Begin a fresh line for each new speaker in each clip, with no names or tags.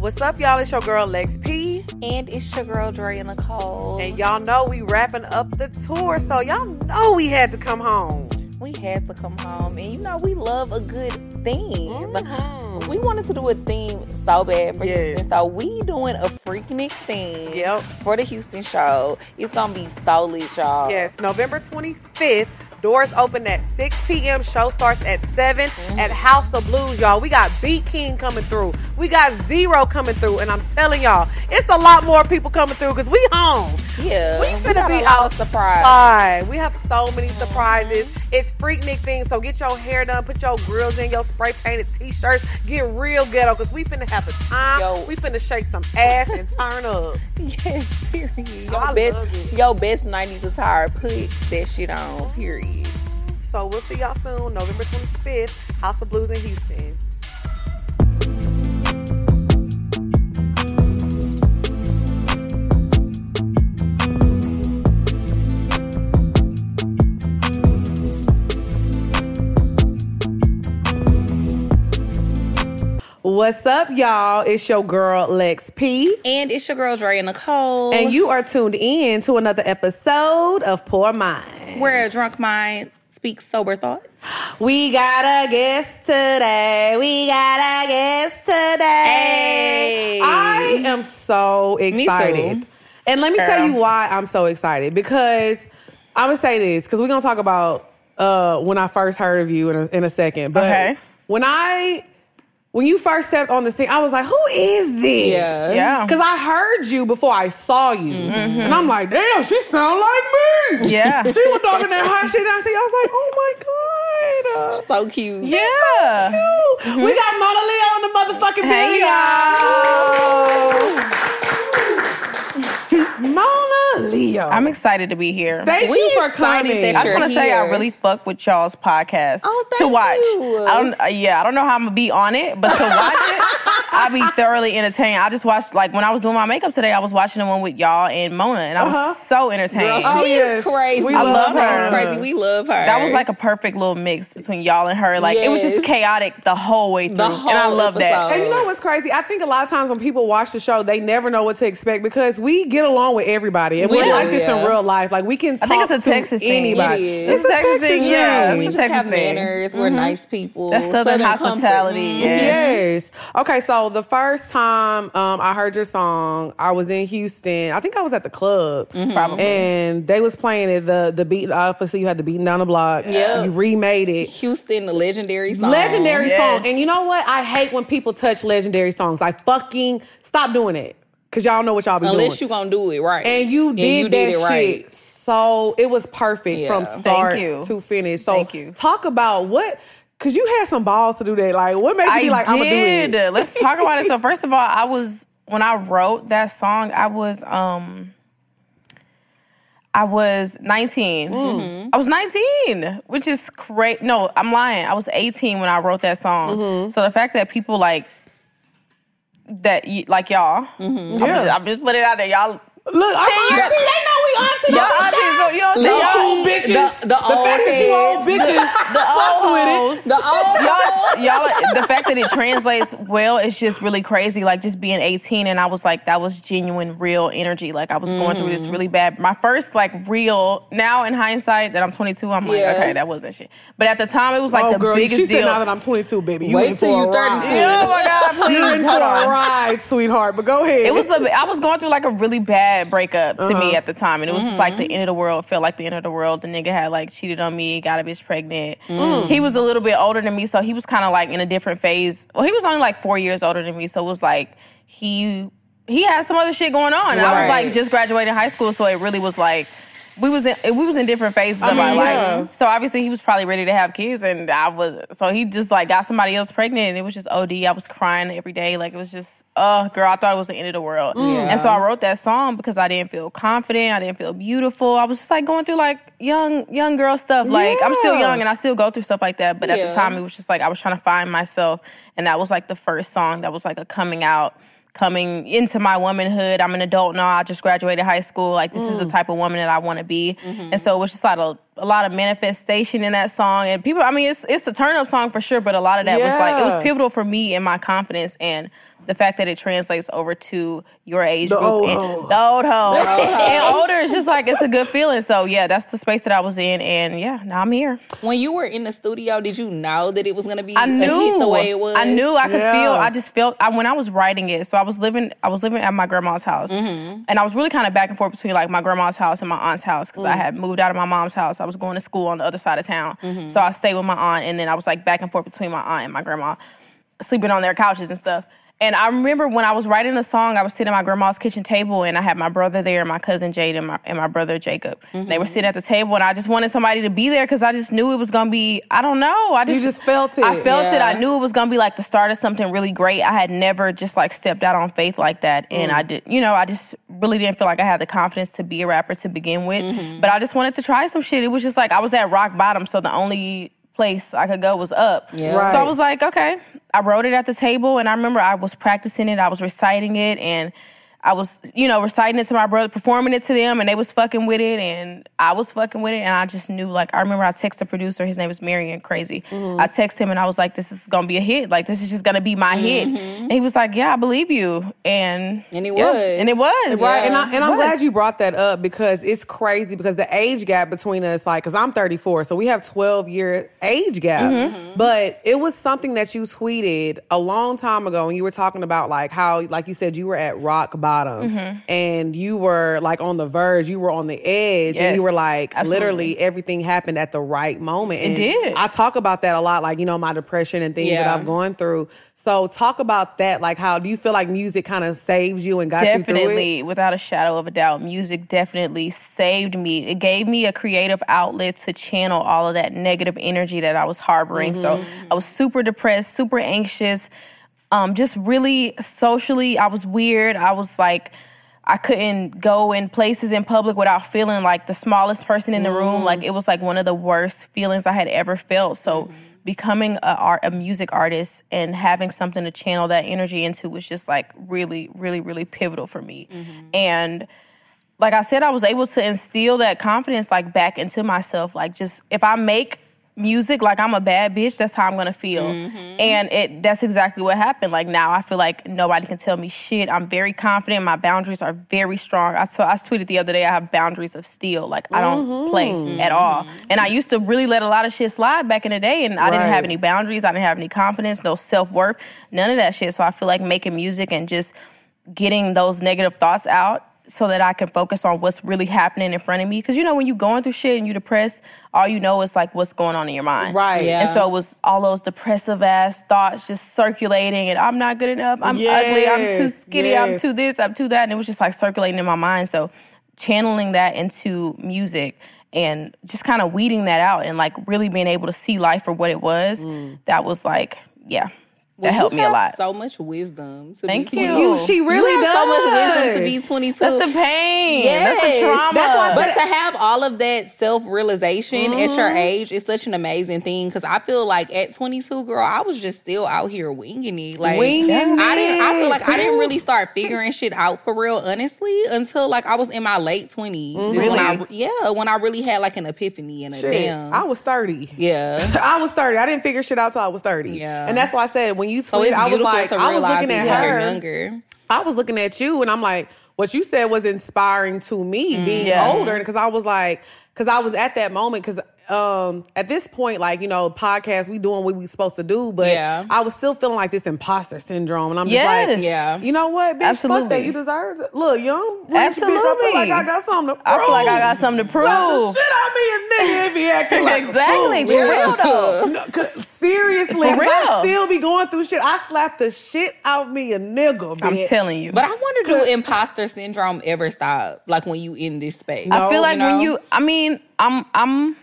What's up, y'all? It's your girl Lex P.
And it's your girl Dre and Nicole.
And y'all know we wrapping up the tour, so y'all know we had to come home.
we had to come home, and you know we love a good theme.
Mhm.
We wanted to do a theme so bad for
Yes.
Houston, so we doing a Freaknik theme
Yep.
for the Houston show. It's gonna be solid, y'all.
Yes, November 25th. Doors open at 6 p.m. Show starts at 7 at House of Blues, y'all. We got Beat King coming through. We got Zero coming through. And I'm telling y'all, it's a lot more people coming through because we home.
yeah.
We finna
got
be
a lot
out-
of surprise.
Bye. We have so many surprises. It's Freaknik thing, so get your hair done, put your grills in, your spray painted t-shirts, get real ghetto, cause we finna have a time.
Yo.
We finna shake some ass and turn up.
Yes, period. Your
I
best,
love it.
your best '90s attire. Put that shit on. Period.
So we'll see y'all soon, November 25th, House of Blues in Houston. What's up, y'all? It's your girl Lex P,
And it's your girl Dre and Nicole.
and you are tuned in to another episode of Poor Mind.
where a drunk mind speaks sober thoughts.
We got a guest today. We got a guest today.
Hey.
I am so excited. And let me tell
Girl.
you why I'm so excited because I'm going to say this because we're going to talk about uh, when I first heard of you in a, in a second. But
Okay.
when I. When you first stepped on the scene, I was like, "Who is this?"
Yeah. Mm-hmm.
Yeah.
Because I heard you before I saw you, and I'm like, "Damn, she sound like me."
Yeah.
she was talking that hot shit. And I see, I was like, "Oh my god!"
So cute.
Yeah.
Hmm?
We got Mona Leo on the motherfucking
Hey,
video. Mona Leo.
I'm excited to be here.
Thank
We
you for
excited
coming.
that
I just
you're
want to say
here.
I really fuck with y'all's podcast
Oh,
to
thank
watch.
you.
I don't, uh, yeah, I don't know how I'm gonna be on it, but to watch it, I be thoroughly entertained. I just watched like when I was doing my makeup today, I was watching the one with y'all and Mona, and I was
Uh-huh.
so
Girl,
entertained.
Oh,
She's
yes.
crazy.
We
I love her.
Crazy. We love her.
that was like a perfect little mix between y'all and her. Like it was just
Yes.
chaotic the whole way through, and I
whole
love
episode.
that.
And you know what's crazy? I think a lot of times when people watch the show, they never know what to expect because we get along with everybody, and
We
we are
do,
like this in
yeah.
real life. Like we can.
I think
talk
it's a
to
Texas thing.
anybody.
It
It's a Texas thing,
we
yeah. It's a
just
Texas
have
thing.
manners. We're nice people.
That's Southern
comfort.
hospitality.
Mhm.
Yes.
Yes. Okay, so the first time um, I heard your song, I was in Houston. I think I was at the club,
Mm-hmm.
Probably.
and they was playing it. the The beat, obviously, you had the beating down the block.
Yes.
you remade it.
Houston, the legendary song.
Legendary
Yes.
song, and you know what? I hate when people touch legendary songs. I fucking stop doing it because y'all know what y'all be
Unless you
doing.
gonna do it right.
and you did
you
that
did it right.
shit. So it was perfect
Yeah.
from
Thank
start
you.
to finish. So
Thank you.
talk about what, because you had some balls to do that. Like, what made you be like, I'm gonna do it?
did. Let's talk about it. So first of all, I was when I wrote that song, I was um I was 19. I was 19, which is crazy. No, I'm lying. I was 18 when I wrote that song. So the fact that people like that y- like y'all, I'm,
Yeah.
just, I'm just putting it out there. Y'all
Look, I'm
Ten years-
auntie. They know we auntie.
Y'all
Y'all
aunties, so, you know what I'm
Y'all
saying? Y'all-
old bitches.
the- the old
fact that you old bitches.
the old hoes.
The old
y'all, y'all, the fact that it translates well is just really crazy. Like just being 18, and I was like, that was genuine, real energy. Like I was going through this really bad. My first like real. Now in hindsight, that I'm 22, I'm like,
Yeah.
okay, that wasn't shit. But at the time, it was like
oh,
the
girl,
biggest
she
deal.
said now that I'm 22, baby. You
Wait
in
till
for a
you
ride.
32.
Yeah.
oh my god,
You in
please
for
hold
a
on.
ride, sweetheart. But go ahead.
It was a, I was going through like a really bad breakup to me at the time, and it was just like the end of the world. Felt like the end of the world. The nigga had like cheated on me, got a bitch pregnant. He was a little bit older than me, so he was kind of like in a different phase. Well, he was only like four years older than me, so it was like he he had some other shit going on. And I was
Right.
like just graduated high school, so it really was like. We was in we was in different phases of
mean,
our
yeah.
life, so obviously he was probably ready to have kids, and I was. So he just like got somebody else pregnant, and it was just OD. I was crying every day, like it was just, oh girl, I thought it was the end of the world.
Mm.
And so I wrote that song because I didn't feel confident, I didn't feel beautiful. I was just like going through like young young girl stuff. Like I'm still
Yeah.
young and I still go through stuff like that, but at
Yeah.
the time it was just like I was trying to find myself, and that was like the first song that was like a coming out. Coming into my womanhood, I'm an adult now. I just graduated high school. Like this is the type of woman that I want to be, and so it was just like a a lot of manifestation in that song and people i mean it's it's a turn up song for sure but a lot of that was like it was
Yeah.
pivotal for me and my confidence and the fact that it translates over to your age
The
group
old
and
hoe.
the old hoe and older is just like it's a good feeling so yeah that's the space that i was in and yeah now i'm here
When you were in the studio, did you know that it was gonna be
I
a hit
knew
the way it was?
I knew I could
Yeah.
feel. I just felt I, when I was writing it. So I was living. I was living at my grandma's house,
Mm-hmm.
and I was really kind of back and forth between like my grandma's house and my aunt's house because
Mm.
I had moved out of my mom's house. I was going to school on the other side of town,
Mm-hmm.
so I stayed with my aunt, and then I was like back and forth between my aunt and my grandma, sleeping on their couches and stuff. And I remember when I was writing the song, I was sitting at my grandma's kitchen table, and I had my brother there, and my cousin Jade, and my, and my brother Jacob. They were sitting at the table, and I just wanted somebody to be there because I just knew it was gonna be. I don't know. I just
You just felt it.
I felt
Yeah.
it. I knew it was gonna be like the start of something really great. I had never just like stepped out on faith like that, and
Mm.
I did. You know, I just really didn't feel like I had the confidence to be a rapper to begin with.
Mm-hmm.
But I just wanted to try some shit. It was just like I was at rock bottom, so the only place I could go was up.
Yeah.
Right.
So I was like, okay. I wrote it at the table, and I remember I was practicing it. I was reciting it, and. I was, you know, reciting it to my brother, performing it to them, and they was fucking with it, and I was fucking with it, and I just knew, like, I remember I texted the producer, his name is Marion Crazy.
Mm-hmm.
I texted him, and I was like, "This is gonna be a hit. Like, this is just gonna be my hit."
Mm-hmm.
And he was like, "Yeah, I believe you," and
And it
yeah,
was.
and it was
Right, and, I, and I'm
Was.
glad you brought that up because it's crazy because the age gap between us, like, because I'm 34, so we have 12 year age gap.
Mm-hmm.
But it was something that you tweeted a long time ago, and you were talking about like how, like you said, you were at rock bottom,
Mm-hmm.
and you were like on the verge, you were on the edge, and
Yes,
you were like
absolutely.
literally everything happened at the right moment. It and
did.
I talk about that a lot, like you know my depression and things that
Yeah.
I've gone through. So talk about that, like how do you feel like music kind of saves you and got you through it?
definitely without a shadow of a doubt music definitely saved me it gave me a creative outlet to channel all of that negative energy that i was harboring so
Mm-hmm.
i was super depressed super anxious um, just really socially i was weird i was like I couldn't go in places in public without feeling like the smallest person in the room.
Mm.
Like it was like one of the worst feelings I had ever felt. So
Mm-hmm.
becoming a art, a music artist, and having something to channel that energy into was just like really, really, really pivotal for me. And like I said, I was able to instill that confidence like back into myself. Like just if I make music like I'm a bad bitch, that's how I'm gonna feel. And it that's exactly what happened. Like now I feel like nobody can tell me shit. I'm very confident. My boundaries are very strong. I so I tweeted the other day I have boundaries of steel. Like I don't play at all. And I used to really let a lot of shit slide back in the day and I didn't
Right.
have any boundaries. I didn't have any confidence, no self worth, none of that shit. So I feel like making music and just getting those negative thoughts out so that I can focus on what's really happening in front of me. Cause you know, when you're going through shit and you're depressed, all you know is like what's going on in your mind.
Right.
Yeah.
And so it was all those depressive ass thoughts just circulating and I'm not good enough. I'm ugly. I'm too
Yes,
skinny. I'm
yes.
too this. I'm too that. And it was just like circulating in my mind. So channeling that into music and just kind of weeding that out and like really being able to see life for what it was, that was like, yeah, that
Mm. Well, you
helped me a
have
lot.
So much wisdom. To
Thank
be
you.
22.
You, she really
You have
does.
so much wisdom to be 22.
That's the pain. That's
Yes.
the trauma.
That's why- but to have all of that self realization at
Mm-hmm.
your age is such an amazing thing. Because I feel like at 22, girl, I was just still out here winging it. Like
Winging
I didn't. I feel
it.
like I didn't really start figuring shit out for real, honestly, until like I was in my late 20s. Is When I,
Really?
yeah, when I really had like an epiphany and a
Mm-hmm. Shit,
damn.
I was 30.
yeah.
I was 30. I didn't figure shit out till I was 30.
Yeah.
And that's why I said when you tweeted,
So it's
I was
beautiful
like,
to
I was
realize
looking at
when
her.
you're younger.
I was looking at you and I'm like, what you said was inspiring to me
Mm.
being
Yeah.
older. Because I was like, because I was at that moment, because um, at this point, like, you know, podcast, we doing what we supposed to do, but
Yeah.
I was still feeling like this imposter syndrome. And I'm just like,
Yes.
Yeah.
you know what, bitch, fuck that.
Absolutely.
You deserve it. Look, young, rich Bitch, I feel like
Absolutely.
I got something to prove.
I feel like I got something to prove.
Shit, I be a nigga if he acting like a
exactly.
fool.
For real though.
No, 'cause seriously,
For
'cause I
real.
still be going through shit. I slapped the shit out me a nigga.
I'm
bitch.
telling you.
But I wonder, do imposter syndrome ever stop? Like when you in this space?
I feel like when
know?
you I mean, I'm I'm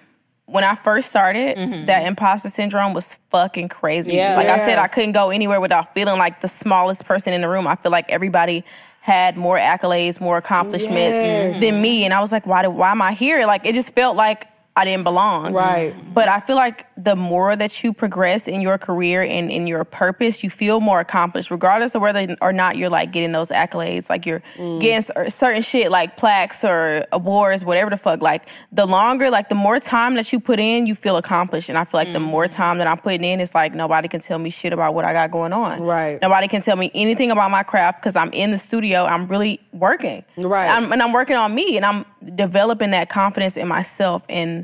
when I first started, that imposter syndrome was fucking crazy.
Yeah.
Like I said,
Mm-hmm. Yeah.
I couldn't go anywhere without feeling like the smallest person in the room. I feel like everybody had more accolades, more accomplishments
Yes.
than me. And I was like, why do why am I here? Like it just felt like I I didn't belong.
Right.
But I feel like the more that you progress in your career and in your purpose, you feel more accomplished, regardless of whether or not you're like getting those accolades, like you're
Mm.
getting cer- certain shit like plaques or awards, whatever the fuck. Like the longer, like the more time that you put in, you feel accomplished. And I feel like the more
Mm.
time that I'm putting in, it's like nobody can tell me shit about what I got going on.
Right.
Nobody can tell me anything about my craft because I'm in the studio. I'm really working.
Right.
I'm, and I'm working on me, and I'm developing that confidence in myself and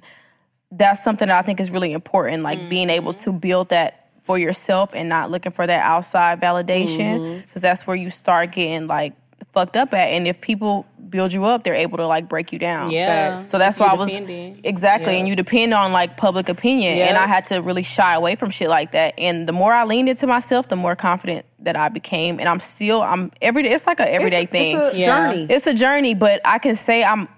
that's something that I think is really important, like being able to build that for yourself and not looking for that outside validation, because that's where you start getting like fucked up at. And if people build you up, they're able to like break you down.
Yeah.
So that's
If
why
you're
I was
dependent.
exactly, and you depend on like public opinion, and
Yeah.
I had to really shy away from shit like that. And the more I leaned into myself, the more confident that I became, and I'm still I'm every day. It's like a everyday thing.
It's a
Yeah.
journey.
It's a journey, but I can say I'm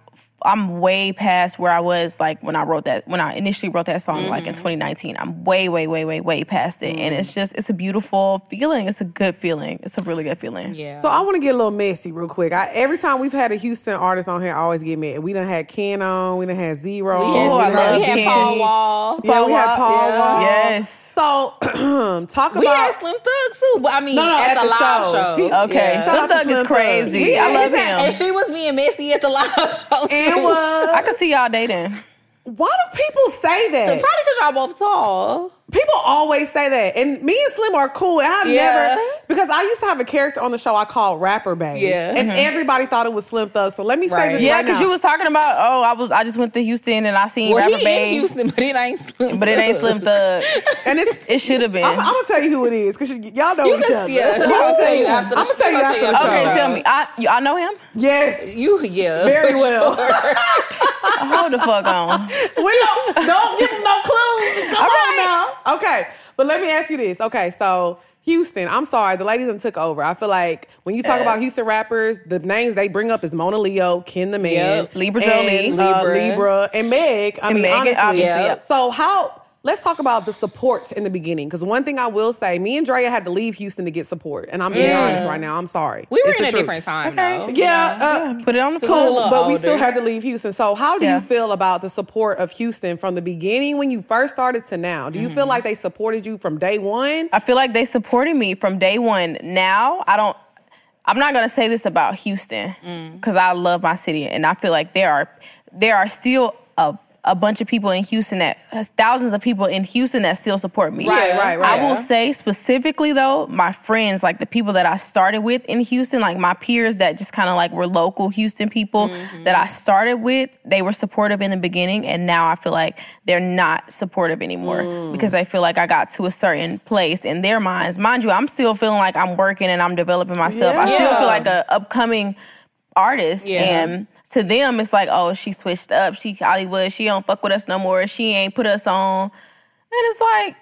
I'm way past where I was like when I wrote that when I initially wrote that song like in
Mm-hmm.
2019. I'm way way way way way past it, and
Mm.
it's just it's a beautiful feeling. It's a good feeling. It's a really good feeling.
Yeah.
So I want to get a little messy real quick. I, every time we've had a Houston artist on here, I always get mad. We done had Ken on, we done had Zero.
we
on,
had,
Oh, I
we done
Zero,
love
we had
Ken.
Paul Wall.
Yeah, we had Paul
Yeah.
Wall.
Yes.
So talk
We
about
had Slim Thug too. But I mean,
No, no,
at,
at
the,
the
live
show.
show.
He-
Okay.
Yeah.
Shout out
Slim
to
Thug
Slim Thug.
is crazy.
Yeah,
I love
And
him.
she was being messy at the live show.
and
too.
was
I could see y'all dating.
why do people say
Probably
that?
because y'all both tall.
People always say that, and me and Slim are cool. And I've
Yeah.
never because I used to have a character on the show I called Rapper Babe,
Yeah.
and everybody thought it was Slim Thug. So let me say
Right.
this,
Yeah,
right
because
now.
you was talking about oh I was I just went to Houston and I seen
Well,
Rapper
he
Babe,
in Houston, but it ain't Slim.
but it ain't Slim Thug.
and it's
It should have been.
I'm, I'm gonna tell you who it is because y'all know each
Just,
other.
yeah, she gonna tell you after.
I'm gonna tell you after the show.
okay, tell me. I you, I know him.
Yes,
You yeah,
very
for
well.
sure.
Hold the fuck on.
we don't don't give them no clues. Come on now. Okay, but let me ask you this. Okay, so Houston, I'm sorry, the ladies done took over. I feel like when you talk about Houston rappers, the names they bring up is Mona Leo, Ken the Man,
Yep.
Libra
and,
Jolie.
uh,
Libra.
Libra, and Meg. I
And
mean,
Meg,
honestly,
obviously,
yep.
So how? Let's talk about the support in the beginning. Because one thing I will say, me and Drea had to leave Houston to get support, and I'm being
Yeah.
honest right now. I'm sorry.
Mm. We were
It's
in
the
a
truth.
different time though.
Yeah, uh,
Put it on the
Just a little
cool.
but we still
older.
had to leave Houston. So, how do
Yeah.
you feel about the support of Houston from the beginning when you first started to now? Do you
Mm-hmm.
feel like they supported you from day one?
I feel like they supported me from day one. Now I don't. I'm not gonna say this about Houston
Mm.
because I love my city and I feel like there are there are still a a bunch of people in Houston that thousands of people in Houston that still support me.
Right, right, right.
I will say specifically though, my friends, like the people that I started with in Houston, like my peers that just kind of like were local Houston people
Mm-hmm.
that I started with, they were supportive in the beginning, and now I feel like they're not supportive anymore
Mm.
because they feel like I got to a certain place in their minds. Mind you, I'm still feeling like I'm working and I'm developing myself. I still
Yeah.
feel like a upcoming artist
Yeah.
and to them it's like oh she switched up she hollywood she don't fuck with us no more she ain't put us on and it's like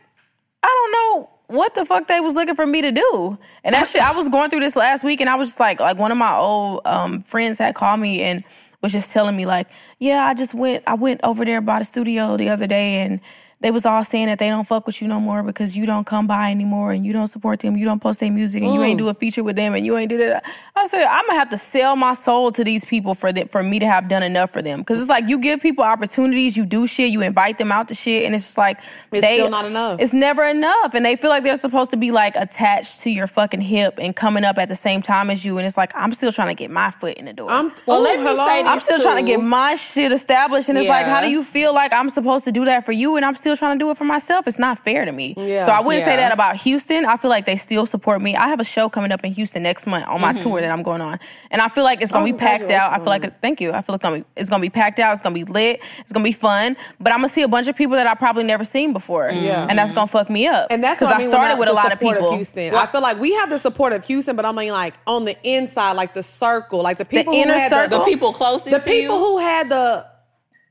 I don't know what the fuck they was looking for me to do. And that shit, I was going through this last week, and I was just like, like one of my old um, friends had called me and was just telling me like, yeah, I just went, I went over there by the studio the other day, and they was all saying that they don't fuck with you no more because you don't come by anymore and you don't support them, you don't post their music, and you
Mm.
ain't do a feature with them, and you ain't do that. I said, I'm gonna have to sell my soul to these people for that, for me to have done enough for them, because it's like you give people opportunities, you do shit, you invite them out to shit, and it's just like
It's still not enough.
it's never enough. And they feel like they're supposed to be like attached to your fucking hip and coming up at the same time as you. And it's like, I'm still trying to get my foot in the door.
I'm,
Well,
Ooh,
let me
hello?
say this.
I'm still trying to get
too.
my shit established. And it's like,
Yeah.
how do you feel like I'm supposed to do that for you? And I'm still trying to do it for myself. It's not fair to me.
Yeah.
So I wouldn't say
Yeah.
that about Houston. I feel like they still support me. I have a show coming up in Houston next month on my
Mm-hmm.
tour that I'm going on. And I feel like it's gonna
Oh,
be packed out. I feel like thank you. I feel like it's gonna be, it's gonna be packed out, it's gonna be lit, it's gonna be fun. But I'm gonna see a bunch of people that I probably never seen before.
Yeah. Mm-hmm.
And that's gonna fuck me up.
And that's
because
what
I,
I, mean
started
about
with
the
a lot of
support
people.
Houston, I feel like we have the support of Houston, but I mean like on the inside, like the circle, like the people
inner
who had
circle?
the people closest
the
to you.
people who had the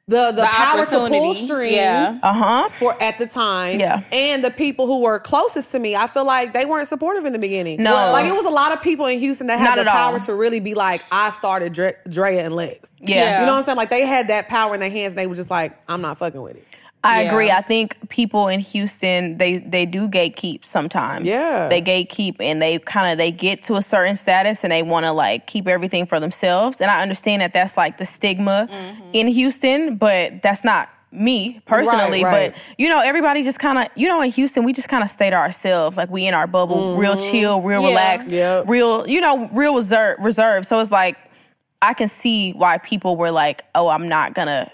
the the,
The
power to pull
opportunity.
strings.
Yeah.
Uh huh.
For at the time,
Yeah.
and the people who were closest to me, I feel like they weren't supportive in the beginning.
No.
like it was a lot of people in Houston that
Not
had the
at all.
power to really be like, I started Dre- Drea and Lex.
Yeah.
you know what I'm saying? Like they had that power in their hands, and they were just like, I'm not fucking with it.
I
Yeah.
agree. I think people in Houston they they do gatekeep sometimes.
Yeah.
they gatekeep and they kind of they get to a certain status and they want to like keep everything
Mm-hmm.
for themselves. And I understand that that's like the stigma in Houston, but that's not me personally,
right.
but you know, everybody just kind of, you know, in Houston, we just kind of stay to ourselves. Like we in our bubble, real chill, real
Yeah.
relaxed,
Mm-hmm. Yep.
real, you know, real reserve, reserved. So it's like, I can see why people were like, oh, I'm not gonna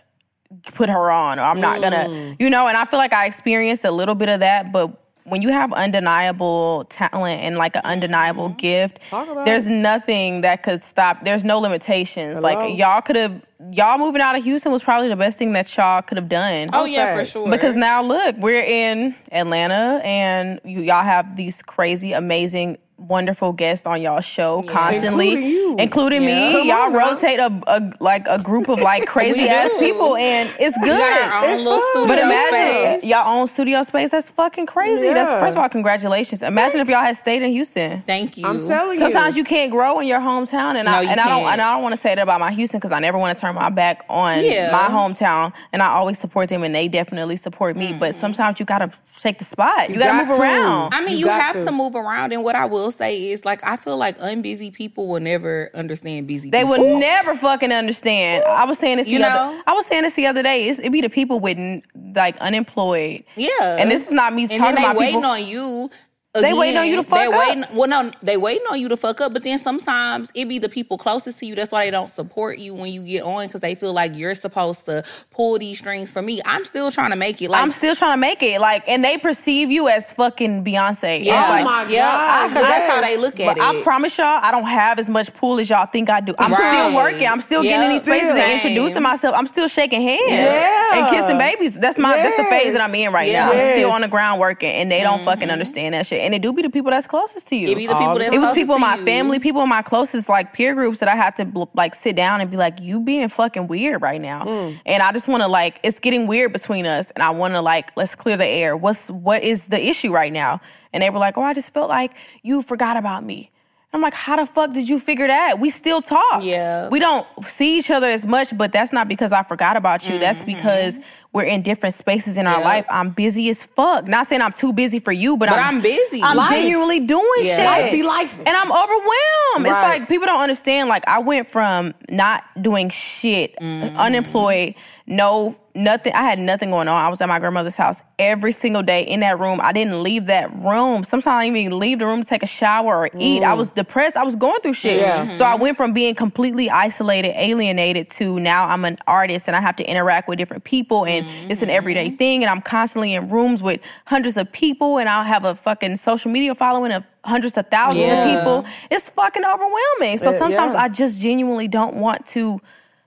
put her on, or I'm not
Mm.
gonna, you know, and I feel like I experienced a little bit of that, but when you have undeniable talent and like an undeniable gift,
Mm-hmm. about
there's nothing that could stop. There's no limitations.
Hello?
Like y'all could have, y'all moving out of Houston was probably the best thing that y'all could have done.
Oh yeah, for
facts.
sure.
Because now look, we're in Atlanta and you, y'all have these crazy, amazing, wonderful guests on y'all show constantly,
Including you.
including me.
Come
y'all
on, bro.
rotate a, a like a group of like crazy
We
ass
do.
people, and it's good.
we got our own
It's
little
fun.
studio
But
space.
imagine y'all own studio space. That's fucking crazy. That's
Yeah.
first of all, congratulations. Imagine if y'all had stayed in Houston.
Thank you.
I'm telling you.
Sometimes you can't grow in your hometown, and
No,
I
you
and I don't
can't.
and I don't want to say that about my Houston because I never want to turn my back on
Yeah.
my hometown, and I always support them, and they definitely support me.
Mm.
But sometimes you gotta take the spot. You, gotta
got
move
to.
around.
I mean,
You
you,
got
have to.
to.
move around, and what I will say is, like, I feel like unbusy people will never understand busy.
They
people.
would never fucking understand. I was saying this, the
You
other,
know?
I was saying this the other day. It's, it'd be the people with n- like unemployed,
yeah.
and this is not me
Uh-huh. and then
talking
they
about
waiting
people.
on you.
They waiting on you to
again. They
fuck up.
waiting- well, no, they waiting on you to fuck up. But then sometimes it be the people closest to you. That's why they don't support you when you get on because they feel like you're supposed to pull these strings for me. I'm still trying to make it. Like
I'm still trying to make it, like, and they perceive you as fucking Beyonce.
yeah,
It's like,
Oh my
yeah,
God,
because that's how they look at
But
it.
I promise y'all, I don't have as much pull as y'all think I do. I'm
Right.
still working. I'm still getting in these
Yep.
spaces and
Same.
introducing myself. I'm still shaking hands
Yeah.
and kissing babies. That's my that's the
Yes.
phase that I'm in right
Yes.
now.
Mm-hmm.
I'm still on the ground working, and they don't fucking understand that shit. And it do be the people that's closest to you.
It be the people that's
It was
closest
people in
to
my
you.
family, people in my closest like peer groups that I had to bl- like sit down and be like, "You being fucking weird right now,"
Mm.
and I just want to like, it's getting weird between us, and I want to like, let's clear the air. What's what is the issue right now? And they were like, "Oh, I just felt like you forgot about me." And I'm like, how the fuck did you figure that? We still talk.
Yeah.
We don't see each other as much, but that's not because I forgot about you. That's
Mm-hmm.
because we're in different spaces in our
Yep.
life. I'm busy as fuck. Not saying I'm too busy for you, but,
But I'm busy.
I'm
Life.
genuinely doing
Yeah.
shit.
Life
be life.
And I'm overwhelmed. It's
Right.
like people don't understand. Like I went from not doing shit,
Mm-hmm.
unemployed, no nothing. I had nothing going on. I was at my grandmother's house every single day in that room. I didn't leave that room. Sometimes I didn't even leave the room to take a shower or eat. I was depressed. I was going through shit.
Mm. Yeah.
So I went from being completely isolated, alienated to now I'm an artist and I have to interact with different people and it's an
Mm-hmm.
everyday thing and I'm constantly in rooms with hundreds of people and I'll have a fucking social media following of hundreds of thousands
Yeah.
of people. It's fucking overwhelming. So
Uh,
sometimes
yeah.
I just genuinely don't want to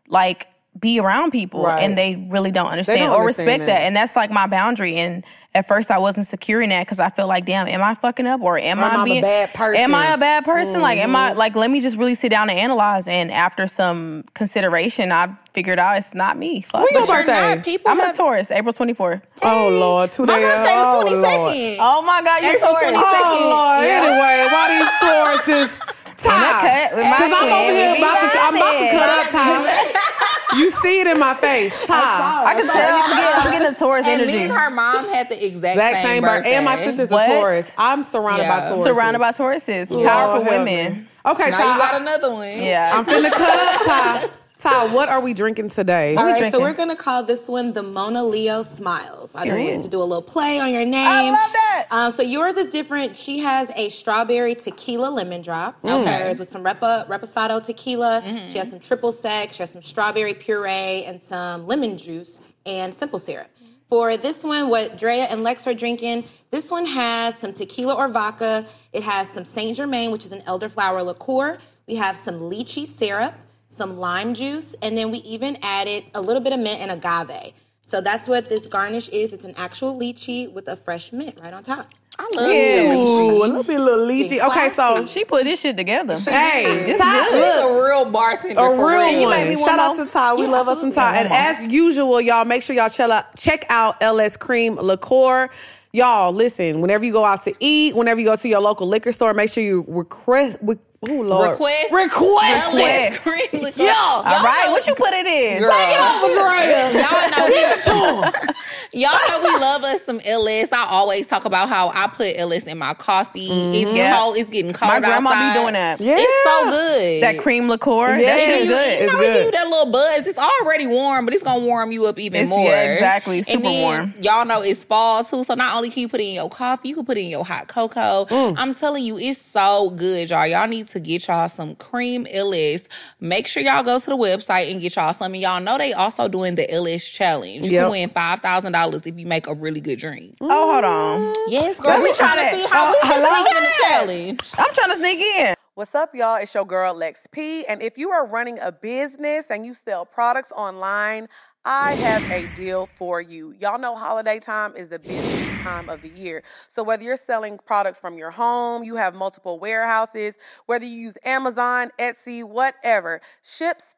like be around people
Right.
and they really don't understand
don't
or
understand
respect that.
that.
And that's like my boundary. And at first I wasn't securing that because I feel like, damn, am I fucking up or am
Or am
I
I a
being
bad person? Mm-hmm.
Am I a bad person? Like, am I like? Let me just really sit down and analyze. And after some consideration, I figured out it's not me. Fuck.
When
but
your
you're
birthday?
not. People
I'm a
have-
Taurus, April 24th.
Oh Lord, two
My
days.
birthday
oh,
the
Lord.
22nd.
Oh my God, you're
April
Taurus.
26th.
Oh Lord.
Yeah.
Anyway, why these Tauruses? Time.
cut with my
Because I'm over
king.
here
We
about to, I'm about to
got
cut up time. You see it in my face. Time.
I can tell I'm getting, I'm getting a Taurus
and me
energy.
and her mom had the exact,
Exact
same,
same
birthday.
birthday. And my sister's
What?
a Taurus. I'm surrounded
Yeah.
by Taurus.
Surrounded by Tauruses,
Oh,
powerful women.
Okay,
Now you
Ty.
got another one.
Yeah,
I'm finna cut up, Ty. Ty, what are we drinking today?
All right,
drinking?
so we're gonna call this one the Mona Leo Smiles. I just
Period.
wanted to do a little play on your name.
I love that.
Um, so yours is different. She has a strawberry tequila lemon drop. Okay, hers with some repa reposado tequila. She has some triple sec. She has some strawberry puree and some lemon juice and simple syrup. For this one, what Drea and Lex are drinking, this one has some tequila or vodka. It has some Saint Germain, which is an elderflower liqueur. We have some lychee syrup some lime juice, and then we even added a little bit of mint and agave. So that's what this garnish is. It's an actual lychee with a fresh mint right on top.
I love
Ooh,
you.
a little bit little lychee. Okay, so
she put this shit together.
hey,
This
Ty,
bitch
look,
is a real bartender.
a
for
real
real
one.
me want
Shout out
more.
to Ty. We
Yeah,
love us some Ty.
absolutely.
And as usual, y'all, make sure y'all check out, check out LS Cream Liqueur. Y'all, listen, whenever you go out to eat, whenever you go to your local liquor store, make sure you request. Re- Ooh, Lord.
Request.
Request.
Request.
Y'all.
All right, what you put it in?
Girl.
Take it over, Drea.
Y'all know him. Y'all know we love us some LS. I always talk about how I put LS in my coffee. It's
Yeah.
cold. It's getting cold
My grandma
outside.
be doing that.
Yeah.
It's so good.
That cream liqueur.
Yeah.
That shit is
You-
good.
It's
no, it give
good.
you that little buzz. It's already warm, but it's gonna warm you up even
It's- yeah,
more.
exactly. Super
and then,
warm.
Y'all know it's fall too, so not only can you put it in your coffee, you can put it in your hot cocoa. I'm telling you, it's so good, y'all. Y'all need to get y'all some cream LS. Make sure y'all go to the website and get y'all some. And y'all know they also doing the LS challenge. You
Yep.
can win five thousand dollars if you make a really good drink.
Oh, hold on.
Yes, girl. We
me try
trying to
that.
see how
Oh,
we can
hello?
sneak in the
Yeah.
challenge.
I'm trying to sneak in.
What's up, y'all? It's your girl Lex P. And if you are running a business and you sell products online, I have a deal for you. Y'all know holiday time is the busiest time of the year. So whether you're selling products from your home, you have multiple warehouses, whether you use Amazon, Etsy, whatever,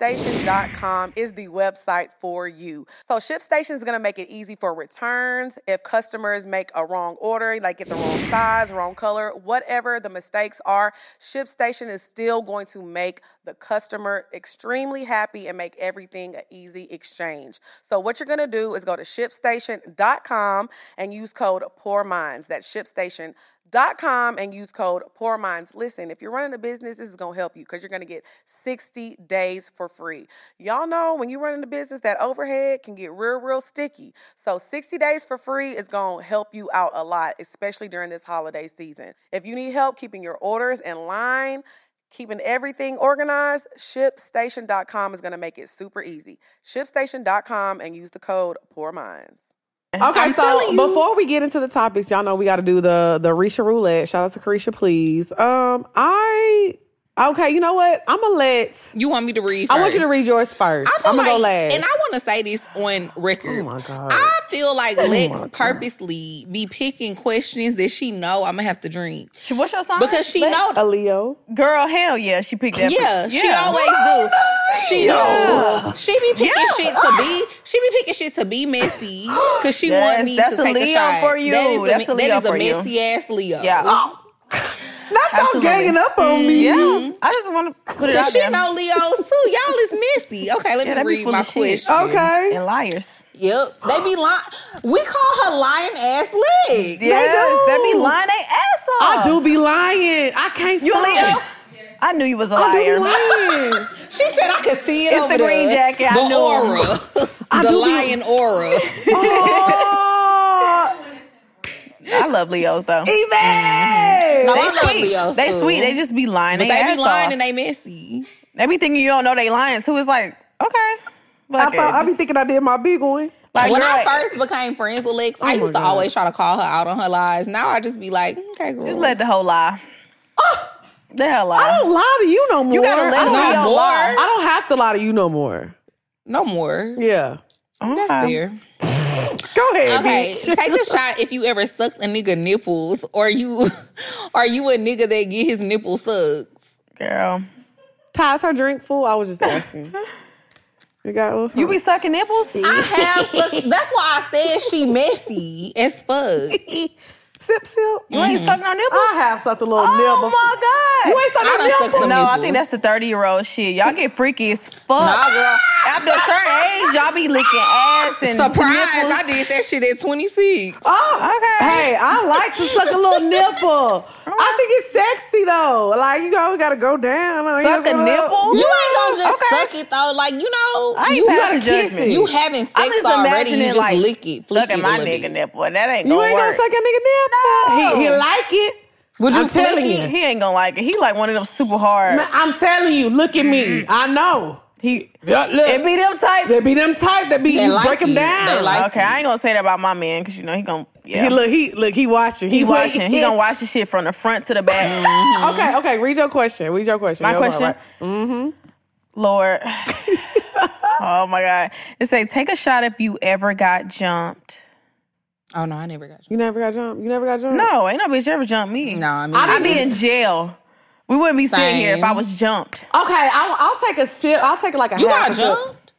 ShipStation.com is the website for you. So ShipStation is going to make it easy for returns. If customers make a wrong order, like get the wrong size, wrong color, whatever the mistakes are, ShipStation is still going to make the customer extremely happy and make everything an easy exchange. So what you're going to do is go to shipstation.com and use code Poor Minds. That's shipstation.com and use code Poor Minds. Listen, if you're running a business, this is going to help you because you're going to get 60 days for free. Y'all know when you're running a business, that overhead can get real, real sticky. So 60 days for free is going to help you out a lot, especially during this holiday season. If you need help keeping your orders in line, keeping everything organized, shipstation.com is going to make it super easy. Shipstation.com and use the code Poor Minds.
Okay,
I'm
so
telling you.
before we get into the topics, y'all know we got to do the the Risha roulette. Shout out to Carisha, please. Um, I okay, you know what? I'm gonna let.
You want me to read?
I want you to
first?
read yours first.
I feel
I'm gonna go
like-
last.
And I want to say this on record.
Oh my God. Oh
I feel like Lex purposely be picking questions that she know I'm gonna have to drink
She, what's your song?
because she
Lex?
know.
a Leo.
Girl, hell yeah, she picked that.
yeah, she always do. She do. She be picking shit to be. She be picking shit to be messy because she
Yes,
want me
that's
to
a
take
Leo
shot.
for you.
That is a,
That's a
that
Leo
is a
for you.
messy ass Leo.
Yeah. Oh,
Not y'all
Absolutely.
ganging up on me.
Yeah. I just want to put
Mm-hmm.
it
So
out
she
there.
know Leos too. Y'all is messy. Okay, let
Yeah,
me
they be
read
full
my
of shit.
question.
Okay.
And liars.
Yep, they be lying. We call her lying ass Lex.
Yes,
do.
that be lying they ass off.
I do be lying. I can't.
You a
stop.
Leo? I knew you was a
I
liar.
do lying.
She said I could see it.
It's the
over
green jacket. I
The
knew
aura.
do
the
be-
lion aura.
oh,
I love Leos though.
Yvette.
No,
They
I love
sweet.
Leos.
They
too.
sweet. They just be lying.
But
they
they
ass
be lying
off.
and they messy.
they be thinking you don't know they lying too. It's like okay,
I
fuck it.
thought I be
Just-
thinking I did my big one.
like Oh
when I
girl,
first became friends with Lex, I
my
used to
God.
always try to call her out on her lies. Now I just be like, okay, girl.
Just let the whole lie. the hell
I
lie.
don't lie to you no more.
You gotta let
I don't,
No
Leo
more.
lie.
I don't have to lie to you no more.
no more.
Yeah.
That's fair.
Go ahead,
Okay,
bitch.
take a shot if you ever sucked a nigga nipples, or you, are you a nigga that get his nipple sucked?
Girl,
Ty, is her drink full? I was just asking. you got a little
you be
something?
sucking nipples.
I have sucked. That's why I said she messy as fuck.
sip sip.
You ain't sucking no nipples.
I have sucked a little nibble.
Oh my god!
You ain't sucking
I done
nibble.
sucked some
no, I
nipples.
think that's the thirty year old shit. Y'all get freaky as fuck.
Nah, girl.
After a certain age, y'all be licking ass and
Surprise!
nipples.
I did that shit at 26.
Oh,
Okay.
Hey, I like to suck a little nipple. I think it's sexy though. Like you know, we gotta go down. Like,
Suck
you
a
know,
nipple?
You ain't gonna just
Okay.
suck it though. Like you know,
I ain't
you,
passing
gotta kiss
judgment.
it.
you having sex
I'm just
already. You
imagining
just
like
lick it, flick it a
sucking my
little
nigga
bit.
nipple. and That ain't
You
gonna
ain't
work.
gonna suck a nigga nipple.
No.
He, he like it.
Would you
I'm
flick
telling
it?
you.
He ain't gonna like it. He like one of them super hard.
Man, I'm telling you. Look at me.
Mm-hmm.
I know.
He
Yeah, look.
it be them type.
They be them type that be
They
you
like
break them
you.
down.
They like
okay, I ain't gonna say that about my man because you know he gonna yeah.
He look. He look. He watching.
he watching. He gonna watch the shit from the front to the back.
Mm-hmm.
Okay. Okay. Read your question. Read your question.
My
Your one,
question.
right. Mm-hmm.
Lord. oh my God. It say take a shot if you ever got jumped.
Oh no, I never got. You.
You never got jumped. You never got jumped.
No, ain't no bitch ever jumped me.
No, I mean,
I'd be in jail. We wouldn't be sitting here if I
Same.
was jumped.
Okay, I'll, I'll take a sip. I'll take like a
you
half
got
a sip.
jumped.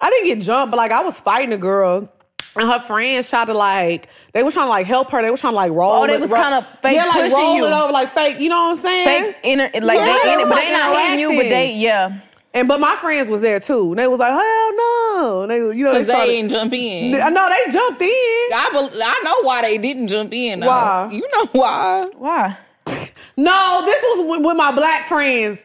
I didn't get jumped, but like I was fighting a girl. And her friends tried to like they were trying to like help her. They were trying to like roll.
Oh, they
it-
was
ro-
kinda fake
Yeah, like
pushing
roll
you.
it over, like fake. You know what I'm saying?
Fake inner like
Yeah, it
they in it,
was
but
like
they not hitting you, but
interactive.
they yeah.
And but my friends was there too. And they was like, hell no. And they, you know, they,
Because they
started,
didn't jump in.
I know they jumped in.
I, bel I know why they didn't jump in. Though.
Why?
You know why?
Why?
No, this was with, with my black friends.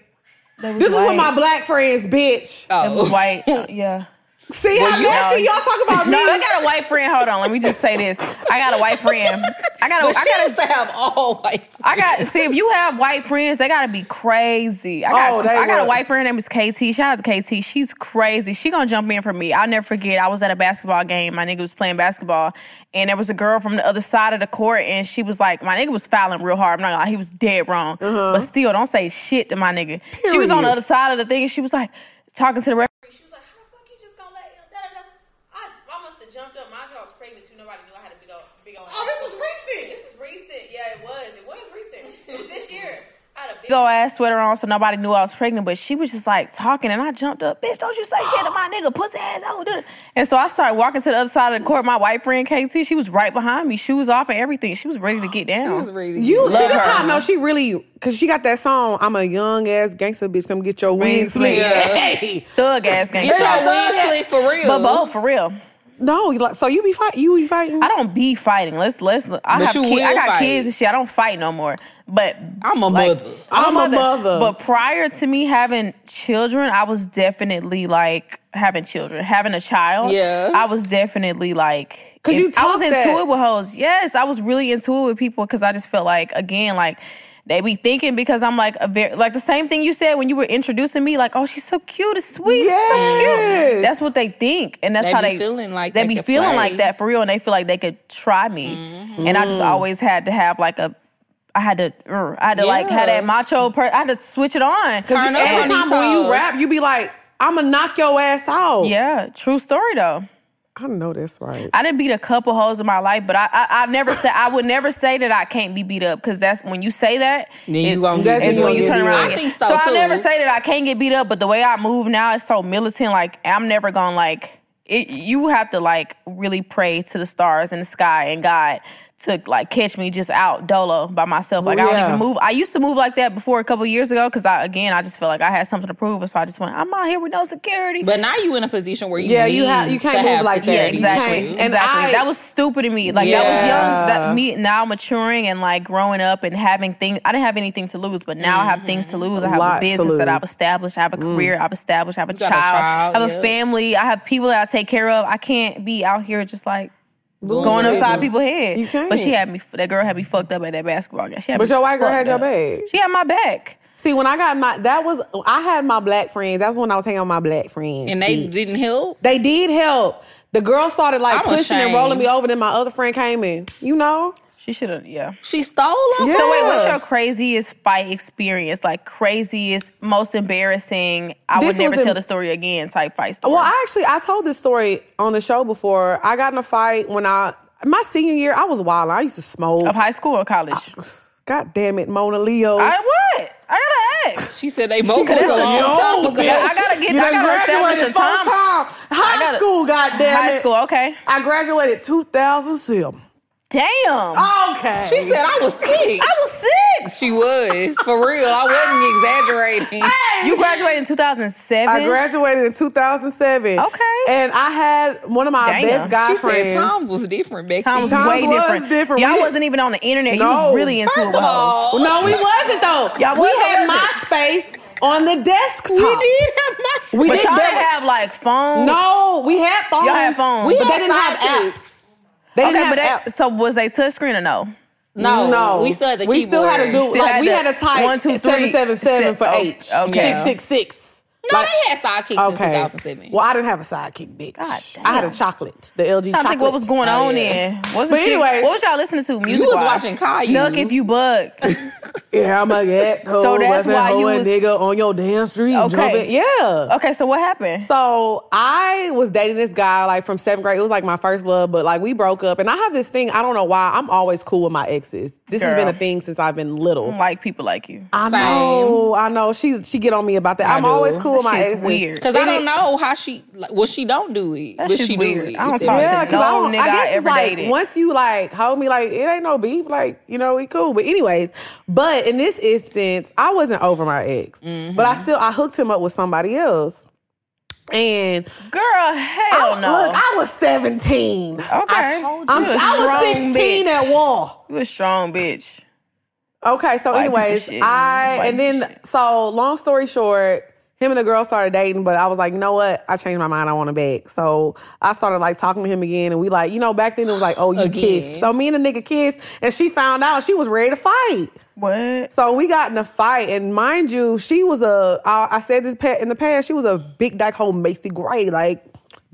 They was
This is with my Oh.
white.
black friends, bitch.
They was white. Yeah.
See how
Uh, you-
nasty y'all talk about me?
No, I got a white friend. Hold on, let me just say this. I got a white friend. I got
But
a, I
she
got
used to have all white.
I got see if you have white friends, they gotta be crazy. I got
Oh, they
I got
would.
a white friend her name is KT. Shout out to KT. She's crazy. She gonna jump in for me. I'll never forget. I was at a basketball game. My nigga was playing basketball, and there was a girl from the other side of the court, and she was like, my nigga was fouling real hard. I'm not gonna lie, he was dead wrong. But still, don't say shit to my nigga. She was
Uh-huh.
on the
Period.
other side of the thing, and she was like talking to the ref.
She was like, how the fuck you just gonna let him? Da, da, da. I, I must have jumped up. My jaw was pregnant too. Nobody knew I had a big old, big old.
Oh, this was recent.
This is recent. Yeah, it was. It was recent. it was this year. I had a big.
Go ass sweater on, so nobody knew I was pregnant. But she was just like talking, and I jumped up, bitch. Don't you say shit to my nigga, pussy ass. Oh, dude. And so I started walking to the other side of the court. My white friend KT, she was right behind me, shoes off and everything. She was ready to get down.
You see,
Love
this
her.
how I know she really, cause she got that song. I'm a young ass gangster bitch. Come get your wings, split.
slit.
Yeah.
Hey,
Thug ass gang.
Get
Yeah,
your wings
yeah.
slit for real.
but both for real.
no, you like- so you be fight, you be fighting.
I don't be fighting. Let's let's. I
But
have
you
kids.
will
I got
fight.
kids and shit. I don't fight no more. But
I'm a
like,
mother.
I'm a mother.
But prior to me having children, I was definitely like having children, having a child.
Yeah.
I was definitely like
'Cause you
in- I was
talk
into
that.
it with hoes. Yes, I was really into it with people because I just felt like again like. They be thinking because I'm like a very like the same thing you said when you were introducing me, like, oh, she's so cute, it's sweet, she's so
Yes.
cute. That's what they think, and that's
They
how
be
they
feeling like
they,
they
be
could
feeling
play.
like that for real, and they feel like they could try me.
Mm-hmm.
And I just always had to have like a, I had to, er, I had to like
Yeah.
had that macho. Per- I had to switch it on.
Turn up
Every
on these
time when
hoes.
you rap, you be like, I'm gonna knock your ass out.
Yeah, true story though.
I know that's right.
I didn't beat a couple hoes in my life, but I I, I never say I would never say that I can't be beat up because that's when you say that.
Then you
it's-
gonna get
it's
beat
when
up.
you turn around.
I
and-
think so,
I
too.
never say that I can't get beat up, but the way I move now is so militant. Like I'm never gonna like it. You have to like really pray to the stars and the sky and God to like catch me just out dolo by myself. Like I don't
yeah.
even move. I used to move like that before a couple years ago because I again I just feel like I had something to prove, and so I just went. I'm out here with no security.
But now you in a position where you
Yeah, you
need
ha- you can't
to
move
have
like that.
security.
Yeah,
You
exactly.
can't-
And exactly.
I-
that was stupid to me. Like that was
Yeah.
young. That me now maturing and like growing up and having things. I didn't have anything to lose, but now I have things to lose. I have
Mm-hmm. lot
a
to
business that
lose. Mm.
I've established. I have a career I've established. I have a
got
child.
a child,
I have
yeah.
a family. I have people that I take care of. I can't be out here just like. Going upside people's head,
You can't.
but she had me. That girl had me fucked up at that basketball game. She had
But
me
your white girl had
fucked
your
up.
back.
She had my back.
See, when I got my, that was I had my black friends. That's when I was hanging out with my black friends.
And they
bitch.
didn't help.
They did help. The girl started like
I'm
pushing and
ashamed.
rolling me over. Then my other friend came in. You know,
She should have. Yeah.
She stole off.
Yeah.
So
So wait, what's
Yeah.
your craziest fight experience? Like craziest, most embarrassing. I
This
would never
was in-
tell the story again. Type fight story.
Well, I actually I told this story on the show before. I got in a fight when I my senior year. I was wild. I used to smoke.
of high school or college.
God damn it, Mona Leo.
I what? I gotta ask.
she said they both was a
That's a
long
yo,
time ago.
bitch.
I gotta get-
You
I
done
gotta establish
graduated
a
four
time.
times. High
I gotta-
school, god damn
high
it.
school. Okay.
I graduated 2007.
Damn.
Oh, Okay.
She said I was sick.
I was six.
she was for real. I wasn't exaggerating.
You graduated in 2007.
I graduated in 2007.
Okay.
And I had one of my
Damn.
best guy
She
friends.
said Tom's was different back
Time
then.
was
Times
way
was
different.
different.
Y'all
We-
wasn't even on the internet. You
No.
was really into
First
it.
of
with hoes.
all,
no, we wasn't though.
Y'all
we
was or
had
wasn't?
MySpace on the desktop.
we did have my.
We
but
did
y'all
that.
didn't have like phone.
No, we had phones.
Y'all had phones.
We
We
but
had
they didn't have
sidekicks.
apps. They
Okay,
didn't
but
have
that,
apps.
so was they touchscreen or no?
no,
no,
we still had the
we
keyboard.
still had to do
Still
like
had
we
the
had to type
one, two,
seven
three,
seven seven
six-
for
oh,
H
okay.
six six six.
No,
Like-
they had sidekicks in 2007.
Well, I didn't have a sidekick, bitch.
God damn.
I had a chocolate, the LG
trying
chocolate.
to think what was going
Oh,
on
yeah.
in. Wasn't
But
she-
anyway.
what was y'all listening to? Music
was
wise?
watching Caillou.
Nuck if you bug.
Yeah, I'm a get
So that's why you was-
nigga on your damn street.
Okay.
jumping. Yeah.
okay, so what happened?
So I was dating this guy like from seventh grade. It was like my first love, but like we broke up. And I have this thing. I don't know why. I'm always cool with my exes. This has been a
Girl. Mm,
thing since I've been little.
don't like people like you.
I know, I know. She she get on me about that. I am
do.
always cool with my
She's
exes.
weird.
Cause I don't know how she. Like, well, she don't do it,
That
but
shit's
she
weird.
do it.
I don't
It-
talk to
Yeah, cause I,
No
don't, I
nigga I
guess it's
ever
like
dated.
once you like hold me like it ain't no beef like you know we cool but anyways but in this instance I wasn't over my ex
Mm-hmm.
but I still I hooked him up with somebody else and
Girl, hell
I,
no.
look I was seventeen
okay.
I'm,
you a
I was
strong
sixteen
bitch.
at war.
You a strong bitch.
Okay, so
White people
anyways,
shit. It's
I
white
and then
people shit.
so long story short, him and the girl started dating, but I was like, you know what? I changed my mind. I want him back. So I started like talking to him again, and we like, you know, back then it was like, oh, you kissed. So me and the nigga kissed, and she found out she was ready to fight.
What?
So we got in a fight, and mind you, she was a. I, I said this pa- in the past. She was a big dyke home Macy Gray. Like,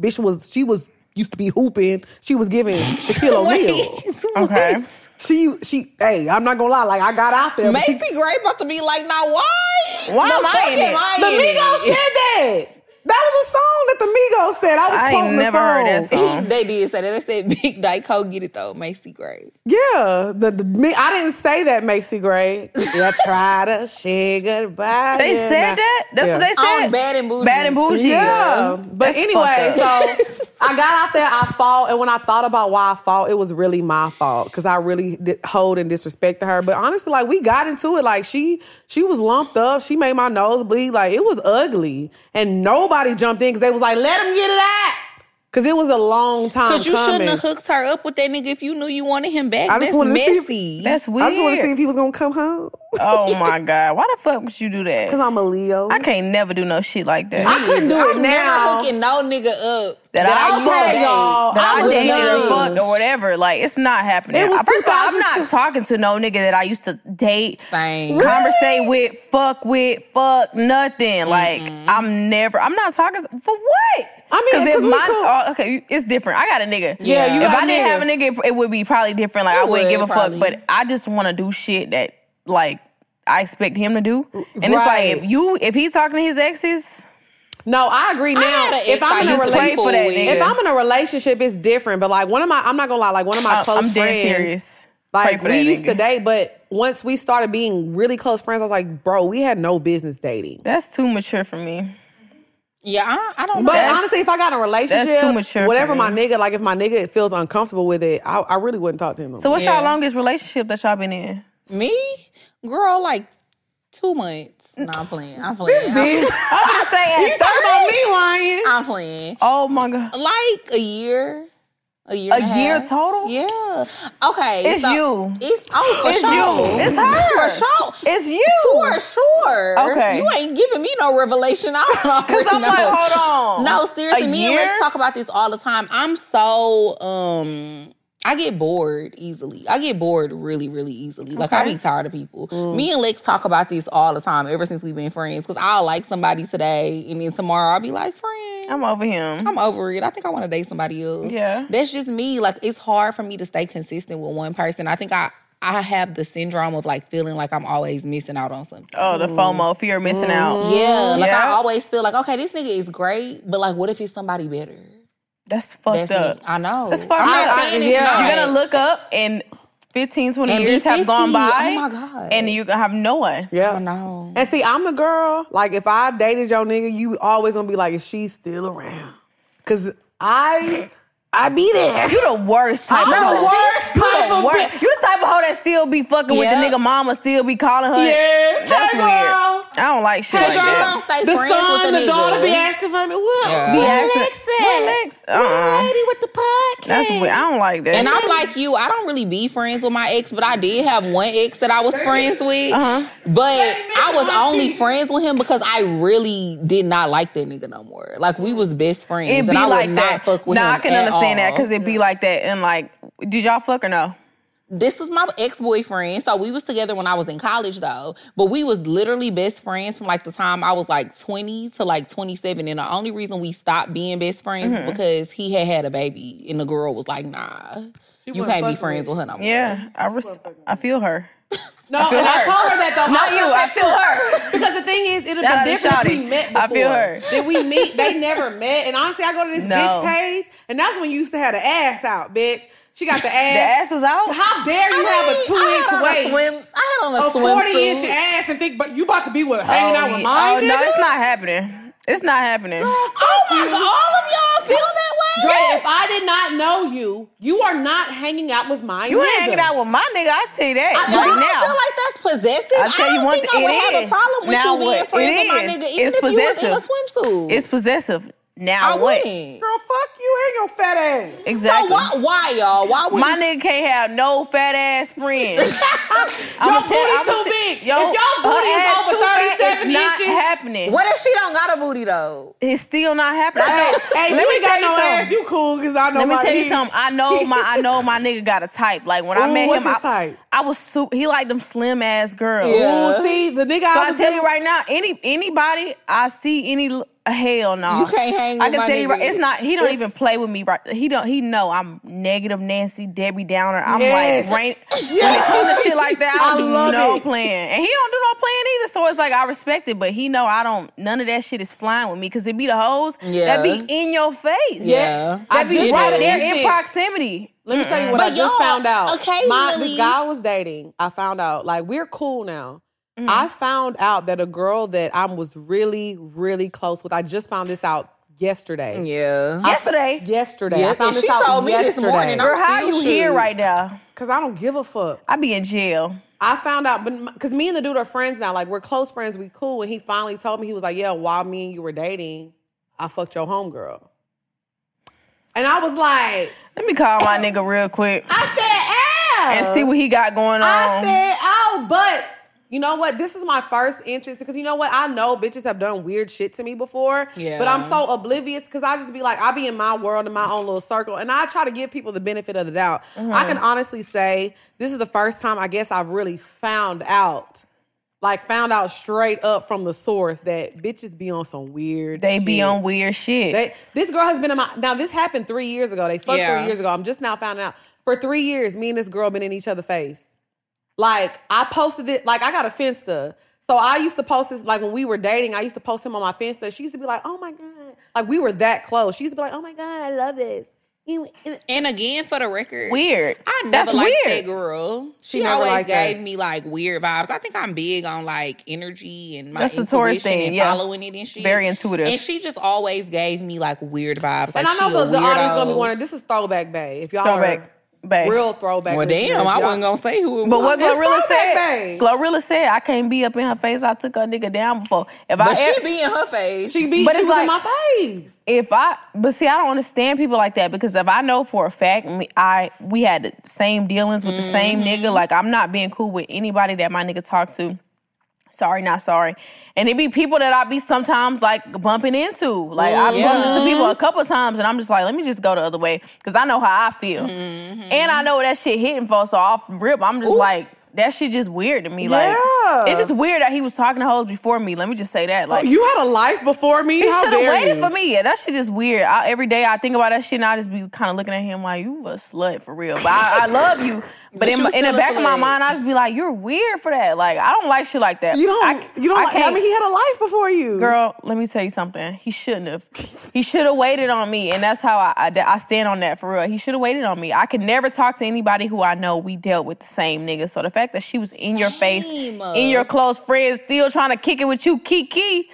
bitch was she was used to be hooping. She was giving Shaquille O'Neal.
Okay.
She she. Hey, I'm not gonna lie. Like I got out there. but she-
Macy Gray about to be like, now why?
Why am I
fuck
in it?
The
in it?
Migos said that. That was a song that the Migos said. I was
I ain't
quoting the
never heard that
song.
song.
He- they did say that. They said Big Dyke Ho get it though, Macy Gray.
Yeah, the, the me, I didn't say that Macy Gray. Yeah, try to say goodbye.
They
yeah,
said
nah.
that? That's
Yeah.
what they said?
On Bad and Bougie.
Bad and Bougie.
Yeah, but
That's
anyway,
fucked up.
so I got out there, I fought, and when I thought about why I fought, it was really my fault because I really did hold and disrespected her. But honestly, like we got into it, like she she was lumped up, she made my nose bleed, like it was ugly, and nobody jumped in because they was like, "Let him get it out," because it was a long time.
Because you
coming.
shouldn't have hooked her up with that nigga if you knew you wanted him back.
I just
That's
wanted to see if-
messy.
That's weird.
I just want to see if he was gonna come home
oh my God. Why the fuck would you do that?
because I'm a Leo.
I can't never do no shit like that.
I couldn't do it
I'm never
now.
hooking no nigga up
That
that, I,
I-
used to
Okay,
date.
y'all.
that I,
Oh, I was
dated or
young.
fucked or whatever. Like it's not happening.
It was
First of all, I'm
2002.
not talking to no nigga that I used to date,
Same.
conversate with, fuck with, fuck nothing. Like I'm never. I'm not talking for what.
I mean, 'cause
if
we
my
cool.
oh, okay, it's different. I got a nigga.
Yeah, you
If
got
I
a
didn't
nigga.
have a nigga, it would be probably different. Like
It
I wouldn't
would,
give a
probably.
fuck. But I just want to do shit that like I expect him to do. And
Right.
it's like if you if he's talking to his exes,
No, I agree now.
had an
if
ex I
I'm in
used
a
to
relationship,
play for that nigga.
if I'm in a relationship, it's different. But like one of my, I'm not gonna lie, like one of my
I-
close
I'm
friends.
dead serious. Pray
Like
for
we
that
used to
nigga.
date, but once we started being really close friends, I was like, bro, we had no business dating.
That's too mature for me.
Yeah, I, I don't know.
But
That's-
honestly, if I got in a relationship,
too mature for
whatever
me.
my nigga, like if my nigga feels uncomfortable with it, I, I really wouldn't talk to him. No
So
more.
what's
Yeah.
y'all longest relationship that y'all been in?
Me? Girl, like two months. No, I'm playing. I'm playing. I'm,
I'm just saying.
you talking about me lying?
I'm playing.
Oh my god.
Like a year. A year.
A
and
year
half.
total?
Yeah. Okay.
It's
so-
you.
It's oh for
It's
sure.
you. It's her.
For sure.
It's you.
For sure.
Okay.
You ain't giving me no revelation. I don't know.
Cause I'm like, hold on.
No, seriously,
A
me and
year?
Lex talk about this all the time. I'm so um I get bored easily. I get bored really, really easily. Like I be tired of people. Me and Lex talk about this all the time ever since we've been friends. Cause I'll like somebody today and then tomorrow I'll be like, friend.
I'm over him.
I'm over it. I think I want to date somebody else.
Yeah.
That's just me. Like it's hard for me to stay consistent with one person. I think I I have the syndrome of like feeling like I'm always missing out on something.
oh, the FOMO, fear of missing
Mm-hmm.
out.
Yeah. Like I
Yeah.
always feel like, okay, this nigga is great, but like what if it's somebody better?
That's fucked
That's
up.
me. I know.
That's fucked
I'm
up.
not saying it's
yeah.
not.
You're gonna look up and 15, 20
And be
years have gone
50.
by.
Oh my God.
And you're gonna have no one.
Yeah.
I know.
And see, I'm the girl. Like, if I dated your nigga, you always gonna be like, is she still around? Cause I, I be there.
You the worst type
I'm
of
the
hoe.
worst
You
type
the
of
worst.
bitch.
You the type of hoe that still be fucking
Yeah.
with the nigga mama, still be calling her.
Yes.
That's
Hey,
weird.
girl.
I don't like shit like
Because you
that.
don't stay
The
friends
son,
with a
the
nigga.
daughter be asking for me. What?
Yeah.
What
Be
asking-
Lex at?
Where Lex?
Where the
Uh-uh.
lady with the podcast?
That's weird. I don't like that.
And
shit.
I'm like you, I don't really be friends with my ex, but I did have one ex that I was friends with.
Uh-huh.
But I was only friends with him because I really did not like that nigga no more. Like we was best friends.
It'd
and
be
I would
like
not
that.
fuck with
nah,
him.
I can
at
understand that
all.
because it'd be like that. And like, did y'all fuck or no?
this was my ex-boyfriend. So we was together when I was in college though. But we was literally best friends from like the time I was like 20 to like 27. And the only reason we stopped being best friends
Mm-hmm.
Mm-hmm.
is because he had had a baby and the girl was like, nah. you can't be friends with her no more.
Yeah, I res- I feel her.
No, and I told her that though.
Not
I
you.
felt
I
that too.
feel her.
Because the thing is, it'd
Shout
have
out to
been different if we
Shawty.
met before.
I feel her.
Did we meet? They never met. And honestly, I go to this
No.
bitch page, and that's when you used to have the ass out, bitch. She got the
The
ass.
ass was out.
How dare you have a
I had
two inch
on
waist,
a swim. I had on
Oh,
a,
a forty inch
swimsuit.
ass, and think, but you about to be with hanging out with
yeah.
mine?
Oh, no,
nigga?
it's not happening. It's not happening.
Oh my god! All of y'all feel that way?
Dre, if I did not know you, you are not hanging out with my
You
nigga.
ain't hanging out with my nigga. I tell you that
Y'all
right
don't
now.
feel like that's possessive?
I'll tell you
don't
one
think
thing,
I would
it
have a
is.
problem with
Now
you being
what?
friends
It
with my
is.
nigga, even
It's
if you was
possessive.
in a swimsuit.
it's possessive. Now
I
what?
wouldn't.
Girl, fuck you and your fat ass.
Exactly.
So why, why, y'all? Why would
My nigga can't have no fat ass friends. I'm
Your booty too big. If your booty is over 37
not
inches-
happening.
What if she don't got a booty though?
It's still not happening.
Hey,
Let
you
me
ain't
tell
got
you
no
something.
ass. You cool because I know.
Let me
my
tell you
dick.
something. I know my I know my nigga got a type. Like when I
Ooh,
met
what's
him,
his
I,
type?
I was super. He liked them slim ass girls.
Yeah.
Ooh, see, the nigga
So
I
I
was
tell
with-
you right now, any anybody I see any l- hell no.
You can't hang
I
with
can
my
tell you
nigga.
right, it's not he don't even play with me right. He don't he know I'm negative Nancy, Debbie Downer. I'm
Yes.
like rain when it comes to shit like that, I
I
don't do
love
no
it.
playing. And he don't do no playing either. So it's like I respect it, but he know I don't none of that shit is flying with me because it be the hoes
Yeah.
that be in your face.
Yeah.
I
That be
just
right
did
there
this.
in proximity.
Let me tell you what
But
I just
y'all,
found out. my
occasionally-
this guy I was dating, I found out like we're cool now. I
Mm.
found out that a girl that I was really, really close with. I just found this out yesterday.
Yeah.
Yesterday.
Yesterday,
Yeah,
I found
and
this
she
out
told me this
yesterday.
morning, I'm
Girl, how
still
you here
shook.
right now?
Cause I don't give a fuck.
I be in jail.
I found out, but because me and the dude are friends now, like we're close friends, we cool. And he finally told me he was like, "Yeah, while me and you were dating, I fucked your homegirl." And I was like,
Let me call my nigga real quick
"I said,
and
Al."
see um, what he got going on.
I said, oh, but you know what? This is my first instance because you know what? I know bitches have done weird shit to me before.
Yeah.
But I'm so oblivious because I just be like, I be in my world, in my own little circle. And I try to give people the benefit of the doubt. I
Mm-hmm.
can honestly say this is the first time I guess I've really found out. Like found out straight up from the source that bitches be on some weird.
They be
shit.
on weird shit.
They, this girl has been in my now. This happened three years ago. They fucked
Yeah.
three years ago. I'm just now finding out. For three years, me and this girl been in each other's face. Like I posted it. Like I got a Finsta. So I used to post this. Like when we were dating, I used to post him on my Finsta. She used to be like, "Oh my god!" Like we were that close. She used to be like, "Oh my god, I love this." You- and-
And again, for the record,
weird.
I never
That's
liked
weird.
that girl. She,
never
always
liked
gave
that.
me like weird vibes. I think I'm big on like energy and my
That's a
intuition
Taurus thing,
and
yeah.
following it and shit.
Very intuitive.
And she just always gave me like weird vibes.
And
like,
I know
she a
the, the audience
weirdo.
gonna be wondering. This is throwback bay. If y'all
Throwback
are
bae.
real throwback.
Well,
listeners,
damn, I
y'all-
wasn't gonna say who. It
But
was.
what
It's
Glorilla
throwback
said,
bae.
Glorilla said, I can't be up in her face. I took her nigga down before. If
But
I
she be in her face.
She be.
But
But she
it's
was in
like-
my face.
if I but see, I don't understand people like that because if I know for a fact me, I we had the same dealings with the same nigga, like I'm not being cool with anybody that my nigga talk to. Sorry, not sorry. And it be people that I be sometimes like bumping into. Like I
Yeah.
bumped into people a couple times and I'm just like, let me just go the other way because I know how I feel. And I know what that shit hitting for, so off rip, I'm just like, that shit just weird to me. Like
Yeah.
it's just weird that he was talking to hoes before me. Let me just say that. Like
you had a life before me.
he
How
should have
dare
waited
you?
for me. Yeah, that shit is weird. I, every day I think about that shit and I just be kind of looking at him like, you a slut for real. But I, I love you. But, in,
you
my- in
still
the
a
back of my
slut.
mind, I just be like, you're weird for that. Like, I don't like shit like that.
You don't.
I,
you don't.
I
like, I
can't-
mean, he had a life before you,
Girl, let me tell you something. He shouldn't have. He should have waited on me, and that's how I, I, I stand on that for real. He should have waited on me. I could never talk to anybody who I know we dealt with the same nigga. So the fact that she was in your face,
Same.
in your close friends, still trying to kick it with you, Kiki,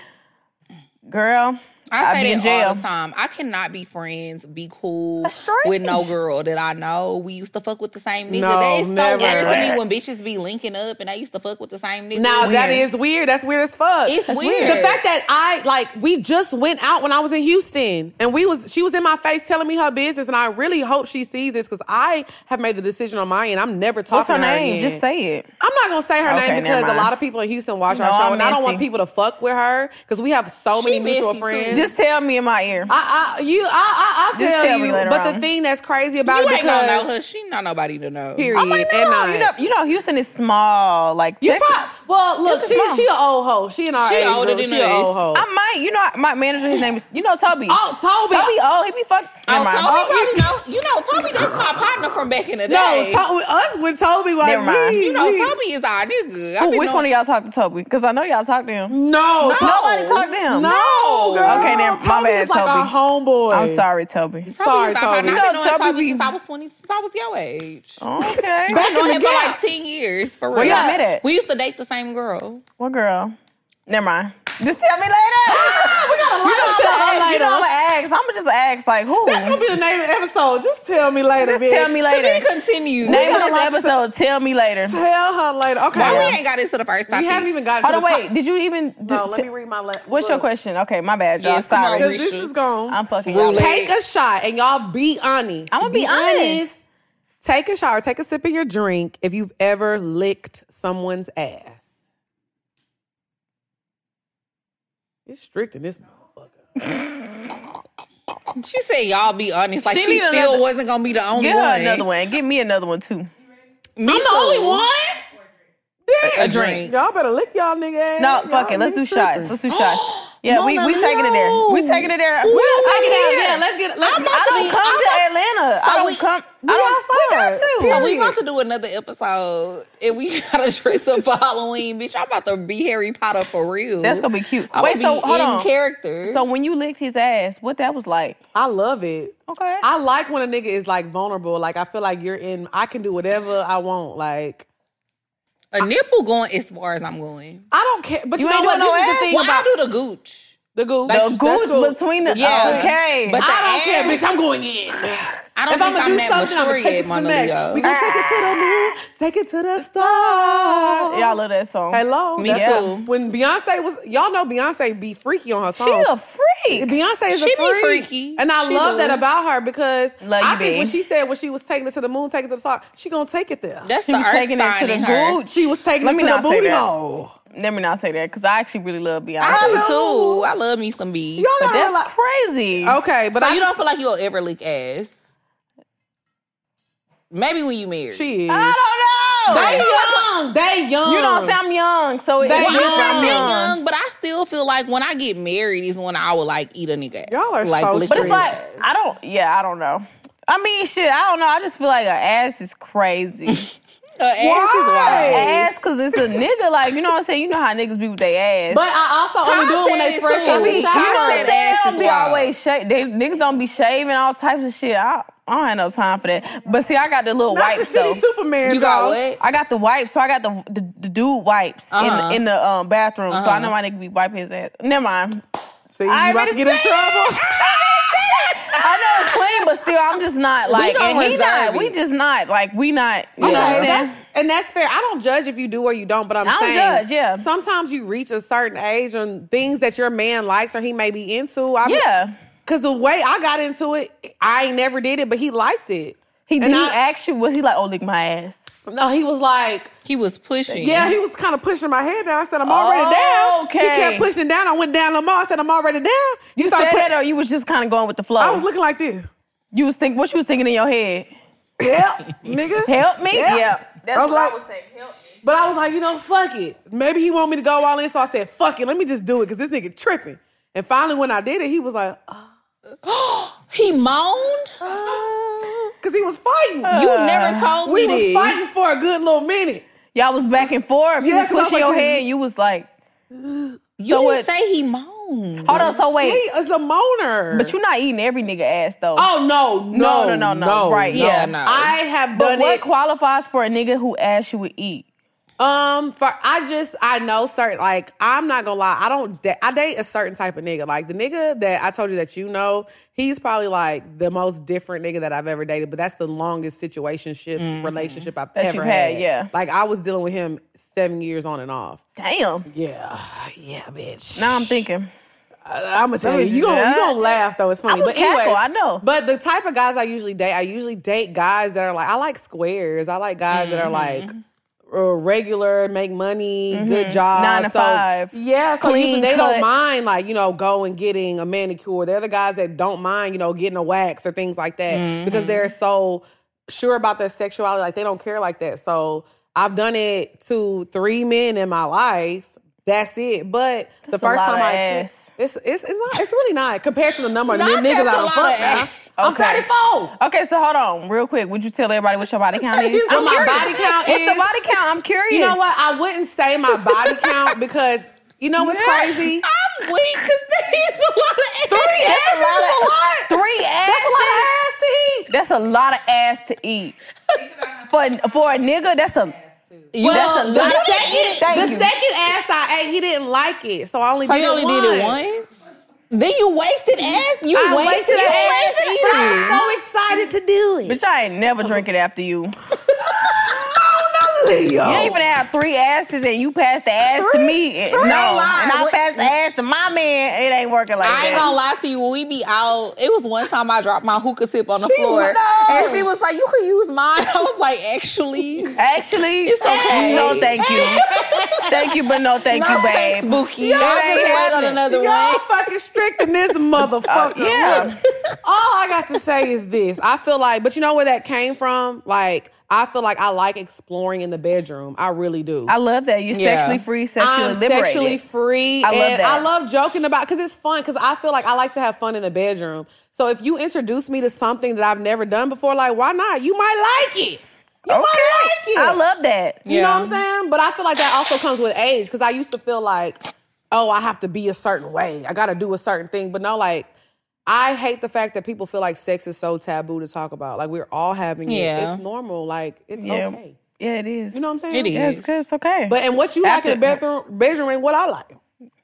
girl,
I
I'd
say
be
that
in jail.
all the time. I cannot be friends, be cool
That's strange.
with no girl that I know. We used to fuck with the same nigga.
No,
that is
never.
so weird to me when bitches be linking up and I used to fuck with the same nigga.
Now that
Weird.
is weird. That's weird as fuck.
It's That's weird. weird.
The fact that I like we just went out when I was in Houston and we was she was in my face telling me her business and I really hope she sees this because I have made the decision on my end. I'm never talking
What's her
to her
name?
again.
Just say it.
I'm not gonna say her
Okay,
name
never
because a
mind.
lot of people in Houston watch
No,
our show
I'm
and I don't want
messy.
people to fuck with her because we have so many
She
mutual
messy, too.
friends.
Just tell me in my ear.
I, I you I I I'll
Just
tell,
tell
you.
me later
but
on.
the thing that's crazy about
you
it
ain't gonna know
because
her. She not nobody to know.
period
I'm like,
and uh,
no,
not.
you know, you know, Houston is small. Like
You
Texas,
prob- well, look,
Texas
she
mom.
she an old hoe. She an our
She
age
older
group.
than
she an
us.
old hoe.
I might, you know, my manager, his name is, you know, Toby.
Oh, Toby.
Toby, oh, he be fucking.
Oh, Toby
Oh,
probably
you-
know. You know, Toby, that's my partner from back in the
No,
day.
to- with us with Toby like
Never mind.
we-
you know,
we-
Toby is our nigga. I
Who,
be
Oh, which
knowing-
one of y'all talked to Toby? Because I know y'all talked to him.
No,
No.
Toby-
Nobody talked to him.
No, girl.
Okay, then, my
Toby
bad,
is like
Toby.
our homeboy.
I'm sorry, Toby.
Sorry,
I've
Toby.
been
No,
knowing
Toby Oh,
Toby
be-
since I was 20, since I was your age.
Okay.
I've known
in
him
the
for
gap.
like 10 years, for real.
y'all met at?
We used to date the same girl.
What girl? Never mind. Just tell me later. we got a lot
tell her
You
later.
know I'm gonna ask. I'm gonna just ask like who.
That's gonna be the name of the episode. Just tell me later.
Just
bitch.
tell me later.
To be continued.
Name of
got a
this
lot to-
episode. Tell me later.
Tell her later. Okay.
Why Oh, we ain't got into the first topic?
We haven't even gotten.
Hold
to
on,
the top-
wait. Did you even? Do,
No, let
t-
me read my. Le-
What's your
look.
question? Okay, my bad, y'all.
Yes, come on,
Sorry.
Ree.
Because this is gone.
I'm fucking
Roulette.
y'all.
take a shot and y'all be honest.
I'ma be honest.
Take a shot or take a sip of your drink if you've ever licked someone's ass. It's strict in this motherfucker.
She said y'all be honest. Like
She
she,
need
still
another-
wasn't gonna be the only
Give
one.
her another one. Give me another one too.
Me I'm the only one.
Damn.
A drink.
Y'all better lick y'all nigga ass.
No,
Y'all
fuck it. Let's do
niggas
shots.
tripping.
Let's do shots. Yeah, we we taking it there. We taking it there.
We
We
don't
taking it
Yeah,
there.
let's get. Let's,
I don't come to Atlanta. I don't
we-
come. I
we
don't. We
outside.
got to.
So we
Period.
about to do another episode, and we gotta dress up for Halloween, bitch. I'm about to be Harry Potter for real.
That's gonna be cute.
I'm
Wait,
be
so
in
hold on.
character.
So when you licked his ass, what that was like?
I love it.
Okay.
I like when a nigga is like vulnerable. Like I feel like you're in. I can do whatever I want. Like
a nipple going as far as I'm going.
I don't care. But you,
You
know
ain't
what? This
doing no
is
ass?
the thing
Well,
about
I do the gooch.
the goose.
the goose between the.
Yeah.
Okay.
But the
I don't care,
ass-
bitch. I'm going in.
I don't
if I'm
think
gonna
I'm,
do
that
something, I'm
mature
gonna take it
yet,
to the
Mona
neck. We
Leo.
gonna take it to the moon, take it to the stars.
Y'all love that song.
Hello,
Me
That's-
too.
When Beyonce was, y'all know Beyonce be freaky on her
She
song.
a freak.
Beyonce is
She
a
be
freak.
freaky.
and I
She
love
do.
that about her because
Love you,
I think when
babe.
she said when she was taking it to the moon, taking it to the stars, she gonna take it there.
That's
She
the
was
earth
taking it to
sign
the
in her.
gooch.
she was taking
Let
it
me
to the
not say
booty
that.
hole.
Let me not say that because I actually really love Beyonce.
I do
know.
too. I love me some B.
Y'all
but
gotta
that's
realize-
crazy.
okay, but
so
I
you don't feel like you'll ever leak ass. Maybe when you married.
She is.
Ah,
I don't know.
They young. They young.
you don't sound young, so it,
They
Well,
you
I'm not
young.
that young, but I still feel like when I get married is when I would like eat a nigga. ass.
Y'all are
like,
so
lick
But
But it's
his
like
ass.
I don't. Yeah, I don't know. I mean, shit. I don't know. I just feel like an ass is crazy.
A Uh, ass is
Why?
wild.
ass, cause it's a nigga. Like you know what I'm saying. You know how niggas be with their ass.
But I also only
Ty
do it when
said
they
it
fresh
too.
out the
Ty
you know
said
what
shower.
I'm saying?
ass
They don't
is
be
wild.
always shaved. They niggas don't be shaving all types of shit. I, I don't have no time for that. But see, I got the little
Not the
wipes though.
shitty Superman.
You got
dog.
what?
I got the wipes, so I got the the, the dude wipes
Uh-huh.
in in the um, bathroom. So I know my nigga be wiping his ass. Never mind.
See, you
I
about to
already
get in
said it.
trouble.
I know it's clean, but still, I'm just not like.
gonna
and he
reserve
not. We
it.
just not like. We not. You
Okay,
know what I'm saying?
that's, and that's fair. I don't judge if you do or you don't, but I'm
I don't
saying
judge, yeah.
Sometimes you reach a certain age and things that your man likes or he may be into. I
yeah.
Because the way I got into it, I ain't never did it, but he liked it.
He
And
he
I-
asked you, was he like, oh lick my ass?
No, he was like,
He was pushing.
yeah, he was kind of pushing my head down. I said, I'm already down.
Okay.
He kept pushing down. I went down no more. I said, I'm already down. You,
You
started
said
putting-
that, or you was just kind of going with the flow.
I was looking like this.
you was thinking what you was thinking in your head.
Help, nigga.
Help me.
Yeah.
That's
I was
what
like-
I would say. Help me.
But I was like, you know, fuck it. Maybe he want me to go all in, so I said, fuck it. Let me just do it because this nigga tripping. And finally, when I did it, he was like,
He moaned.
because "Oh." he was fighting.
You never told
Uh, we
me
was
this.
fighting for a good little minute.
Y'all was back and forth. He
Yeah,
was
'cause I was
pushing your
like,
head. You was like,
You
So
didn't
what-
say he moaned.
hold on. So
He
wait,
is a moaner.
but you not eating every nigga ass though.
oh no, no,
No, no, no, no. Right,
yeah, no.
I have
but
done
what
it.
qualifies for a nigga who asks you to eat?
Um, for I just I know certain like I'm not gonna lie I don't da- I date a certain type of nigga like the nigga that I told you that you know he's probably like the most different nigga that I've ever dated but that's the longest situationship relationship I've
Mm-hmm. That
ever
you've had,
had
yeah.
like I was dealing with him seven years on and off
Damn.
yeah yeah bitch
Now I'm thinking.
I'm gonna tell you, you gonna, you gonna laugh though. It's funny.
would
but anyway,
cackle, I know.
But the type of guys I usually date, I usually date guys that are like, I like squares. I like guys that are
Mm-hmm.
like uh, regular, make money, good job,
Nine to
So-
five.
Yeah, so
Clean
usually they
cut.
don't mind like you know going getting a manicure. They're the guys that don't mind you know getting a wax or things like that
Mm-hmm.
because they're so sure about their sexuality. Like they don't care like that. So I've done it to three men in my life. That's it. But the
That's a
first
lot
time
of
I
ass.
it's it's it's, not, it's really not compared to the number of
Not
men niggas
that's
I
a
don't
lot
fuck
of
now.
ass.
I'm
Okay.
34.
Okay, so hold on, real quick. Would you tell everybody what your body count is?
What my
curious.
body count
What's
is?
the body count? I'm curious.
You know what? I wouldn't say my body count because you know what's crazy.
I'm weak because that is a lot
lot of ass to eat. But for a nigga, that's a
You
that's a
the
lot.
second,
Thank
the
you.
second ass I ate, he didn't like it, so I only
so
did
you only
it
did it once. Then you wasted ass. You
I
wasted,
wasted
your
ass,
ass
but
eating.
I'm so excited to do it.
bitch. I ain't never drink it after you.
Yo.
You ain't even have three asses and you pass the ass to me. And-
three?
no,
Don't lie.
and I
What-
pass the ass to my man. It ain't working like
I
that.
ain't gonna lie to you. When we be out, it was one time I dropped my hookah tip on the floor,
no.
and she was like, "You can use mine." I was like, "Actually,
Actually,
It's okay.
No, thank you. thank you, but no, thank
no
you, babe.
thanks, Bookie.
Y'all
I
just
ain't wait on
happening.
another
Y'all
one."
fucking stricting this motherfucker.
yeah.
Look, all I got to say is this. I feel like, but you know where that came from? Like, I feel like I like exploring in the bedroom. I really do.
I love that you're
Yeah.
sexually free, sexually
I'm
liberated.
sexually free.
I love
and
that.
I love joking about because it's fun. Because I feel like I like to have fun in the bedroom. So if you introduce me to something that I've never done before, like why not? You might like it. You might like it.
I love that.
You know
Yeah.
what I'm saying? But I feel like that also comes with age because I used to feel like, oh, I have to be a certain way. I got to do a certain thing. But no, like, I hate the fact that people feel like sex is so taboo to talk about. Like, we're all having
Yeah.
it. It's normal. Like, it's
Yeah.
okay.
Yeah, it is.
You know what I'm saying?
It is.
Yeah, it's, good. It's okay.
But uh, and what you
After-
like in the bedroom, bedroom ain't what I like.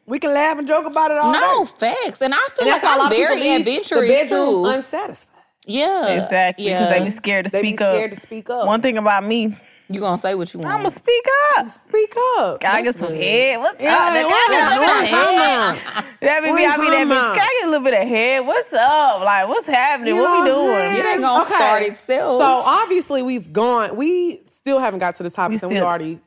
We can laugh and joke about it all
No
day.
facts, and I feel
And
like
that's why a
I'm
lot of people
very
leave the
adventurous
bedroom
too.
unsatisfied.
yeah,
exactly, because
Yeah,
they be scared to
They
speak
be scared
up.
to speak up.
One thing about me,
you gonna say what you want.
I'ma speak up.
speak up.
Can I get some
good.
head? What's up?
Yeah,
Can I get a little bit of head?
what-
That be
What
me.
you
I be that
talking
bitch.
about?
Can I get a little bit of head? What's up? Like, what's happening?
You
what we
know what I'm
doing?
it ain't gonna
Okay.
start itself.
So obviously we've gone. We still haven't got to the topic,
We
and we
still-
already.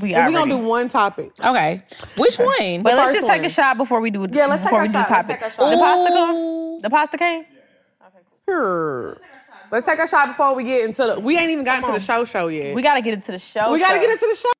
We
We're
already.
gonna do one topic.
okay, which one?
But let's
first
just take
one.
a shot before we do.
Yeah, let's take
before
our
we do
shot.
the
Let's
topic.
take our shot.
The pasta
Ooh.
came. The pasta came.
Sure. Let's take a shot before we get into the. We ain't even gotten to the show show yet.
We
We,
gotta get into the show.
gotta
show.
get into the show.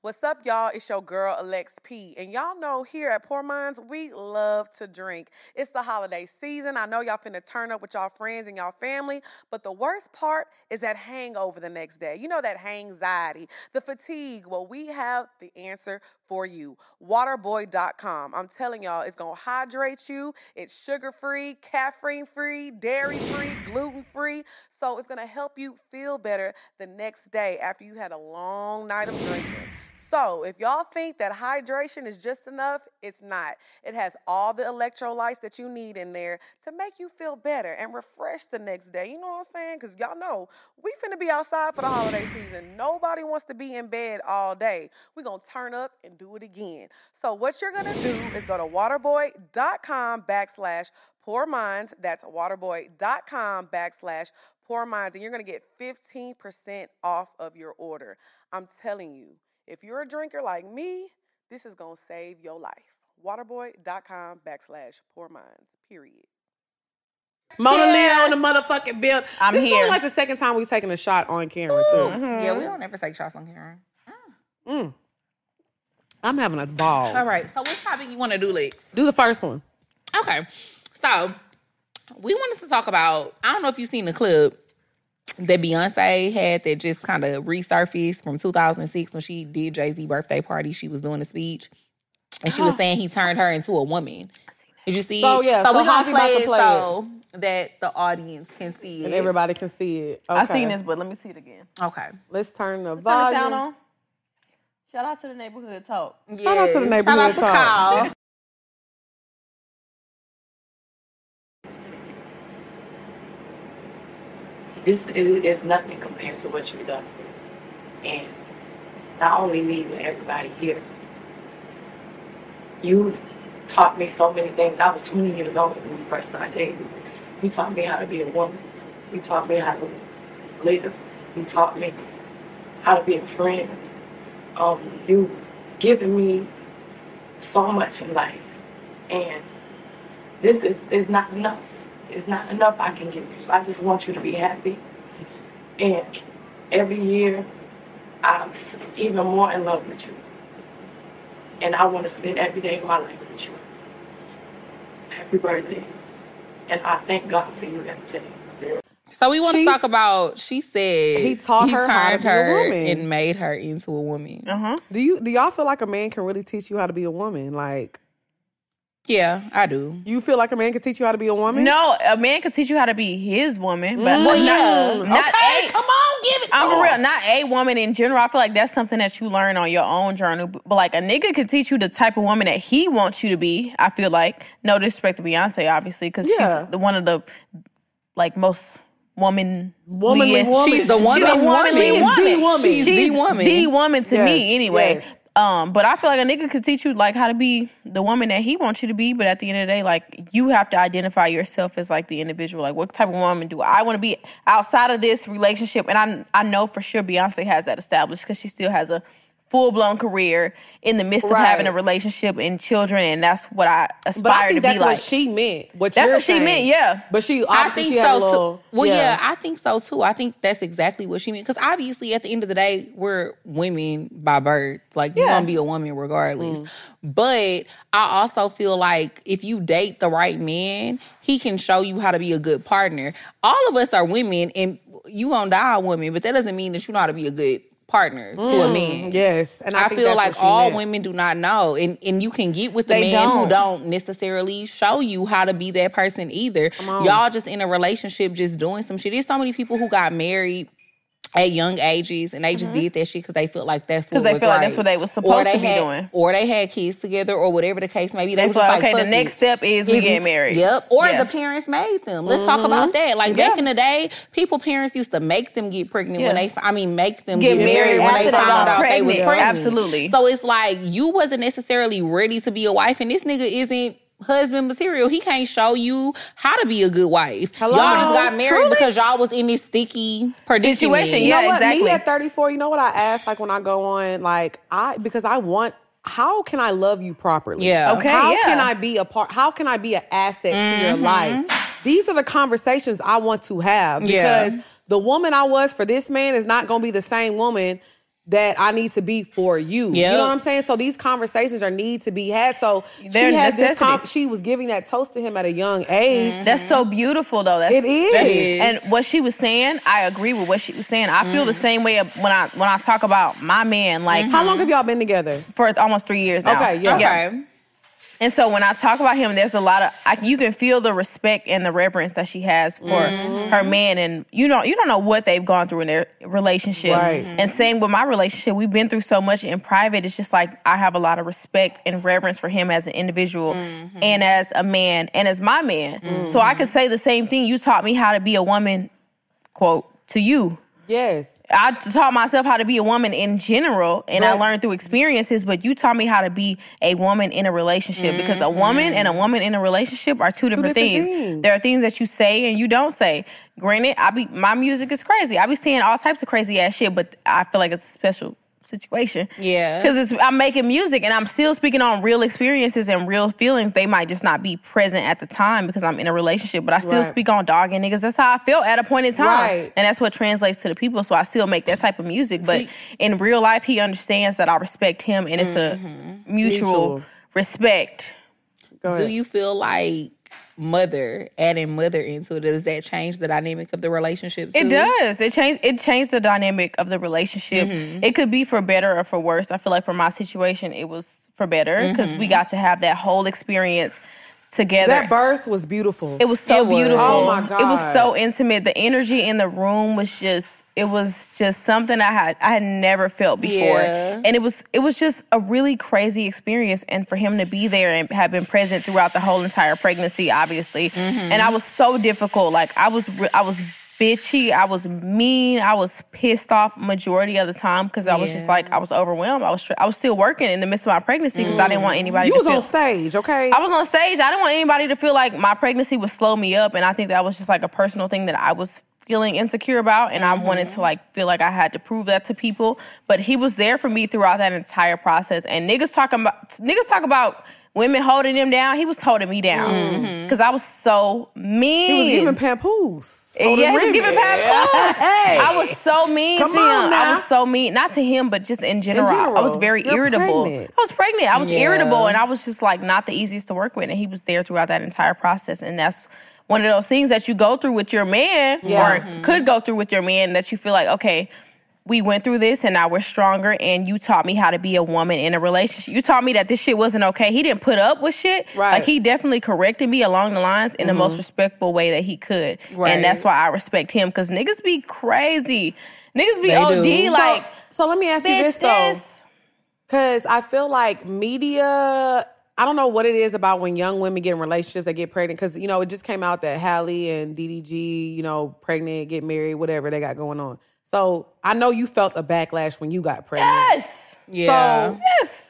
What's up, y'all? It's your girl Alex P, and y'all know here at Poor Minds we love to drink. It's the holiday season. I know y'all finna turn up with y'all friends and y'all family, but the worst part is that hangover the next day. You know that hangxiety, the fatigue. Well, we have the answer for you. Waterboy.com. I'm telling y'all, it's gonna hydrate you. It's sugar free, caffeine free, dairy free, gluten free. So it's gonna help you feel better the next day after you had a long night of drinking. So, if y'all think that hydration is just enough, it's not. It has all the electrolytes that you need in there to make you feel better and refreshed the next day. You know what I'm saying? Because y'all know we finna be outside for the holiday season. Nobody wants to be in bed all day. we gonna turn up and do it again. So, what you're gonna do is go to waterboy.com backslash poor minds. That's waterboy.com backslash poor minds. And you're gonna get 15% off of your order. I'm telling you. If you're a drinker like me, this is gonna save your life. Waterboy.com backslash poor minds, period. Mona Leo on the motherfucking build.
I'm
this is
here. Mm-hmm.
like the second time we've taken a shot on camera, too.
yeah, we don't ever take shots on camera.
I'm having a ball.
All right, so what topic you want to do, Lex?
Do the first one.
Okay. So we wanted to talk about, I don't know if you've seen the clip that Beyonce had that just kind of resurfaced from 2006 when she did Jay Z birthday party. She was doing a speech and she
Oh,
was saying he turned her into a woman. Did you see?
So,
it?
yeah, so
we're
Javi
gonna
about
play,
to
it
play it.
so that the audience can see it.
And everybody can see it. Okay.
I seen this, but let me see it again.
Okay.
Let's turn the
Turn the
volume.
sound on. Shout out to the neighborhood talk.
Shout
out to the
Shout out
neighborhood
to
talk.
Kyle.
this is is nothing compared to what you've done. And not only me, but everybody here. You taught me so many things. I was 20 years old when we first started dating. You taught me how to be a woman. You taught me how to live. You taught me how to be a friend. Um, you've given me so much in life. And this is, is not enough. It's not enough I can give you. I just want you to be happy. And every year, I'm even more in love with you. And I want to spend every day of my life with you. Happy birthday. And I thank God for you every day.
So we want to
She's-
talk about. She said
He taught her how to
turned
be a
her
woman.
and made her into a woman.
Do you do y'all feel like a man can really teach you how to be a woman? Like
Yeah, I do.
You feel like a man can teach you how to be a woman?
No, a man could teach you how to be his woman, but
Well,
not,
yeah.
not
okay,
a.
come on, give it.
I'm
to
for real,
him.
not a woman in general. I feel like that's something that you learn on your own journey. But like a nigga could teach you the type of woman that he wants you to be. I feel like no disrespect to Beyonce, obviously, because
Yeah.
she's the, one of the like most woman.
Womanly woman.
She's the woman.
She's a womanly
She's
woman.
the woman. She's the woman.
the woman to
Yes,
me, anyway.
yes.
Um, but I feel like a nigga could teach you like how to be the woman that he wants you to be. But at the end of the day, like you have to identify yourself as like the individual. Like what type of woman do I want to be outside of this relationship? And I I know for sure Beyonce has that established because she still has a full blown career in the midst
Right.
of having a relationship and children, and that's what I aspire
But I
to
think that's
be like.
what she meant. What
That's
you're
what she
saying.
meant, yeah.
But she,
I
obviously,
think
she had
so
a little,
too. Well, yeah. I think so too. I think that's exactly what she meant. Because obviously, at the end of the day, we're women by birth. Like you're
Yeah. Mm.
gonna be a woman regardless. But I also feel like if you date the right man, he can show you how to be a good partner. All of us are women, and you gonna die a woman, but that doesn't mean that you know how to be a good partner to
Mm.
a man.
Yes, and I,
I,
think
feel
that's
like
what she
all
meant.
women do not know, and and you can get with the
They
men who
don't.
don't necessarily show you how to be that person either. Y'all just in a relationship, just doing some shit. There's so many people who got married at young ages, and they just did that shit because they felt like that's because
Mm-hmm. they feel like that's what they was supposed to be
had,
doing.
or they had kids together, or whatever the case may be. They,
They
was
feel
just
like, okay,
fuck it.
the
Mm-hmm.
next step is we get married.
Yep. Or
Yeah. Mm-hmm.
the parents made them. Let's talk about that. Like back in the day, people parents used to make them get pregnant when
Yeah.
they. I mean, make them
Get
get, married,
married
when
after
they
they
found
got
out they was
pregnant.
pregnant.
Absolutely.
So it's like you wasn't necessarily ready to be a wife, and this nigga isn't. Husband material, he can't show you how to be a good wife. Y'all just got married
Truly?
because y'all was in this sticky predicament.
Situation,
You
Yeah,
know what?
exactly.
Me at 34, you know what I ask like when I go on like I because I want how can I love you properly?
Yeah.
Okay,
How
yeah.
can I be a part how can I be an asset to your life? These are the conversations I want to have
Yeah.
because the woman I was for this man is not going to be the same woman that I need to be for you. You
Yep.
know what I'm saying? So these conversations are need to be had. So
They're
she had this com-
necessities.
she was giving that toast to him at a young age.
That's so beautiful, though. That's,
It is.
that's-
It is. Mm-hmm.
And what she was saying, I agree with what she was saying. I feel the same way of- when I when I talk about my man, like
How long have y'all been together?
for almost three years now.
Okay, yeah.
Okay.
And so when I talk about him, there's a lot of I, you can feel the respect and the reverence that she has for her man, and you don't you don't know what they've gone through in their relationship.
Right.
And same with my relationship, we've been through so much in private. It's just like I have a lot of respect and reverence for him as an individual and as a man and as my man. So I could say the same thing. You taught me how to be a woman, quote to you.
Yes.
I taught myself how to be a woman in general, and I
Right.
learned through experiences. But you taught me how to be a woman in a relationship because a woman and a woman in a relationship are two different,
Mm-hmm. different
things.
things.
There are things that you say and you don't say. Granted, I be my music is crazy. I be seeing all types of crazy ass shit, but I feel like it's a special situation.
Yeah.
because I'm making music and I'm still speaking on real experiences and real feelings. They might just not be present at the time because I'm in a relationship, but I still
Right.
speak on dog and niggas. That's how I feel at a point in time time.
Right.
And that's what translates to the people. So I still make that type of music. But
See-
in real life, he understands that I respect him and it's a mutual,
Mutual.
respect.
Go
Do
ahead.
you feel like mother adding mother into it? Does that change the dynamic of the relationship?
It
too?
does. It changed it changed the dynamic of the relationship. It could be for better or for worse. I feel like for my situation it was for better because we got to have that whole experience together.
that birth was beautiful.
It was so
It was.
beautiful.
Oh my God.
It was so intimate. The energy in the room was just it was just something I had I had never felt before.
Yeah.
And it was it was just a really crazy experience and for him to be there and have been present throughout the whole entire pregnancy obviously.
Mm-hmm.
And I was so difficult. Like I was re- I was bitchy, I was mean, I was pissed off majority of the time cuz I was just
Yeah.
like I was overwhelmed. I was str- I was still working in the midst of my pregnancy cuz I didn't want
Mm-hmm.
anybody
You
to
was
feel
on stage, okay?
I was on stage. I didn't want anybody to feel like my pregnancy would slow me up, and I think that was just like a personal thing that I was feeling insecure about, and
Mm-hmm.
I wanted to like feel like I had to prove that to people. But he was there for me throughout that entire process, and niggas talking about niggas talk about women holding him down. He was holding me down because I was so
Mm-hmm.
mean. eh,
He was giving pampools. on Oh, the
Yeah, he was
rim.
giving pat
Hey.
I was so mean
Come
to him.
on
I
now.
was so mean, not to him, but just in general. I was
general.
very
You're
irritable.
pregnant.
I was pregnant. I was
Yeah.
irritable, and I was just like not the easiest to work with. And he was there throughout that entire process, and that's. One
Mm-hmm.
of those things that you go through with your man, or could go through with your man, that you feel like, okay, we went through this and now we're stronger and you taught me how to be a woman in a relationship. You taught me that this shit wasn't okay. He didn't put up with shit.
Right.
Like he definitely corrected me along the lines in the
Mm-hmm.
most respectful way that he could.
Right.
And that's why I respect him cuz niggas be crazy. Niggas be
They
OD
do.
like
So let me ask you
bitch
this
this,
though. Because I feel like media, I don't know what it is about when young women get in relationships, they get pregnant. Because, you know, it just came out that Hallie and DDG, you know, pregnant, get married, whatever they got going on. So I know you felt a backlash when you got pregnant.
Yes.
Yeah.
So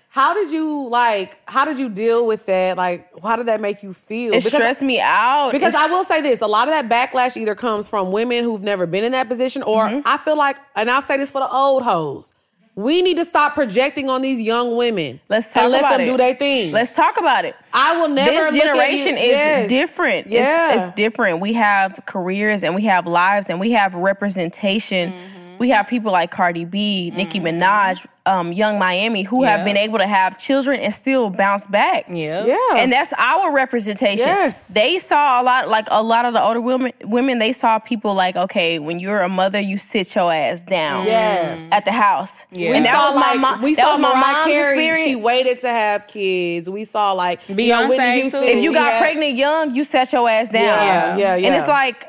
how did you, like, how did you deal with that? Like, how did that make you feel?
It
Because-
stressed me out.
because
It's-
I will say this, a lot of that backlash either comes from women who've never been in that position, or
Mm-hmm.
I feel like, and I'll say this for the old hoes, we need to stop projecting on these young women.
Let's talk
and let
about
them
it.
do their thing.
Let's talk about it.
I will never.
this
look at you-
generation is
Yes.
different.
Yeah.
It's, it's different. We have careers and we have lives and we have representation.
Mm-hmm.
We have people like Cardi B, Nicki Minaj, um, Young Miami, who
Yeah.
have been able to have children and still bounce back.
Yeah.
Yeah.
And that's our representation.
Yes.
They saw a lot, like a lot of the older women, women, they saw people like, okay, when you're a mother, you sit your ass down
Yeah.
at the house.
Yeah. We
And that
saw,
was my
like,
mom.
We
that
saw
was my
Mariah
mom's
Carey,
experience.
She waited to have kids. We saw like you know,
Beyonce,
Whitney Houston,
too.
If you
she
got
had-
pregnant young, you set your ass down.
Yeah, yeah, yeah.
And it's like,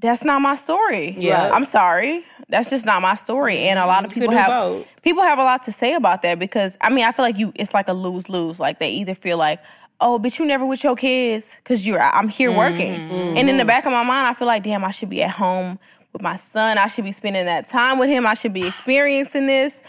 that's not my story.
Yeah.
I'm sorry. That's just not my story. And a lot of
You could
people
do
have
both.
people have a lot to say about that because I mean I feel like you it's like a lose lose. Like they either feel like, oh, but you never with your kids because you're I'm here working.
Mm-hmm.
And in the back of my mind, I feel like, damn, I should be at home with my son. I should be spending that time with him. I should be experiencing this.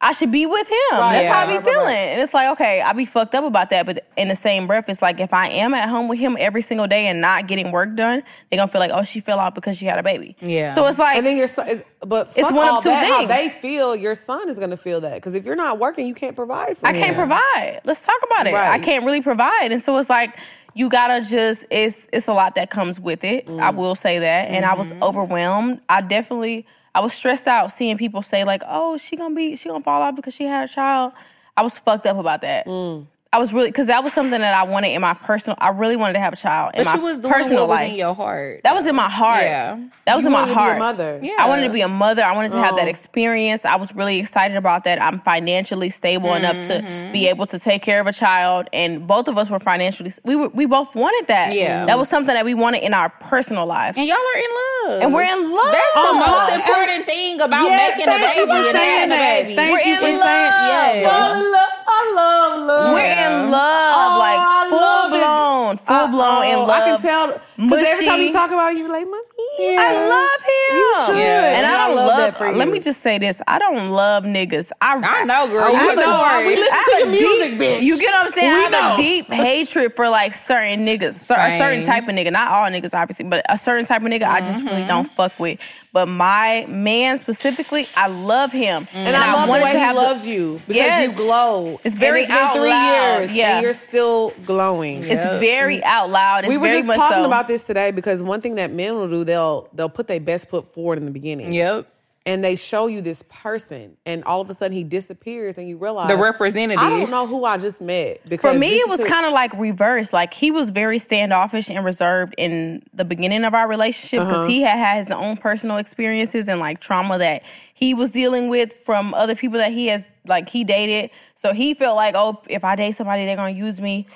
I should be with him. That's how I be
right, right,
feeling. And it's like, okay, I be fucked up about that. But in the same breath, it's like if I am at home with him every single day and not getting work done, they gonna feel like, oh, she fell out because she had a baby.
Yeah.
So it's like
And then your son, is- but
It's
fuck
one of
all
two
that,
things.
How they feel, your son is going to feel that because if you're not working, you can't provide for.
I can't provide. Let's talk about it. I
Right.
can't really provide. And so it's like you gotta just it's it's a lot that comes with it. I
Mm.
will say that. And I was
Mm-hmm.
overwhelmed. I definitely I was stressed out seeing people say like, "Oh, she going to be she going to fall out because she had a child." I was fucked up about that.
Mm.
I was really cuz that was something that I wanted in my personal I really wanted to have a child in
But
my
she was doing
personal
what was
life.
in your heart.
that was in my heart.
Yeah.
That was in my
wanted to be a
heart.
mother. Oh.
Yeah.
I wanted to be a mother. I wanted to have that experience. I was really excited about that. I'm financially stable enough
Mm-hmm.
to be able to take care of a child, and both of us were financially. We were, we both wanted that.
Yeah.
that was something that we wanted in our personal lives,
and y'all are in love.
And we're in love.
That's the
Oh,
most
God.
important thing about
Yes,
making a
thank you
baby
for
and
saying
having a
that.
baby.
Thank
we're
you
in
for saying-
love.
I love, I love, love.
We're in love,
Oh, I love
like full
it.
blown, full blown in
Oh,
love.
I can tell because every time
Mushy.
you talk about it, you're like, "Mommy,
I love him.
You should.
Yeah.
And
And
I
I
don't
love
love.
that for
Let
you.
me just say this: I don't love niggas. I,
I know, girl. You
I
look
know.
boring.
We listen
I
to
have
your
a
music,
deep-
bitch.
You get what I'm saying? I
We
have
know.
a deep hatred for like certain niggas, cer- a certain
Same.
type of nigga. Not all niggas, obviously, but a certain type of nigga I just really don't
Mm-hmm.
fuck with. But my man specifically, I love him,
And I, love the
wanted
way
to
he
have the-
loves you because
Yes.
you glow.
It's very
and it's been
out
three
loud,
years,
yeah.
and you're still glowing.
It's very out loud. It's
we were
very
just
much
talking
so.
about this today because one thing that men will do, they'll they'll put their best foot forward in the beginning.
Yep.
And they show you this person, and all of a sudden he disappears, and you realize
The representative.
I don't know who I just met. Because
For me,
this
it
is
was
who-
kind of like reverse. Like he was very standoffish and reserved in the beginning of our relationship because
Uh-huh.
he had had his own personal experiences and like trauma that he was dealing with from other people that he has like he dated. So he felt like, oh, if I date somebody, they're gonna use me.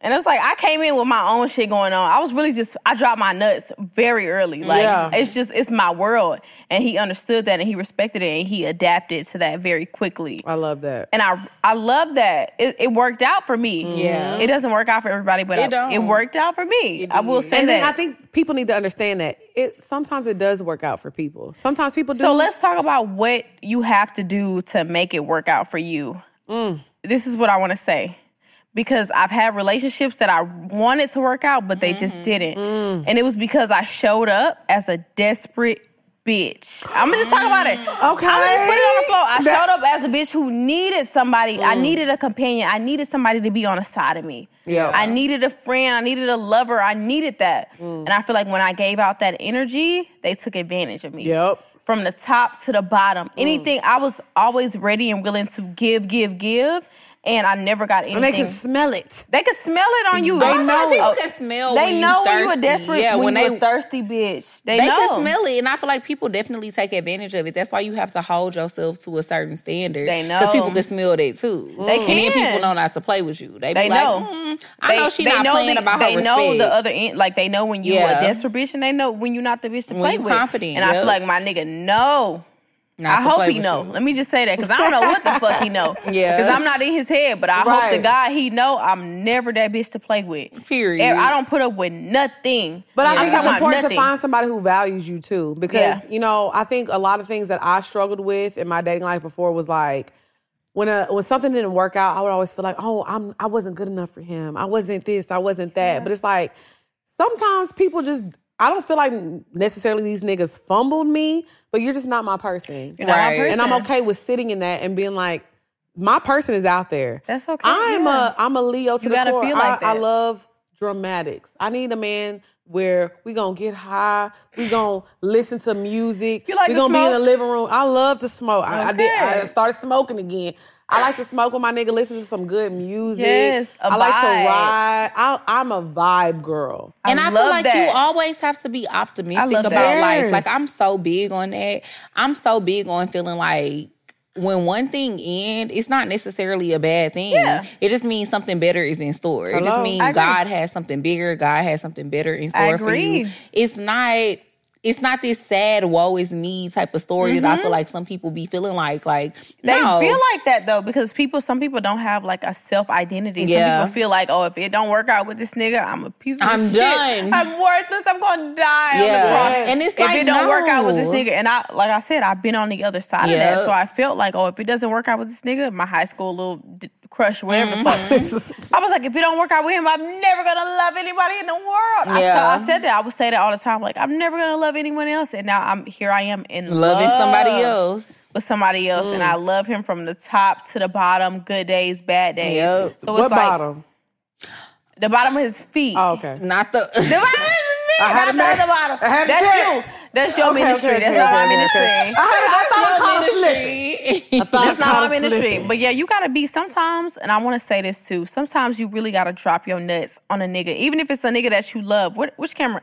And it's like I came in with my own shit going on. I was really just I dropped my nuts very early. Like
Yeah.
it's just it's my world, and he understood that and he respected it and he adapted to that very quickly
I love that.
and I I love that it, it worked out for me.
Yeah.
it doesn't work out for everybody, but
It
I-
don't.
it worked out for me. I will say
And
that.
then I think people need to understand that it sometimes it does work out for people. Sometimes people do.
so let's talk about what you have to do to make it work out for you.
Mm.
This is what I want to say. Because I've had relationships that I wanted to work out, but they
Mm-hmm.
just didn't.
Mm.
And it was because I showed up as a desperate bitch. I'm gonna just talk about it.
Mm. Okay.
I'm gonna just put it on the floor. I showed up as a bitch who needed somebody.
Mm.
I needed a companion. I needed somebody to be on the side of me.
Yeah.
I needed a friend. I needed a lover. I needed that.
Mm.
And I feel like when I gave out that energy, they took advantage of me.
Yep.
From
Mm.
the top to the bottom. Anything I was always ready and willing to give, give, give. and I never got anything.
And they can smell it.
They can smell it on you.
They
I feel like
know.
people
Oh,
can-
can smell
They
when you
know when you a
thirsty.
desperate,
Yeah,
when,
when
you
they-
a thirsty bitch. They,
They
know.
can smell it, and I feel like people definitely take advantage of it. That's why you have to hold yourself to a certain standard.
They know.
because people can smell that too.
They
And then
can.
people know not to play with you. They,
They
be like,
know.
"Mm, I know she not playing
the,
about
They
her
know
respect.
the other end. Like they know when you
Yeah.
a desperate bitch, and they know when you not the bitch to
When
play
you
with.
confident,
and I
yep.
feel like my nigga know.
Not
I
to
hope
play
he
with
know.
you.
Let me just say that because I don't know what the fuck he know.
Yeah.
because I'm not in his head. But I hope to
Right.
God he know I'm never that bitch to play with.
Period.
And I don't put up with nothing.
But
I'm
I think
talking
it's
about
important
nothing.
to find somebody who values you too, because
Yeah.
you know I think a lot of things that I struggled with in my dating life before was like when a, when something didn't work out, I would always feel like, oh, I'm I wasn't good enough for him. I wasn't this. I wasn't that. But it's like sometimes people just. I don't feel like necessarily these niggas fumbled me, but you're just not my person.
You're not my
Right.
person.
And I'm okay with sitting in that and being like, my person is out there.
That's okay,
I'm
yeah.
a I'm a Leo to
You
the
gotta
core.
feel like
I, I
that.
love dramatics. I need a man where we gonna get high, we gonna listen to music,
You like
we
to
gonna be in the
smoke?
living room. I love to smoke. I, I did. I
Okay.
started smoking again. I like to smoke with my nigga. Listen to some good music.
Yes, a
I like to
vibe.
ride. I, I'm a vibe girl.
And I, feel
love
like
that.
you always have to be
I
optimistic
love
about
that.
life.
Yes.
Like I'm so big on that. I'm so big on feeling like when one thing ends, it's not necessarily a bad thing.
Yeah.
It just means something better is in store. It just
Hello.
means
I agree.
God has something bigger. God has something better in store
I
for you.
agree.
It's not it's not this sad woe is me type of story that I feel like some people be feeling like like
Mm-hmm. They
no.
feel like that though because people, some people don't have like a self identity.
Yeah.
Some people feel like, oh, if it don't work out with this nigga, I'm a piece of
I'm
shit.
done.
I'm worthless. I'm gonna die on
Yeah.
the cross.
Yes. And it's
if
like,
it don't work out with this
no.
nigga, and I, like I said, I've been on the other side of
Yeah.
that, so I felt like, oh, if it doesn't work out with this nigga, my high school little d- crush, whatever the
Mm-hmm.
fuck. I was like, if it don't work out with him, I'm never gonna love anybody in the world. I,
Yeah.
tell- I said that. I would say that all the time. Like, I'm never gonna love anyone else, and now I'm here. I am in
loving somebody
love
else.
with somebody else, and I
Mm.
love him from the top to the bottom, good days, bad days.
Yep.
So it's
what
like
bottom?
the bottom of his feet.
Oh, okay.
Not the
The bottom of his feet,
I had
not
to
the
make-
other bottom.
I had to
That's
check.
you. That's your
Okay,
ministry.
okay,
That's
okay,
not my
okay,
ministry.
okay. I, thought it called slipping.
That's not my
Kinda
ministry.
slipping.
But yeah, you gotta be sometimes, and I wanna say this too. Sometimes you really gotta drop your nuts on a nigga, even if it's a nigga that you love. What, which camera?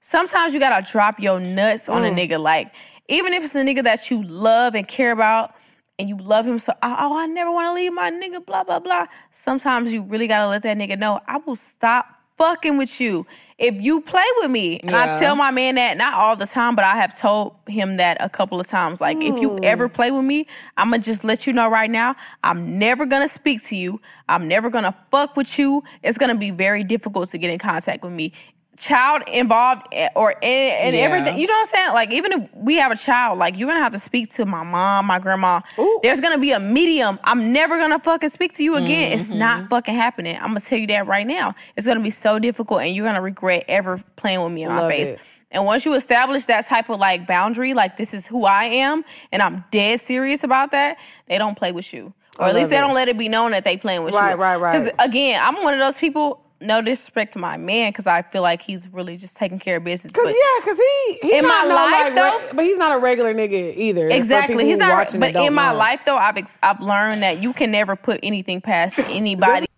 Sometimes you gotta drop your nuts on a nigga. Like, even if it's a nigga that you love and care about, and you love him so, oh, oh, I never wanna leave my nigga, blah, blah, blah. Sometimes you really gotta let that nigga know, I will stop fucking with you if you play with me. And I
Yeah.
tell my man that, not all the time, but I have told him that a couple of times. Like, if you ever play with me, I'm gonna just let you know right now, I'm never gonna speak to you. I'm never gonna fuck with you. It's gonna be very difficult to get in contact with me. Child involved eh, or in, and
Yeah.
everything, you know what I'm saying? Like, even if we have a child, like, you're gonna have to speak to my mom, my grandma. There's gonna be a medium. I'm never gonna fucking speak to you again.
Mm-hmm.
It's not fucking happening. I'm gonna tell you that right now. It's gonna be so difficult, and you're gonna regret ever playing with me in my
Love
face.
it.
And once you establish that type of like boundary, like this is who I am, and I'm dead serious about that, they don't play with you, or at
love
least they
it.
don't let it be known that they playing with
Right,
you.
right, right.
Because again, I'm one of those people. No disrespect to my man, because I feel like he's really just taking care of business.
Cause
but-
yeah, cause he, he
In
not
my
no,
life,
like, re-
though-
but he's not a regular nigga either. for people
Exactly. He's
who
not.
watching that
But
don't
in my
know.
life, though, I've ex- I've learned that you can never put anything past anybody.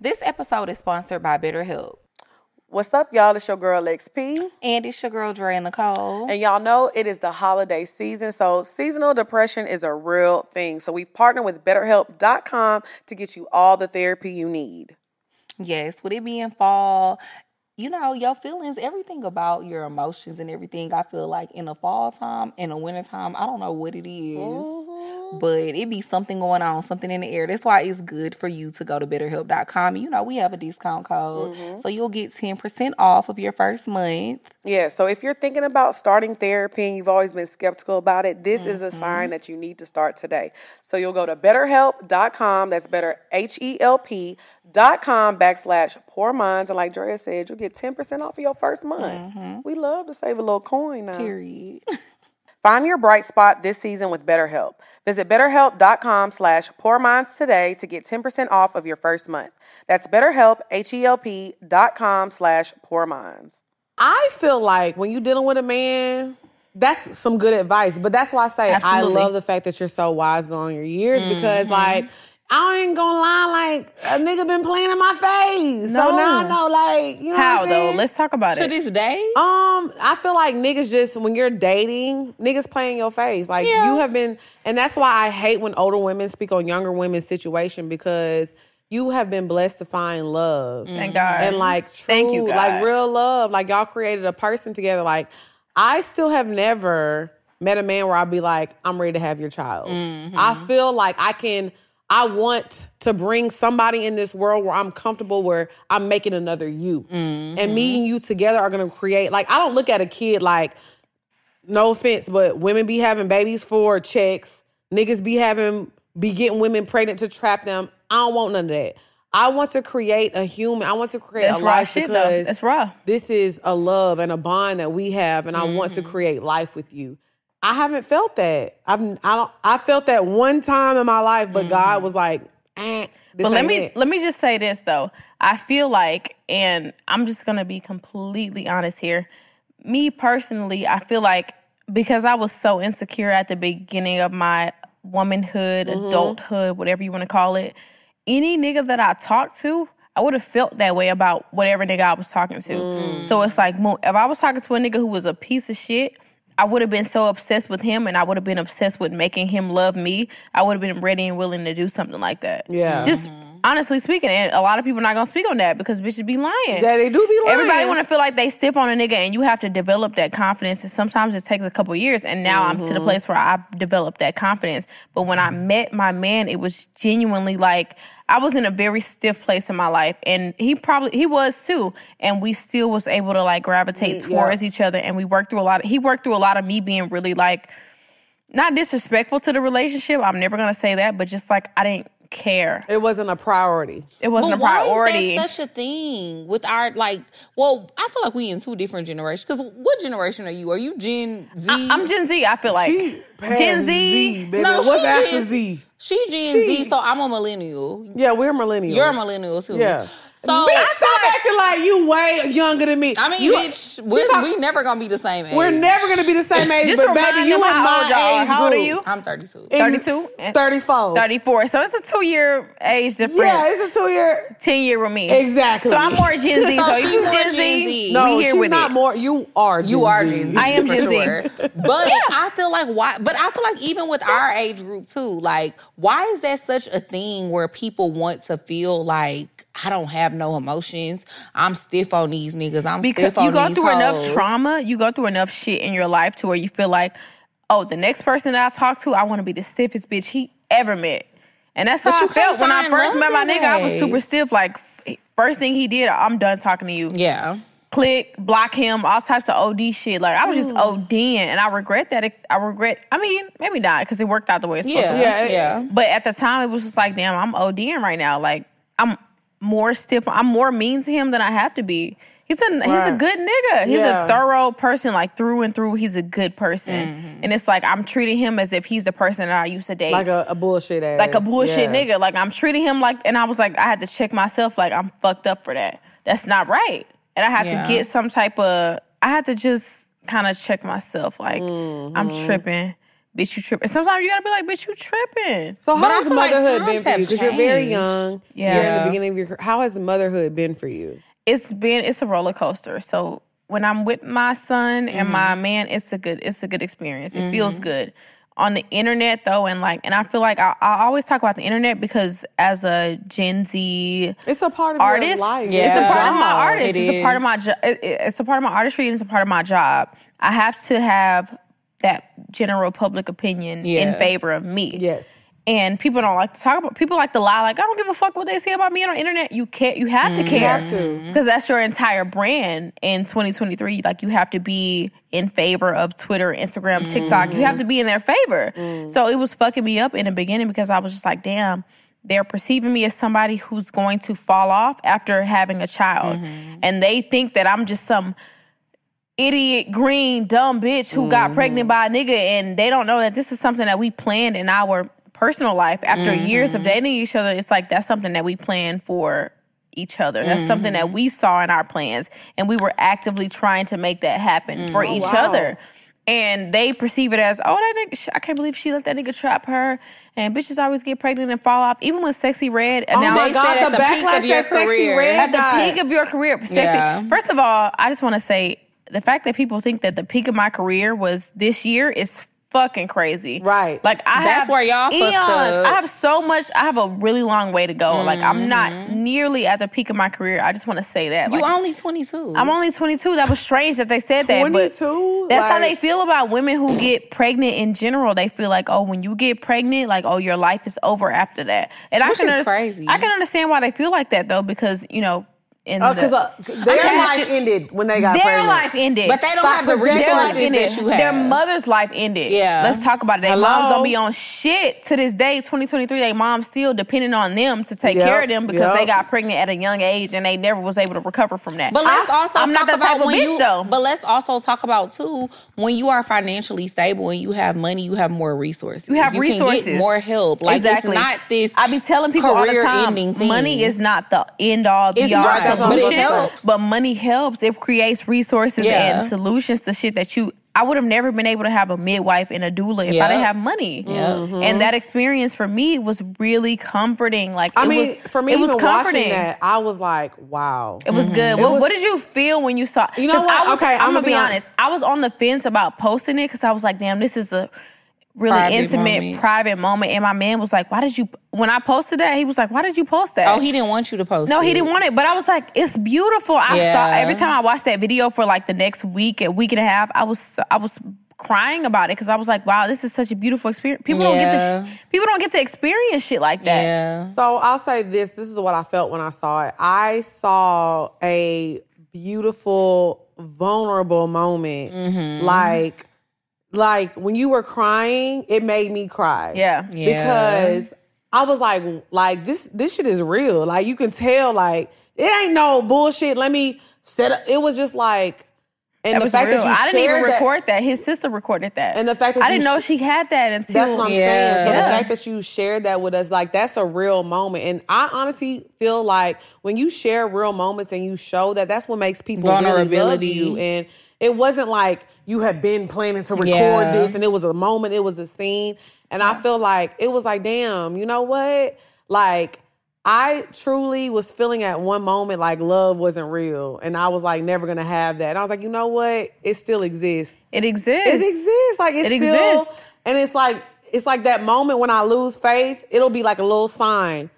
This episode is sponsored by BetterHelp.
What's up, y'all? It's your girl XP.
And it's your girl Dre Nicole.
And y'all know it is the holiday season, so seasonal depression is a real thing. So we've partnered with BetterHelp.com to get you all the therapy you need.
Yes, with it being fall, you know, your feelings, everything about your emotions and everything, I feel like in the fall time and the winter time, I don't know what it is, But it be something going on, something in the air. That's why it's good for you to go to betterhelp.com. You know, we have a discount code. So you'll get 10% off of your first month.
Yeah, so if you're thinking about starting therapy and you've always been skeptical about it, this is a sign that you need to start today. So you'll go to betterhelp.com, that's better H E L P dot com backslash poor minds. And like Drea said, you'll get 10% off of your first month. We love to save a little coin now.
Period.
Find your bright spot this season with BetterHelp. Visit betterhelp.com slash poor minds today to get 10% off of your first month. That's betterhelp, H-E-L-P dot com slash poor minds.
I feel like when you're dealing with a man, that's some good advice. But that's why I say
Absolutely. Mm-hmm.
I love the fact that you're so wise beyond your years because, like, I ain't gonna lie, like a nigga been playing in my face. So
No.
now I know, like, you know
How
what I'm saying?
though? Let's talk about
To
it.
this day,
Um, I feel like niggas just when you're dating, niggas playing your face. Like
Yeah.
you have been, and that's why I hate when older women speak on younger women's situation because you have been blessed to find love
Thank God.
and like true,
Thank you, God.
like real love. Like y'all created a person together. Like I still have never met a man where I'd be like, I'm ready to have your child.
Mm-hmm.
I feel like I can. I want to bring somebody in this world where I'm comfortable, where I'm making another you,
Mm-hmm.
and me and you together are gonna create. Like I don't look at a kid like, no offense, but women be having babies for checks. Niggas be having be getting women pregnant to trap them. I don't want none of that. I want to create a human. I want to create
That's
a
raw
life
shit though.
because
That's raw.
this is a love and a bond that we have, and I want
Mm-hmm.
to create life with you. I haven't felt that. I've I don't. I felt that one time in my life, but God was like, eh, this
Mm-hmm. But let
ain't
me
it.
let me just say this though. I feel like, and I'm just gonna be completely honest here. Me personally, I feel like because I was so insecure at the beginning of my womanhood,
Mm-hmm.
adulthood, whatever you want to call it, any nigga that I talked to, I would have felt that way about whatever nigga I was talking to.
Mm.
So it's like, mo- if I was talking to a nigga who was a piece of shit, I would have been so obsessed with him and I would have been obsessed with making him love me. I would have been ready and willing to do something like that.
Yeah.
Just honestly speaking, and a lot of people not gonna speak on that because bitches be lying.
Yeah, they do be lying.
Everybody wanna feel like they step on a nigga and you have to develop that confidence. And sometimes it takes a couple years. And now I'm
Mm-hmm.
to the place where I've developed that confidence. But when I met my man, it was genuinely like I was in a very stiff place in my life. And he probably he was too. And we still was able to like gravitate towards each other and we worked through a lot of, he worked through a lot of me being really like not disrespectful to the relationship. I'm never gonna say that, but just like I didn't care.
It wasn't a priority.
It wasn't
But
a priority.
Why is that such a thing with our like? Well, I feel like we in two different generations. Because what generation are you? Are you Gen Z?
I, I'm Gen Z. I feel like Gen
Past
Z.
baby.
No,
what's
she
after
is-
Z?
She Gen Z,
She-
so I'm a millennial.
Yeah, we're millennials.
You're a millennial too.
Yeah.
So
bitch, stop acting like you way younger than me.
I mean,
you,
bitch, we're,
she's talk-
we never gonna be the same age.
we're never gonna be the same age.
Just
but
remind
baby, you
them
in
how
my
old y'all are.
age
How old are
group.
you?
I'm 32.
Is-
32?
34.
34. So it's a two year age difference.
Yeah, it's a two year.
10 year with me.
Exactly.
So I'm more Gen Z.
So
So if
she's
you
more
Gen
Gen
Z,
Z.
No,
we here
she's
with
not
it.
more. You are. Gen
You are Gen Z.
I am
for
Gen Z.
sure. But I feel like why but I feel like even with our age group too, like why is that such a thing where people want to feel like I don't have no emotions. I'm stiff on these niggas. I'm
because
stiff on
you go
these
through
hoes.
enough trauma, you go through enough shit in your life to where you feel like, oh, the next person that I talk to, I want to be the stiffest bitch he ever met. And that's
But
how
you
I felt
can't
when I
find
first
love
met my
that
nigga. I was
way.
super stiff. Like, f- first thing he did, I'm done talking to you.
Yeah.
click, block him, all types of OD shit. Like I was just ODing, and I regret that. ex- I regret. I mean, maybe not because it worked out the way it's supposed
Yeah.
to.
Yeah,
Yeah.
it-
But at the time, it was just like, damn, I'm ODing right now. Like I'm more stiff. I'm more mean to him than I have to be. He's a he's a
Right.
good nigga. He's
Yeah.
a thorough person, like through and through. He's a good person, and it's like I'm treating him as if he's the person that I used to date
Mm-hmm. Like a, a bullshit ass.
like a bullshit
Yeah.
nigga. Like I'm treating him like, and I was like, I had to check myself. Like I'm fucked up for that. That's not right. And I had
Yeah.
to get some type of. I had to just kind of check myself. Like I'm tripping, bitch. You tripping? Sometimes you gotta be like, bitch, you tripping.
So
But I
how has
feel like
motherhood been
times
for
have
you? Because you're very
changed.
young.
Yeah.
You're in
Yeah.
the beginning of your. career. How has motherhood been for you?
it's been it's a roller coaster. So when I'm with my son and my man, it's a good it's a good experience. It feels good. On the internet though, and like, and I feel like I, I always talk about the internet because as a Gen Z
It's a part of
artist.
your life.
It's a
Yeah.
part of my
job.
artist.
It
it's a part of
is.
my job. It's a part of my artistry and it's a part of my job. I have to have that general public opinion in
Yeah.
favor of me.
Yes.
And people don't like to talk about. People like to lie. Like I don't give a fuck what they say about me on the internet. You can't. You have to care.
Mm-hmm. have to.
because that's your entire brand in 2023. Like you have to be in favor of Twitter, Instagram, TikTok. You
Mm-hmm.
have to be in their favor.
Mm.
So it was fucking me up in the beginning because I was just like, damn. They're perceiving me as somebody who's going to fall off after having a child.
Mm-hmm.
And they think that I'm just some idiot green dumb bitch who got pregnant by a
Mm-hmm.
nigga and they don't know that this is something that we planned in our personal life after years of
Mm-hmm.
dating each other it's like that's something that we planned for each other that's something
Mm-hmm.
that we saw in our plans and we were actively trying to make that happen
Mm.
for "Oh, each other and they perceive it as oh that nigga sh- i can't believe she let that nigga trap her And bitches always get pregnant and fall off, even with Sexy Red. Oh
my God, at the peak of your career.
at the peak of your career. Sexy.
Yeah.
First of all, I just want to say the fact that people think that the peak of my career was this year is fucking crazy.
Right.
Like I
That's
have
where y'all fucked
eons.
up.
I have so much. I have a really long way to go. Like I'm not nearly at the peak of my career. I just want to say that.
Mm-hmm. You
Like,
only 22.
I'm only 22. That was strange that they said that. but
22?
That's how
Like-
they feel about women who get pregnant in general. They feel like, oh, when you get pregnant, like, oh, your life is over after that. And
Which
I can
is
unders-
crazy.
I can understand why they feel like that though, because you know, in
Oh,
the-
because their
I'm
life
passionate-
ended when they got
their
pregnant.
life ended,
uh, But they don't have the
their life
resources
ended.
that you have.
Their mother's life ended.
Yeah.
let's talk about it. Their
Hello?
moms don't be on shit to this day. 2023, they moms still depending on them to take
Yep,
care of them because
yep.
they got pregnant at a young age and they never was able to recover from that.
But let's also
I'm
talk
not the
about
type of
when
bitch
you,
though.
But let's also talk about too when you are financially stable and you have money, you have more resources.
You have
can get
resources.
more help. Like
exactly.
it's not this.
I be telling people all the
career-ending
time,
thing.
money is not the end all
It's
be all
not.
That's what I'm
solution,
looking for.
but money helps. It creates resources
Yeah.
and solutions to shit that you. I would have never been able to have a midwife and a doula if
Yep. Mm-hmm.
I didn't have money. And that experience for me was really comforting. Like
I
e-, it
mean,
was,
for me,
it was
even
comforting.
watching that, I was like, wow.
It was good. What,
was-
what did you feel when you saw?
You know
'cause
what?
I was,
Okay,
I'm,
I'ma
gonna
be
be
honest.
honest. I was on the fence about posting it because I was like, damn, this is a really
Private
intimate,
moment.
private moment. And my man was like, why did you? When I posted that, he was like, why did you post that?
oh, he didn't want you to post.
no, he
it.
didn't want it. But I was like, it's beautiful. I
Yeah.
saw every time I watched that video for like the next week, a week and a half. I was, so- I was crying about it because I was like, wow, this is such a beautiful experience. People don't get
Yeah.
to, sh- people don't get to experience shit like that.
Yeah,
So I'll say this. This is what I felt when I saw it. I saw a beautiful, vulnerable moment.
Mm-hmm.
Like, like when you were crying, it made me cry.
Yeah.
Yeah.
Because I was like, like this, this shit is real. Like you can tell, like it ain't no bullshit. Let me set up. It was just like, and
That
the
was
fact
real.
that you
I didn't even
shared that-
record that. His sister recorded that.
And the fact that
I
you
didn't know
sh-
she had that until
That's what I'm saying.
Yeah.
So the
Yeah.
fact that you shared that with us, like that's a real moment. And I honestly feel like when you share real moments and you show that, that's what makes people vulnerability. Really love
Vulnerability.
you. And it wasn't like you had been planning to record
Yeah.
this, and it was a moment, it was a scene. And I feel like it was like, damn, you know what? Like. I truly was feeling at one moment like love wasn't real, and I was like never gonna have that. And I was like, you know what? It still exists.
It exists.
It exists. Like it's
It
still,
exists.
And it's like it's like that moment when I lose faith. It'll be like a little sign,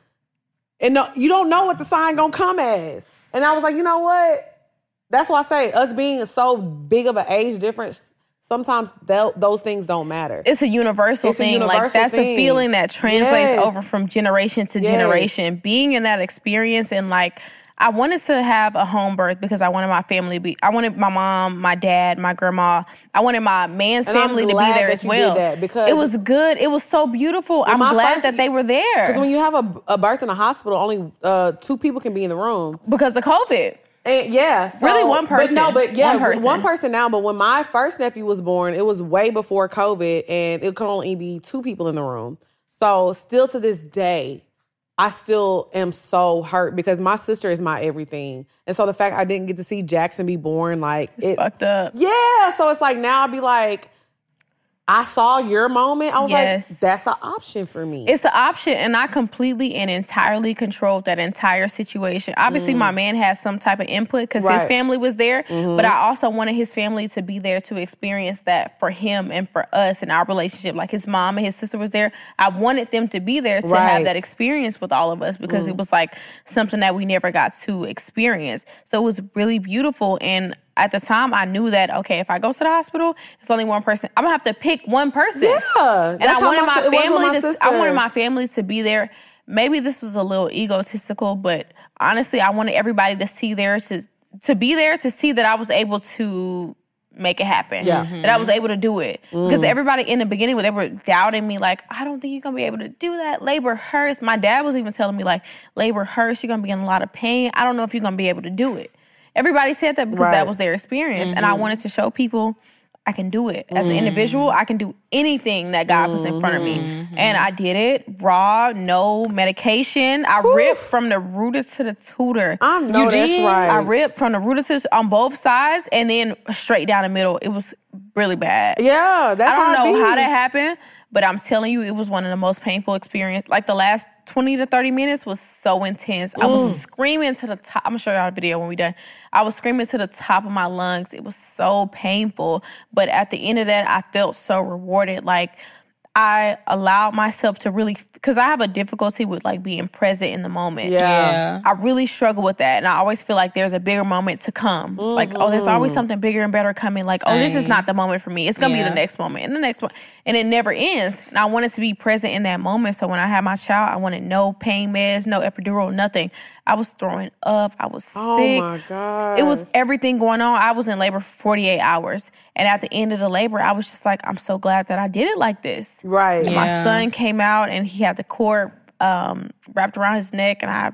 and no, you don't know what the sign gonna come as. And I was like, you know what? That's why I say us being so big of an age difference. Sometimes tho- those things don't matter.
It's a universal
It's a
thing. like
universal
that's
thing.
a feeling that translates
Yes.
over from generation to
Yes.
generation. Being in that experience and like I wanted to have a home birth because I wanted my family to be I wanted my mom, my dad, my grandma. I wanted my man's
And I'm
family to be
glad
there
that
as
you did
well.
that because-
it was good. It was so beautiful. I'm
my
glad
first-
that they were there.
because when you have a, a birth in a hospital, only uh, two people can be in the room.
because of COVID.
And Eh, yeah, so-
Really one person.
But no, but yeah,
One person.
one person now. But when my first nephew was born, it was way before COVID, and it could only be two people in the room. So still to this day, I still am so hurt because my sister is my everything, and so the fact I didn't get to see Jackson be born, like
It's fucked up.
yeah, so it's like now I'll be like, I saw your moment. I was
Yes.
like, that's an option for me.
It's an option, and I completely and entirely controlled that entire situation. Obviously, my man had some type of input because his
Mm. Right. Mm-hmm.
family was there, but I also wanted his family to be there to experience that for him and for us and our relationship. Like his mom and his sister was there. I wanted them to be there to
Right. Mm.
have that experience with all of us because it was like something that we never got to experience. So it was really beautiful and. At the time, I knew that okay, if I go to the hospital, it's only one person. I'm gonna have to pick one person.
Yeah,
and
that's
I
how my
wanted my,
si- it was with
family
my
to. s- I
sister.
wanted my family to be there. Maybe this was a little egotistical, but honestly, I wanted everybody to see there to to be there to see that I was able to make it happen.
Yeah. Mm-hmm.
That I was able to do it. Because everybody in the beginning, they were doubting me, like, I don't think you're gonna be able to do that. Labor hurts. My dad was even telling me, like, labor hurts. You're gonna be in a lot of pain. I don't know if you're gonna be able to do it. Everybody said that because
Right.
that was their experience. And I
Mm-hmm.
wanted to show people I can do it. As an individual, I can do anything that God puts in front of me.
Mm-hmm.
And I did it raw, no medication. I ripped from the rooter to the tutor.
I know
You
that's
did?
right.
I ripped from the rooter to the, on both sides and then straight down the middle. It was really bad.
yeah, that's
I don't
how it
know
be.
how that happened, But I'm telling you, it was one of the most painful experiences. Like the last 20 to 30 minutes was so intense. I was screaming to the top. I'm gonna show y'all the video when we done. I was screaming to the top of my lungs. It was so painful. But at the end of that, I felt so rewarded. Like I allowed myself to really because I have a difficulty with like being present in the moment.
Yeah.
I really struggle with that. And I always feel like there's a bigger moment to come. Like, oh, there's always something bigger and better coming. Like, oh, this is
Same.
not the moment for me. It's gonna be
Yeah.
the next moment and the next one. And it never ends. And I wanted to be present in that moment. So when I had my child, I wanted no pain meds, no epidural, nothing. I was throwing up. I was sick.
my God.
It was everything going on. I was in labor for 48 hours. And at the end of the labor, I was just like, I'm so glad that I did it like this.
Right.
And my
Yeah.
son came out and he had the cord um, wrapped around his neck and I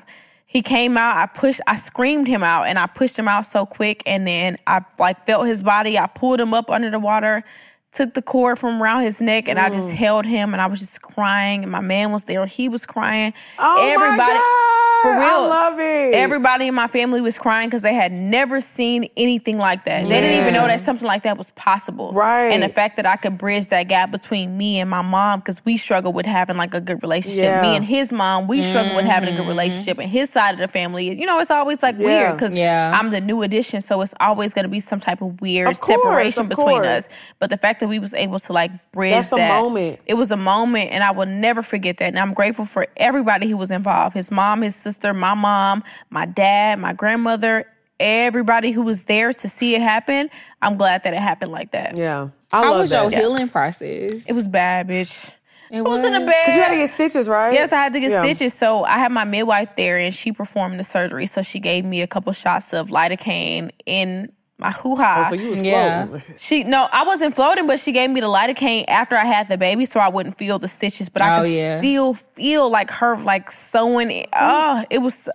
he came out I pushed I screamed him out and I pushed him out so quick and then I like felt his body I pulled him up under the water took the cord from around his neck and I just
Mm.
held him and I was just crying and my man was there he was crying
Oh my God.
for real
I love it.
everybody in my family was crying because they had never seen anything like that they didn't even know that something like that was possible
Right.
and the fact that I could bridge that gap between me and my mom because we struggle with having like a good relationship.
Yeah. Mm-hmm.
Me and his mom, we struggle with having a good relationship, and his side of the family, you know, it's always like weird because
Yeah.
I'm the new addition, so it's always going to be some type of weird
Of course,
separation
of
between
course.
us. But the fact that we was able to like bridge
That's a
that
moment.
it was a moment, and I will never forget that. And I'm grateful for everybody who was involved: his mom, his sister, my mom, my dad, my grandmother. Everybody who was there to see it happen, I'm glad that it happened like that.
yeah. I
How
love
was
that.
your healing process?
It was bad, bitch.
It
I was in a
was.
bed.
You had to get stitches, right?
Yes, I had to get
Yeah.
stitches. So I had my midwife there, and she performed the surgery. So she gave me a couple shots of lidocaine in my hoo ha.
Oh, So you was
Yeah.
floating.
she no, I wasn't floating, but she gave me the lidocaine after I had the baby, so I wouldn't feel the stitches. But I
Oh,
could
yeah.
still feel like her like sewing. It. Oh, it was.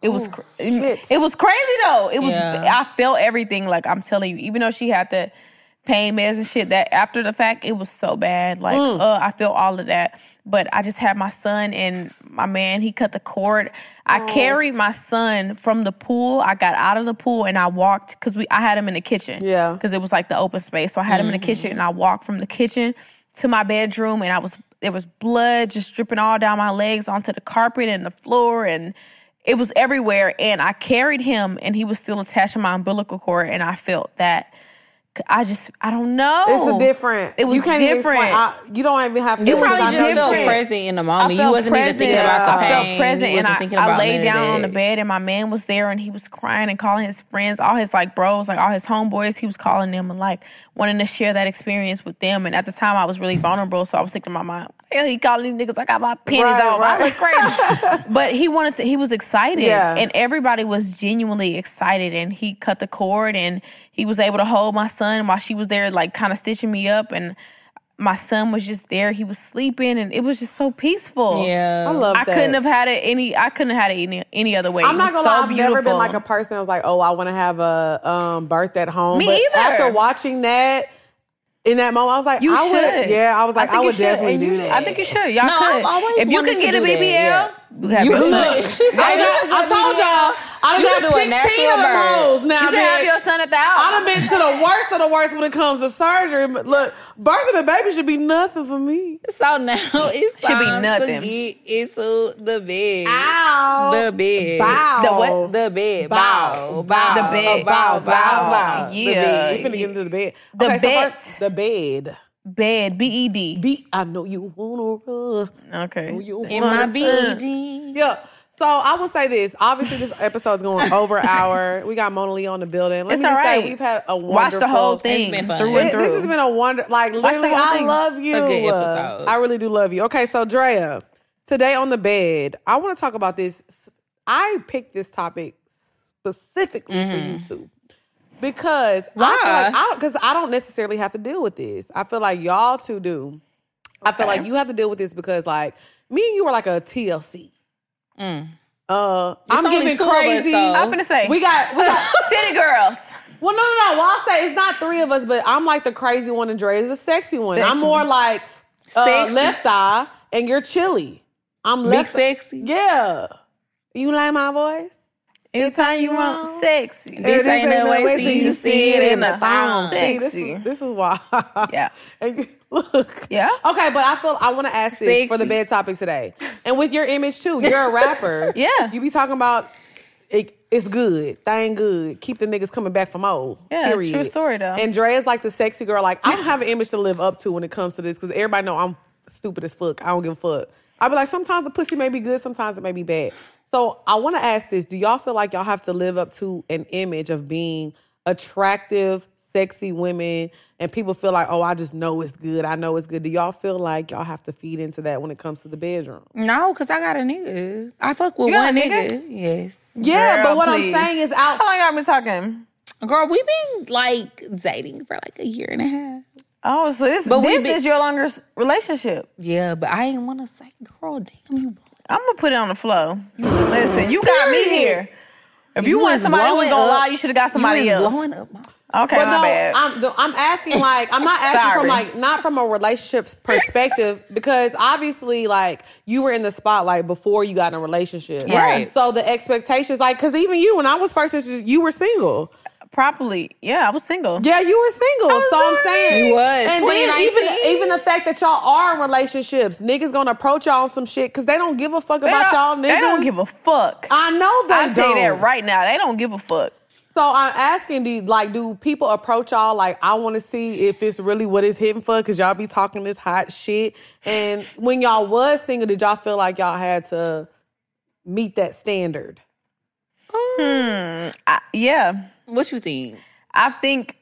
It was cr-
shit.
it was crazy though. It was
Yeah.
I felt everything like I'm telling you. Even though she had the pain meds and shit, that after the fact it was so bad. Like uh, I feel all of that, but I just had my son and my man. He cut the cord. I carried my son from the pool. I got out of the pool and I walked because we I had him in the kitchen.
Yeah.
because it was like the open space. So I had him in the kitchen and I walked from the kitchen to my bedroom and I was there was blood just dripping all down my legs onto the carpet and the floor and it was everywhere and i carried him and he was still attached to my umbilical cord and i felt that i just i don't know
It's a different.
Oh. it was
you can't even
different
explain. I, you don't even have to.
You
because
probably
I
just
know you
felt
can't.
present in the
I
moment. You
felt
wasn't even
present.
thinking about the
Yeah.
pain.
I felt present,
you wasn't
and
thinking
I,
about
I laid
none of
down on
that.
the bed, and my man was there, and he was crying and calling his friends, all his like bros, like all his homeboys. He was calling them and like wanting to share that experience with them. And at the time, I was really vulnerable, so I was thinking to my mom, "Hell, he calling these niggas. I got my pennies
Right,
on.
right.
I look crazy." but he wanted, to, he was excited,
Yeah.
and everybody was genuinely excited. And he cut the cord, and he was able to hold my son while she was there, like kind of stitching me up, and. My son was just there. He was sleeping, and it was just so peaceful.
Yeah.
I love.
I
that.
couldn't have had it any. I couldn't have had it any any other way.
I'm
it
not
was
gonna
so
lie. I've
beautiful.
never been like a person that was like, "Oh, I want to have a um, birth at home."
Me
but
either.
After watching that, in that moment, I was like,
you
"I
should.
would." Yeah, I was like, "I,
think you
would
should.
definitely
And
do
you-
that."
I think you should. Y'all
No, I've
could.
always
if you
wanted
could
to
get a
do that,
BBL,
yeah.
you could have
You
your
could.
son.
She's like,
I,
you
got, I
could do
told
that.
y'all, I
You
done
could do a
had 16 of
natural birth.
those now,
You could have
bitch.
your son at the house.
I done been to the worst of the worst when it comes to surgery. But Look, birthing a baby should be nothing for me.
So now it's
Should be
time
nothing.
to get into the bed.
Ow.
The bed.
Bow.
The what?
The bed.
Bow.
Bow. Bow.
The bed.
Bow. Bow.
Bow.
Bow.
Yeah.
We finna
The bed.
get into the bed.
The
okay, so
bed.
first- the bed.
bed, B E D.
Be, I know you wanna run.
Okay.
You
In
wanna
my
run.
BD.
Yeah. So I will say this. Obviously, this episode's going over an hour. We got Mona Lee on the building. Let
It's
me just
all right.
say we've had a wonderful
Watch the whole thing
It's been fun.
through and
Th-
through.
This has been a wonder. Like
Watch the
literally,
whole
I
thing.
love you.
A good
Uh,
episode.
I really do love you. Okay, so Drea, today on the bed, I want to talk about this. I picked this topic specifically for you two because I feel
Why?
like I don't because I don't necessarily have to deal with this. I feel like y'all two do. I feel like you have to deal with this because like me and you are like a TLC. Uh, I'm
only
giving
two of us,
crazy.
though.
I'm gonna say
we got we got
city girls.
well, no, no, no. Well, I'll say it's not three of us, but I'm like the crazy one, and Dre is the sexy one.
Sexy.
I'm more like uh,
Sexy.
left eye, and you're chilly. I'm
Be
left.
sexy.
Yeah. You like my voice?
Anytime you want sex,
This ain't no way till you see it in the thong.
See, this
Sexy.
is, this is why.
Yeah.
And you- look.
Yeah.
Okay, but I feel I want to ask this for the
Sexy.
bed topic today, and with your image too. You're a rapper.
Yeah.
You be talking about it, it's good, thing good. Keep the niggas coming back from old.
Yeah,
Period.
true story, though.
And Dre is like the sexy girl. Like I don't have an image to live up to when it comes to this because everybody know I'm stupid as fuck. I don't give a fuck. I be like, sometimes the pussy may be good, sometimes it may be bad. So I want to ask this: Do y'all feel like y'all have to live up to an image of being attractive, sexy women, and people feel like, oh, I just know it's good. I know it's good. Do y'all feel like y'all have to feed into that when it comes to the bedroom?
No, because I got a nigga. I fuck with
got
one
a
nigga?
nigga?
Yes.
Yeah,
Girl,
but what
please.
I'm saying is out.
How long y'all been talking?
Girl, we've been like dating for like a year and a half.
Oh, so this,
But we
this
be-
is your longer s- relationship.
Yeah, but I ain't want to say, girl, damn you.
I'm gonna put it on the flow. Listen, you got me here. If you, wanted
was
somebody who was
blowing
gonna
up-
lie, you should have got somebody
you was
else.
Blowing up my.
Okay,
But
my
no,
bad.
I'm, no, I'm asking like I'm not asking
Sorry.
from like not from a relationship perspective because obviously like you were in the spotlight before you got in a relationship,
Yeah. Right.
So the expectations, like, because even you, when I was first introduced, you were single.
Properly, yeah, I was single.
Yeah, you were single. So I'm saying
You was.
And then
2019.
even even the fact that y'all are in relationships, niggas gonna approach y'all on some shit because they don't give a fuck
They
about y'all
don't-
niggas.
They don't give a fuck.
I know they
I tell you
don't.
that right now. They don't give a fuck.
So I'm asking, do you- like, do people approach y'all like, I want to see if it's really what it's hitting for? Because y'all be talking this hot shit. And when y'all was single, did y'all feel like y'all had to meet that standard?
I, yeah,
What you think?
I think.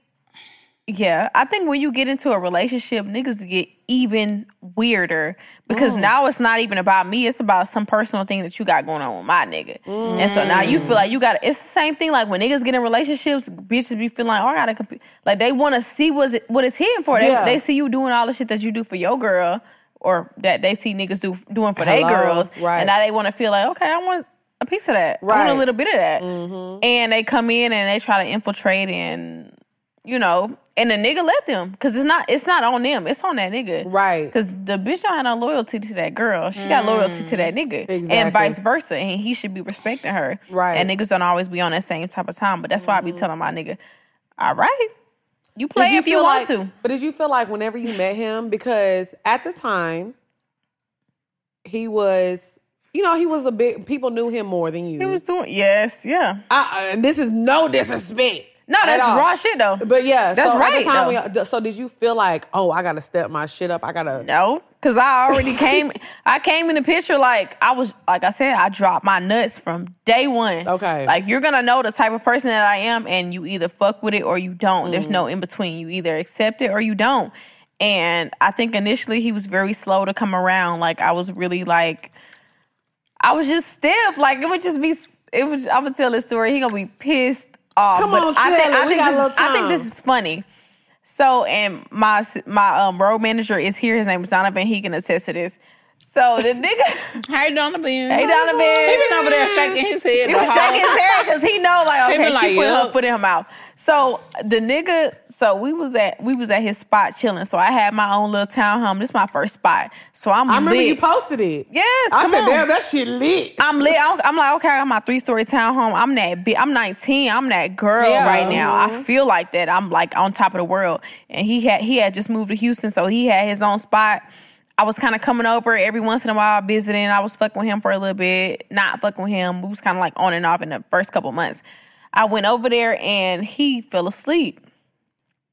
Yeah, I think when you get into a relationship, niggas get even weirder
Mm.
because now it's not even about me; it's about some personal thing that you got going on with my nigga. And so now you feel like you got. to It's the same thing like when niggas get in relationships, bitches be feeling like, "Oh, I gotta compete." Like they want to see what it, what it's hitting for. They,
Yeah.
they see you doing all the shit that you do for your girl, or that they see niggas do doing for their
Hello,
girls,
right.
And now they want to feel like, okay, I want a piece of that. I
Right. Mm-hmm.
want a little bit of that. And they come in and they try to infiltrate and you know, and the nigga let them because it's not it's not on them. It's on that nigga,
Right.
Because the bitch don't have no loyalty to that girl. She got loyalty to that nigga,
Exactly.
and vice versa. And he should be respecting her,
Right. Mm-hmm.
And niggas don't always be on that same type of time. But that's why I be telling my nigga, all right, you
Did
play if you
feel
want
like-
to.
But did you feel like whenever you met him, because at the time, he was, you know, he was a big, people knew him more than you.
He was doing yes, yeah.
I, and this is no disrespect.
No,
at
that's
all.
raw shit though.
But yeah,
That's
so at the
right,
time
though.
when y'all- so did you feel like, oh, I gotta step my shit up? I gotta
No, because I already came. I came in the picture like I was, like I said, I dropped my nuts from day one.
Okay.
Like you're gonna know the type of person that I am, and you either fuck with it or you don't. There's no in between. You either accept it or you don't. And I think initially he was very slow to come around. Like I was really like, I was just stiff. Like it would just be. It would. I'm gonna tell this story. He gonna be pissed off.
Come
but
on,
I
tell
think,
it.
I
We
think
got a
this
little
is, I think
time.
this is funny. So, and my my um, road manager is here. His name is Donovan. He can attest to this. So the nigga,
Hey, Donovan.
hey Donovan,
He been over there shaking his head.
He was
the
shaking his
whole-
head because he know like
He
okay,
been like,
she put her
yup.
foot in her mouth. So the nigga, so we was at we was at his spot chilling. So I had my own little townhome. This is my first spot. So I'm
I remember
lit.
you posted it.
Yes,
I
come
said,
on.
damn, that shit lit.
I'm lit. I'm, I'm like, okay, I got my three story townhome. I'm that. bi- I'm 19. I'm that girl
Yeah.
right now. I feel like that. I'm like on top of the world. And he had he had just moved to Houston, so he had his own spot. I was kind of coming over every once in a while, visiting. I was fucking with him for a little bit, not fucking with him. We was kind of like on and off in the first couple months. I went over there and he fell asleep.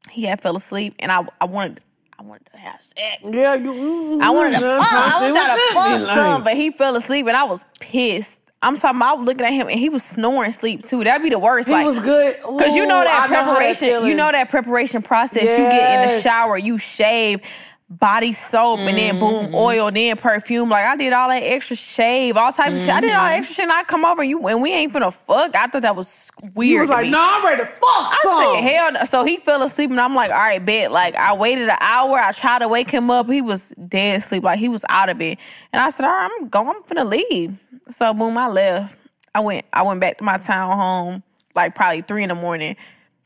He had fell asleep, and I I wanted I wanted to have sex.
Yeah, you.
I wanted to fuck. I was
What
trying
that
to
be
fuck some, but he fell asleep and I was pissed. I'm talking about I was looking at him and he was snoring sleep too. That'd be the worst.
He
like,
was good.
Cause you know
Ooh,
that
I know how that
preparation, you
feeling.
know that preparation process. You get in the
Yes.
shower, you shave, body soap, and then
Mm-hmm.
boom, oil, then perfume. Like I did all that extra shave, all types of shit. I did all that
Mm-hmm.
extra shit. And I come over and you and we ain't finna fuck. I thought that was weird.
He was
to
like,
me.
no, I'm ready to fuck
I
some.
said, hell no. So he fell asleep, and I'm like, all right, bet. Like, I waited an hour. I tried to wake him up. He was dead asleep. Like, he was out of it. And I said, all right, I'm going. I'm finna leave. So, boom, I left. I went, I went back to my town home, like, probably three in the morning.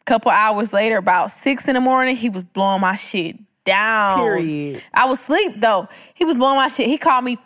Couple hours later, about six in the morning, he was blowing my shit down.
Period.
I was asleep, though. He was blowing my shit. He called me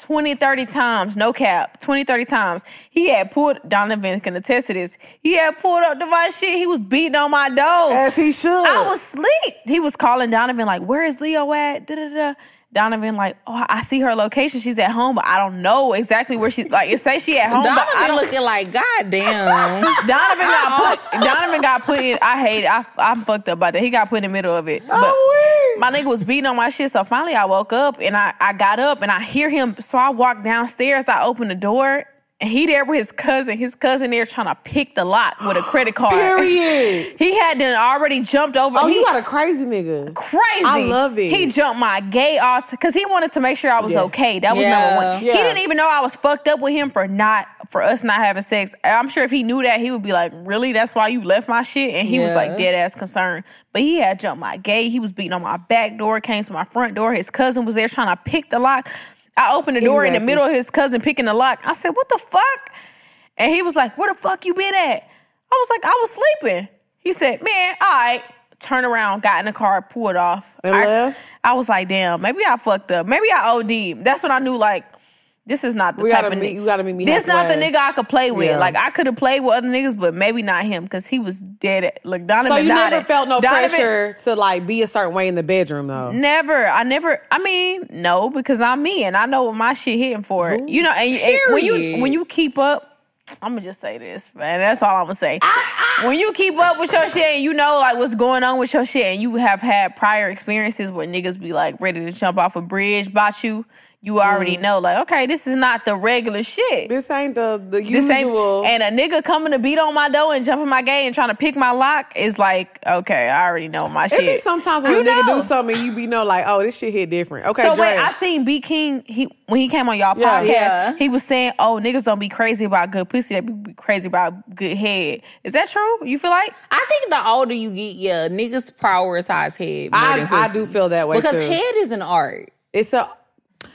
20, 30 times, no cap, 20, 30 times. He had pulled, Donovan can attest to this. He had pulled up the my shit. He was beating on my door.
As he should.
I was sleep. He was calling Donovan like, "Where is Leo at?" Da da da. Donovan like, "Oh, I see her location. She's at home, but I don't know exactly where she's like. It say she at home, but I
Donovan
don't."
looking like, God damn.
Donovan got put. Donovan got put in. I hate. It. I I'm fucked up by that. He got put in the middle of it. But
Oh, wait.
my nigga was beating on my shit. So finally, I woke up and I I got up and I hear him. So I walk downstairs. I open the door. And he there with his cousin. His cousin there trying to pick the lot with a credit card.
Period.
he had done already jumped over.
Oh,
he,
you got a crazy nigga.
crazy.
I love it.
He jumped my gay ass because he wanted to make sure I was
Yeah.
okay. That was
Yeah.
number one. He
Yeah.
didn't even know I was fucked up with him for not for us not having sex. I'm sure if he knew that, he would be like, "Really? That's why you left my shit?" And he was
Yeah.
like dead ass concerned. But he had jumped my gay. He was beating on my back door. Came to my front door. His cousin was there trying to pick the lock. I opened the door in the
Exactly.
middle of his cousin picking the lock. I said, "What the fuck?" And he was like, Where the fuck you been at? I was like, I was sleeping. He said, Man, all right. Turn around, got in the car, pulled off.
And
I,
left?
I was like, damn, maybe I fucked up. Maybe I OD'd. That's when I knew, like, this is not the
We
type
gotta
of
meet-
nigga.
you gotta meet me
This not the
halfway.
nigga I could play with.
Yeah.
Like I could have played with other niggas, but maybe not him because he was dead. At, like Donovan.
So you
died
never
at-
felt no
Donovan-
pressure to like be a certain way in the bedroom though.
Never. I never. I mean, no, because I'm me and I know what my shit hitting for. You know, and, and when you
Period.
when you keep up, I'm gonna just say this, man. That's all I'm gonna say.
Ah,
when you keep up with your shit and you know like what's going on with your shit, and you have had prior experiences where niggas be like ready to jump off a bridge, bought you. You already
Mm.
know, like, okay, this is not the regular shit.
This ain't the the
This ain't-
usual.
and a nigga coming to beat on my door and jumping my gate and trying to pick my lock is like, okay, I already know my
it
shit.
be sometimes when
You
a nigga
know.
do something, and you be know like, oh, this shit hit different. Okay,
So
Dre.
wait, I seen B King. He when he came on y'all
Yeah.
podcast,
Yeah.
he was saying, "Oh, niggas don't be crazy about good pussy. They be crazy about good head." Is that true? You feel like?
I think the older you get, yeah, niggas prioritize head. More
I-
than
I
pussy.
do feel that way,
because
too.
head is an art.
It's a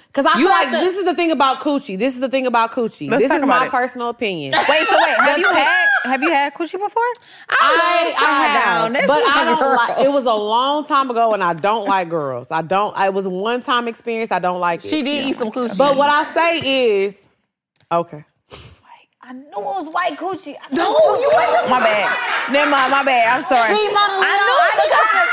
because I
You
feel
have
like
to-
this is the thing about coochie. This is the thing about coochie.
Let's
this
talk
is
about
my
it.
personal opinion.
Wait, so wait, have you had have you had coochie before?
I, I, have,
but I don't like. It was a long time ago, and I don't like girls. I don't. It was a one time experience. I don't like it.
She did eat some coochie.
But what I say is, okay.
I knew it was white coochie.
no, you wasn't.
My bad. Never mind. My bad. I'm sorry.
See, Mona Leo,
I knew it because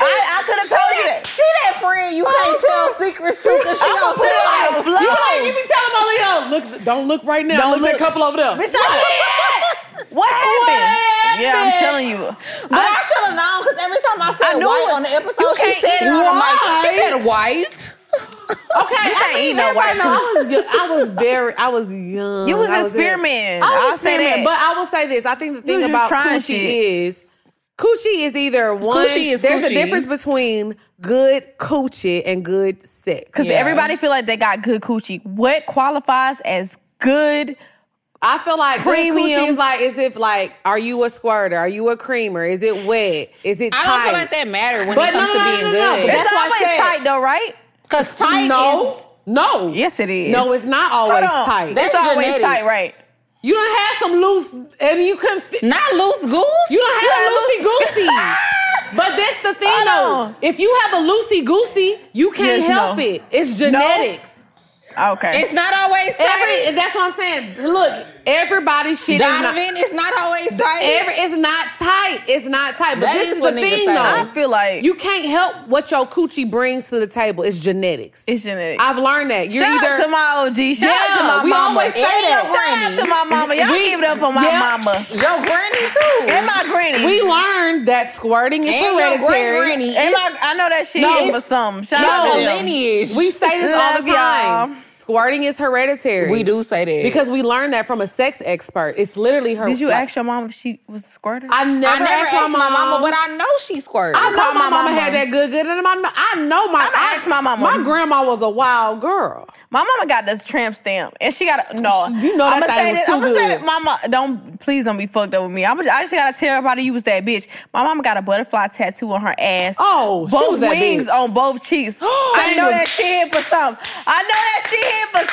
I, I could have told you that.
She that friend you can't tell secrets to because she
I'ma
gonna
put it
tell
like
you.
blood.
You can't even tell them, Leo. Look, don't look right now. Don't
Don't
look, at that
look.
couple over there.
Bitch, I- what happened? Yeah, I'm telling you.
But I should have known because every time I said
I knew
white
it.
on the
You
episode, she
can't
said it
eat
on the mic.
white.
She said white.
Okay, I
can't eat
mean,
no white
everybody know I was, yo- I was very, I was young.
You was
I very-
experimenting.
I was
I'll say
experimenting,
that.
but I will say this: I think the
was
thing
just
about
trying
coochie
shit.
is coochie is either one.
Coochie is
there's
coochie.
a difference between good coochie and good sex.
Because
Yeah.
everybody feel like they got good coochie. What qualifies as good?
I feel like good
Premium.
coochie is like, is if like, are you a squirter? Are you a creamer? Is it wet? Is it?
I don't
tight?
feel like that matter when
But
it comes
no, no,
to
no, no,
being
no,
good.
but-
That's
That's why I
always
said-
tight though, right?
Because tight is
No, no.
Yes, it is.
No, it's not
Hold
always
on.
tight.
That-
That's
That's
it's always
genetic.
tight, right?
you don't have some loose, and you couldn't fit.
not loose goose.
You don't have a loosey goosey. but that's the thing,
Hold on.
though. If you have a loosey goosey, you can't
Yes,
help
no.
it. It's genetics.
Ah, Okay.
It's not always
Every
tight.
and that's what I'm saying. Look, everybody's shit is not.
Donovan, it's not always tight.
Every, it's not tight. It's not tight. But
That
this
is
is, the
what niggas
thing,
say.
I
though.
feel like
You can't help what your coochie brings to the table. It's genetics.
it's genetics.
I've learned that. You're
Shout
either
out to my OG. Shout out to
Yeah,
my
we
mama.
always say
Shout
that.
out to my mama. Y'all
We-
give it up for my
yeah.
mama
your granny too.
and my granny.
we learned that squirting is
And your
hereditary.
great-granny.
and my, I know that she
No,
no, for
it's-
some. Shout
It's
out
the
to them.
lineage.
We say this all
Love
the time.
y'all.
Squirting is hereditary.
We do say that
Because we learned that from a sex expert. It's literally her.
Did you
like,
ask your mom if she was a squirter?
I never,
I never
asked, my mama.
but I know she squirted.
I,
call
know my
my
mama,
mama.
had that good good in them. I know, I know my.
I'ma
I-
ask my mama.
My grandma was a wild girl.
My mama got this tramp stamp, and she got a, no.
You know that
I'm gonna
thing
say
was
this.
too
I'm gonna say
good.
that. Mama, don't please don't be fucked up with me. I'm, I just gotta tell everybody you was that bitch. My mama got a butterfly tattoo on her ass.
Oh, she
both
was that
wings
bitch.
on both cheeks. I know
Bangers.
that she hit for something. I know that she hit hitting for something.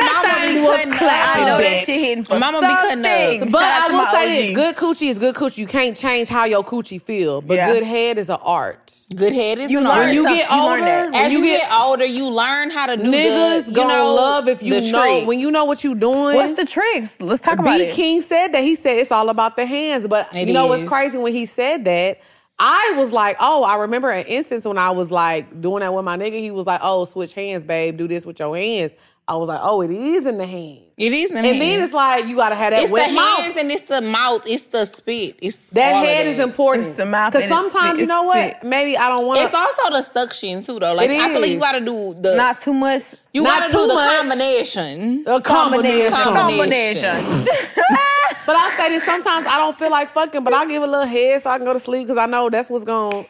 Mama
That
be
thing was
cutting up.
clapping. I know that shit hitting for
Mama be cutting up.
something.
But
Shout out
I
to
will
my
say
OG.
this: good coochie is good coochie. You can't change how your coochie feel, but
Yeah.
good head is an art.
Good head is
You
an
learn
art.
You
Some-
get
you
older,
learn that.
when
As you,
you
get, older, you learn how to do
niggas
the, you
gonna
know,
love if you
the
know
tricks.
when you know what you doing.
What's the tricks? Let's talk about
B
it.
King said that he said it's all about the hands, but
It
you know what's
is.
crazy when he said that. I was like, oh, I remember an instance when I was like doing that with my nigga. He was like, oh, switch hands, babe. Do this with your hands. I was like, oh, it is in the hands.
It is, in the
And then
hands.
it's like you gotta have that
it's the
wet mouth.
hands and it's the mouth, it's the spit, it's
That
all of
head is
that.
important.
It's the mouth
Because
and it's
sometimes,
spit-
you know
it's
what?
spit.
Maybe I don't want
It's also the suction too, though. Like
It
I feel like you
is.
gotta do the
Not too much.
you
not
gotta do
too
the
much.
combination.
a combination.
Combination.
But I say this sometimes I don't feel like fucking, but I give a little head so I can go to sleep because I know that's what's going.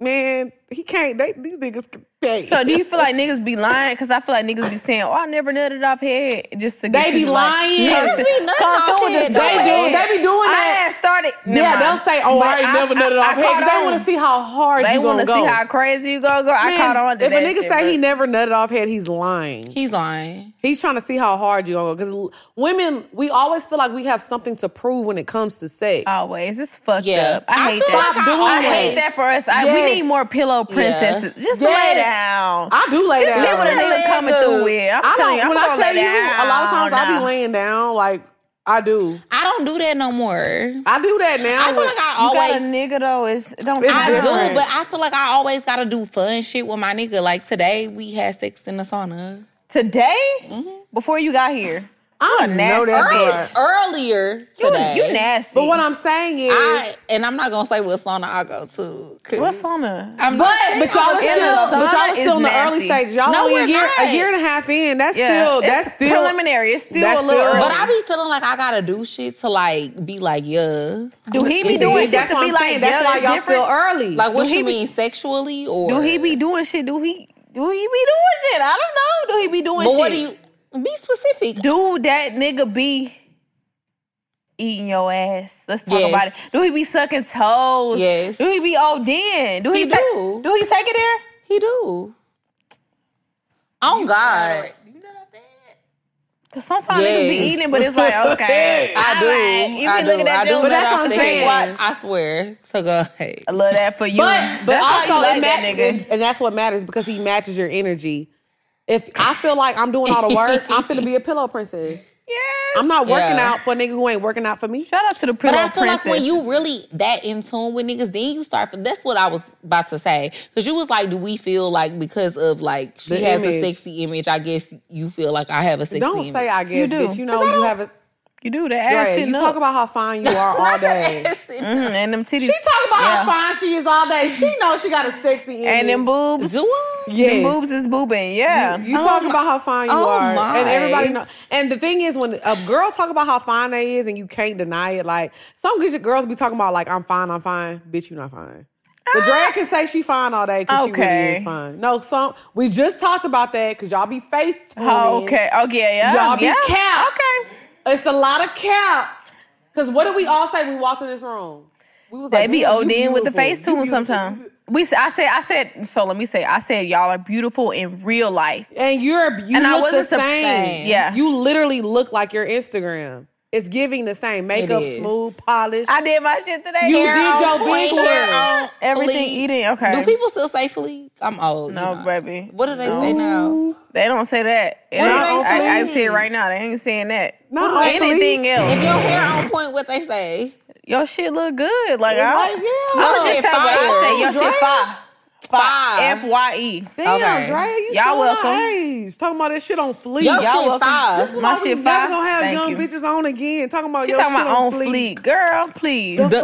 Man, he can't. They, these niggas can pay.
So do you feel like niggas be lying? Because I feel like niggas be saying, "Oh, I never nutted off head," just to get
They
you
be
to, like,
lying.
come-
Niggas be nutting
come
off
through
head,
with the
though.
they
stomach.
do. They be doing
I
that.
had started. Never
yeah,
mind.
they'll say, "Oh,
But
I ain't never nutted
I
off head." 'cause
caught
They
on.
want to see how hard
They
you
want
gonna
to
go.
see how crazy you gonna go. I
Man,
caught on to
if
that
a nigga
shit,
say
but-
he never nutted off head, he's lying.
He's lying.
He's trying to see how hard you gonna go. Because women, we always feel like we have something to prove when it comes to sex.
always. It's fucked
Yeah.
up. I,
I
hate
feel
that.
like I
I,
always-
hate that for us. I,
Yes.
We need more pillow princesses. Just to lay
Yes.
down.
I do lay down.
Live with a nigga
Let
coming
go.
through with. I'm
I
telling
don't.
you, I'm
when
gonna
I tell
lay down.
you, a lot of times I be
now.
laying down. Like I do.
I don't do that no more.
I do that now.
I feel like I
You got a
always
nigga though. It's don't.
It's
I
different.
do, but I feel like I always gotta do fun shit with my nigga. Like today we had sex in the sauna.
today before you got here.
I
you a
know
nasty
that's
bitch.
right.
Earlier
You,
today.
you nasty.
But what I'm saying is,
I and I'm not gonna say what sauna I go to. 'cause
what's on her?
I'm
but
not-
but y'all are
in
still,
the
but y'all
sauna
are still in the
is
early
nasty.
stage. Y'all
No,
only a
we're
year,
not.
a year and a half in. That's still
it's
that's still
preliminary. It's still
that's
a little.
still-
early.
But I be feeling like I gotta do shit to like be like, yeah.
do
It's
he be doing
different.
shit
That's
to
what
be
I'm
like?
saying. That's
yeah,
why
it's
y'all
different?
still early.
Like what
Do he
you
be-
mean sexually or
Do he be doing shit? Do he? Do he be doing shit? I don't know. Do he be doing
But
shit?
what do you be specific?
Do that nigga be eating your ass? Let's talk
Yes.
about it. Do he be sucking toes?
Yes.
Do he be ODing? Do he,
He
ta-
do.
do he take it there?
He do. Oh God.
Cause sometimes niggas be
Yes.
eating, but it's like okay,
I do.
Alright, you be
I do.
looking
I
at
do.
you.
let
that's
off
what I'm
the
saying.
head. I swear to God.
I love that for you.
But but
That's
also
why you like
it
that
mat-
nigga.
and that's what matters because he matches your energy. If I feel like I'm doing all the work, I'm finna be a pillow princess.
Yes.
I'm not working
Yeah.
out for a nigga who ain't working out for me.
Shout out to the
But
pillow
I feel
princess.
like when you really that in tune with niggas, then you start. That's what I was about to say. Because you was like, do we feel like because of like she
The
has a
image.
sexy image? I guess you feel like I have a sexy
Don't
image.
say I guess,
You do.
bitch. You
'Cause
know
I
you
don't-
have a
you do the ass
Dre,
sitting
You
up.
talk about how fine you are all day.
Mm, and them titties.
She talk about how fine she is all day. She knows she got a sexy image.
and them boobs.
Do I?
Them
Yes.
boobs is boobing. Yeah.
You talk about how fine you
oh
are,
my.
and everybody know. And the thing is, when uh, girls talk about how fine they is, and you can't deny it, like some good girls be talking about, like I'm fine, I'm fine, bitch, you not fine. The drag can say she fine all day because she really
Ah. Okay.
is fine. No, some we just talked about that because y'all be faced.
Oh, okay. Oh, yeah, yeah.
Y'all be
yeah.
cap.
Okay.
It's a lot of cap. Because what did we all say? We walked in this room. We was
They
like, "Bitch,
be
you
ODing with
beautiful.
the face
You
tune
beautiful.
sometimes. We, s- I said, I said. So let me say, I said, y'all are beautiful in real life.
and you're you
And I
look
wasn't
the
sup-
same.
Yeah.
you literally look like your Instagram. It's giving the same makeup,
is.
smooth, polish.
I did my shit today.
You
Hair
did
on
your
point,
big
hair
one.
on, Everything
Fleek.
eating. Okay.
Do people still say fleek? I'm old.
No,
you know.
baby.
What do they say now?
They don't say that. And
do
I,
they
I, I,
say?
see it right now. They ain't saying that.
No,
Or
I believe-
anything else.
If your hair on point, what they say?
Your shit look good. Like I,
like, yeah.
Oh, I
Your
was just
shit
saying,
fire.
I say your
Dre.
shit fire.
Fire.
F Y E.
Damn,
Okay.
Dre, you
Y'all
showing our
welcome.
Age. Talking about that shit on fleek.
Your
Y'all
shit
welcome.
five.
My
we
shit
never
fire.
gonna have
Thank
young
you.
bitches on again. Talking about
She
your
talking
shit
about
on
on
fleek.
fleek, girl. Please.
The,
The-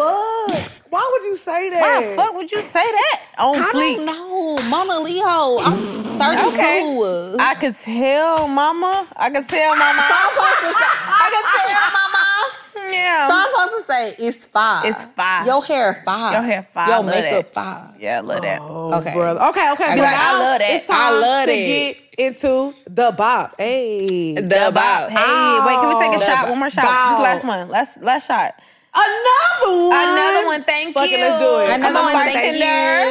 fuck? Why would you say that?
Why the fuck would you say that on
I
fleek?
don't know, Mama Leo. I'm 32.
Okay. I could tell, Mama. I could tell, Mama.
I'm supposed to say, I can tell my mom. So
Yeah.
I'm supposed to say it's five.
It's five.
Your hair five.
Your hair five.
Your
Love
makeup
that.
five.
Yeah, I love that.
Oh,
Okay.
brother. Okay, okay.
Be
So
like,
now
I love that.
It's time
I love
to
that.
get into the bop. Hey,
The bop.
Oh, Hey, wait, can we take a
Bow.
shot? One more shot.
Bow.
Just last one. Last last shot.
another one.
Another
one, thank
Fuck
you.
it, let's do it.
Another
Come on,
one,
thank
thank
you.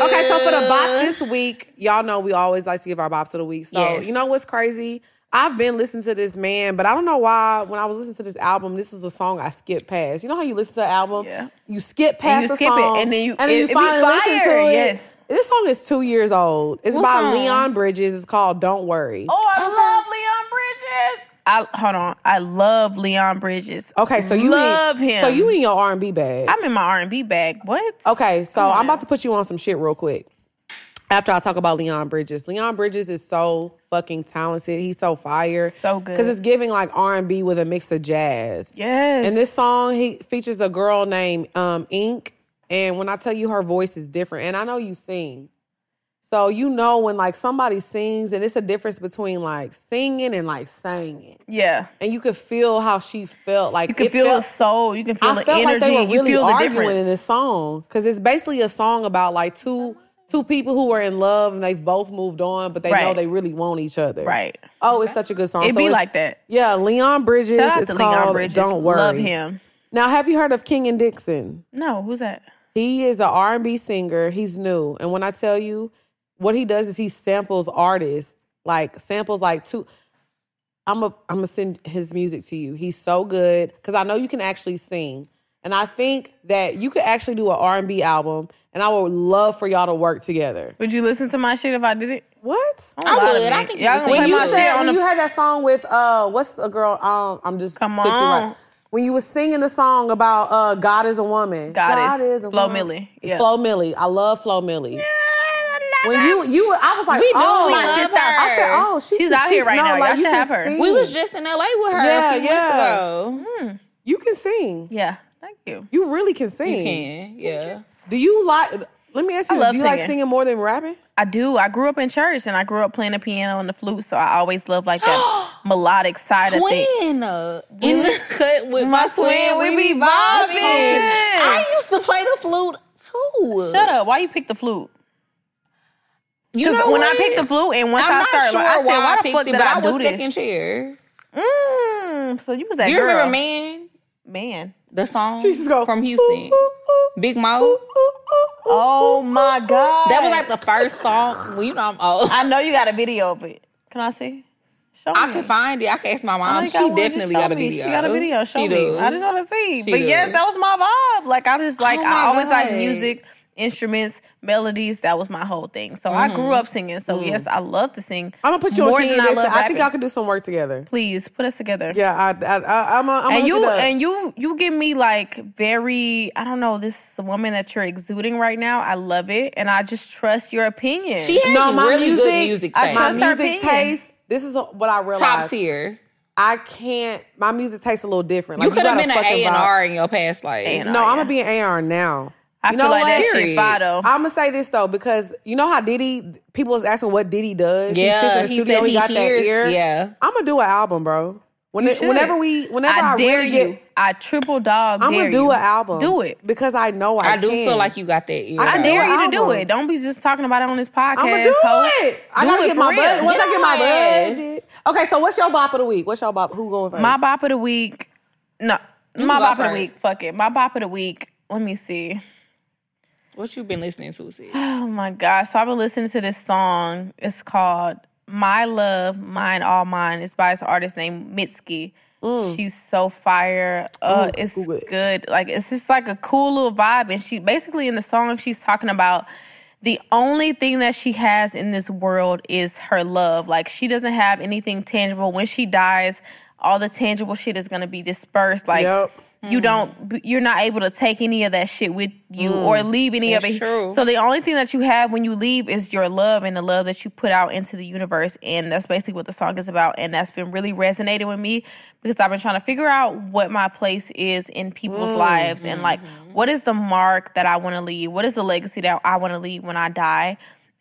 you.
Okay, so for the bop this week, y'all know we always like to give our bops of the week. So
Yes.
you know what's crazy? I've been listening to this man, but I don't know why. When I was listening to this album, this was a song I skipped past. You know how you listen to an album,
Yeah.
you skip past
you
the
skip it,
song,
and then you-
and
it-
then
it be
you finally listen
fire,
to it.
yes.
This song is two years old. It's
What
by
song?
Leon Bridges. It's called "Don't Worry."
Oh, I
Uh-huh.
love Leon Bridges. I hold on. I love Leon Bridges.
Okay, so you
love
in,
him.
So you in your R and B bag?
I'm in my R and B bag. What?
Okay, so I'm about to put you on some shit real quick. After I talk about Leon Bridges, Leon Bridges is so fucking talented. He's so fire,
So good.
because it's giving like R and B with a mix of jazz.
Yes.
And this song he features a girl named um, Ink, and when I tell you her voice is different, and I know you sing, so you know when like somebody sings, and it's a difference between like singing and like singing,
Yeah.
and you could feel how she felt. Like
You can
it
feel the
felt-
soul. You can feel
I
the
felt
energy.
like they were
you
really
feel the
arguing
difference.
in this song because it's basically a song about like two two people who are in love and they've both moved on, but they know
Right.
they really want each other.
Right.
Oh, it's such a good song.
It
So
be
it's-
like that.
Yeah, Leon Bridges.
Shout out
it's
to Leon
called
Bridges.
Don't worry.
Love him.
Now, have you heard of King and Dixon?
No, who's that?
He is an R and B singer. He's new, and when I tell you what he does is he samples artists, like samples like two. I'm a I'm gonna send his music to you. He's so good because I know you can actually sing, and I think that you could actually do an R and B album. And I would love for y'all to work together.
Would you listen to my shit if I did it?
What?
Don't
I
lie to
would. I
me.
think
y'all
you
gonna
would.
When
play my
you,
shit
said,
on
when
the.
you had that song with uh, what's the girl? Um, I'm just
Come
tipsy right-
on.
When you were singing the song about uh, God is a woman.
Goddess. Flo
woman.
Milli. Yeah.
Flo Millie. I love Flo Millie. When you you, I was like,
We do.
oh,
We
my
love
sister.
her.
I said, oh, she
She's
can-
out
she-
here right
no, Like,
now. Y'all
you
should
can
have her.
sing.
We was just in LA with her
Yeah,
a few
yeah.
weeks ago.
You can sing.
Yeah. Thank you.
You really can sing.
You can, yeah.
Do you like? Let me ask you.
love
do you like
singing.
singing more than rapping?
I do. I grew up in church and I grew up playing the piano and the flute, so I always love like that melodic side of things.
Twin uh, in the cut with my, twin, we be vibing. I used to play the flute too.
Shut up. Why you pick the flute?
You
Because
know
when I
what?
picked the flute and once
I'm
i
not
started,
sure
like, I said,
why,
why,
I
the
picked
fuck
it,
did
but I
I
was
do
second
this?
chair.
Mm, so you was that
Do you
girl.
remember "Man"?
Man.
The song
She just go
from
"Ooh,
Houston,
ooh, ooh,
Big
ooh,
Mo.
ooh, ooh, ooh,
Oh
ooh,
my
ooh, ooh."
God.
That was like the first song. Well, you know I'm old.
I know you got a video of it. Can I see? Show me.
I can find it. I can ask my
I
mom.
know you
she
got one. Just
definitely
show
got a
me.
video.
She got a video. Show
She
me.
does.
I just want to see.
She
but yes,
does.
that was my vibe. Like I just like
Oh my
I always like
God.
music, instruments, melodies. That was my whole thing. So I
Mm-hmm.
grew up singing. So yes, I love to sing.
I'm gonna put you
more
on King
than
and
I
Dixon.
love
I think
rapping.
y'all can do some work together.
Please put us together.
Yeah, I, I, I I'm a, I'm
and
a
you and you you give me like very I don't know this woman that you're exuding right now. I love it, and I just trust your opinion.
She has
No, my
really good
music-
music
I
taste.
my
trust her
music
opinion.
taste. This is what I realized.
Top tier.
I can't. My music tastes a little different.
You
Like,
could have
gotta
been an
fucking
A and
vibe.
R in your past life.
A&R.
No,
Oh,
I'm
yeah.
gonna be an AR now.
I
You
feel
know
like that
what?
shit
Period.
fire though.
I'm gonna say this though because you know how Diddy people was asking what Diddy does. he, sits
Yeah,
in the
he
studio,
said he,
got
hears.
that ear.
Yeah,
I'm gonna do an album, bro. When
You
it-
should.
whenever we, whenever I,
dare
really
you,
get,
I triple dog.
I'm
dare
gonna do
you.
an album.
Do it.
because I know I,
I, do
can.
feel like you got that ear.
I
I
though.
do
dare
an
you to do
album.
it. Don't be just talking about it on this podcast.
I'm gonna do
hoe.
it. I
Do
gotta
it
get
for
my
real.
budget. Once
Get
I get
on
my
my ass.
budget. Okay, so what's your bop of the week? What's your bop? Who going first?
My bop of the week. No, my
go
bop of the
first.
week. Fuck it. My bop of the week. Let me see.
What you been listening to? Sis?
Oh my gosh. So I've been listening to this song. It's called My Love, Mine, All Mine. It's by this artist named Mitski. She's so fire. Uh,
Ooh,
it's
Google it.
good. Like it's just like a cool little vibe. And she basically in the song she's talking about the only thing that she has in this world is her love. Like she doesn't have anything tangible. When she dies, all the tangible shit is gonna be dispersed. Like
Yep.
Mm.
you don't b- you're not able to take any of that shit with you or leave any of
Mm. That's
it
true.
so the only thing that you have when you leave is your love and the love that you put out into the universe and that's basically what the song is about and that's been really resonating with me because i've been trying to figure out what my place is in people's
Mm,
lives and like
mm-hmm.
what is the mark that i want to leave what is the legacy that i want to leave when i die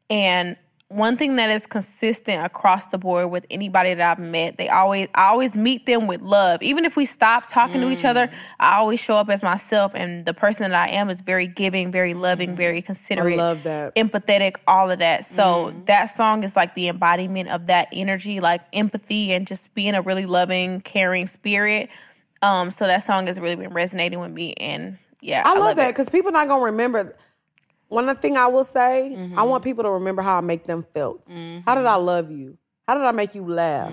and one thing that is consistent across the board with anybody that I've met, they always I always meet them with love. Even if we stop talking to each
Mm.
other, I always show up as myself and the person that I am is very giving, very loving, very considerate.
Mm. love that. Mm-hmm.
Empathetic, all of that. So that song is like the embodiment of that energy, like empathy and just being a really loving, caring spirit. Um, so that song has really been resonating with me and Yeah,
I, love that
it.
because people not gonna remember. One other thing I will say, I want people to remember how I make them felt. How did I love you? How did I make you laugh?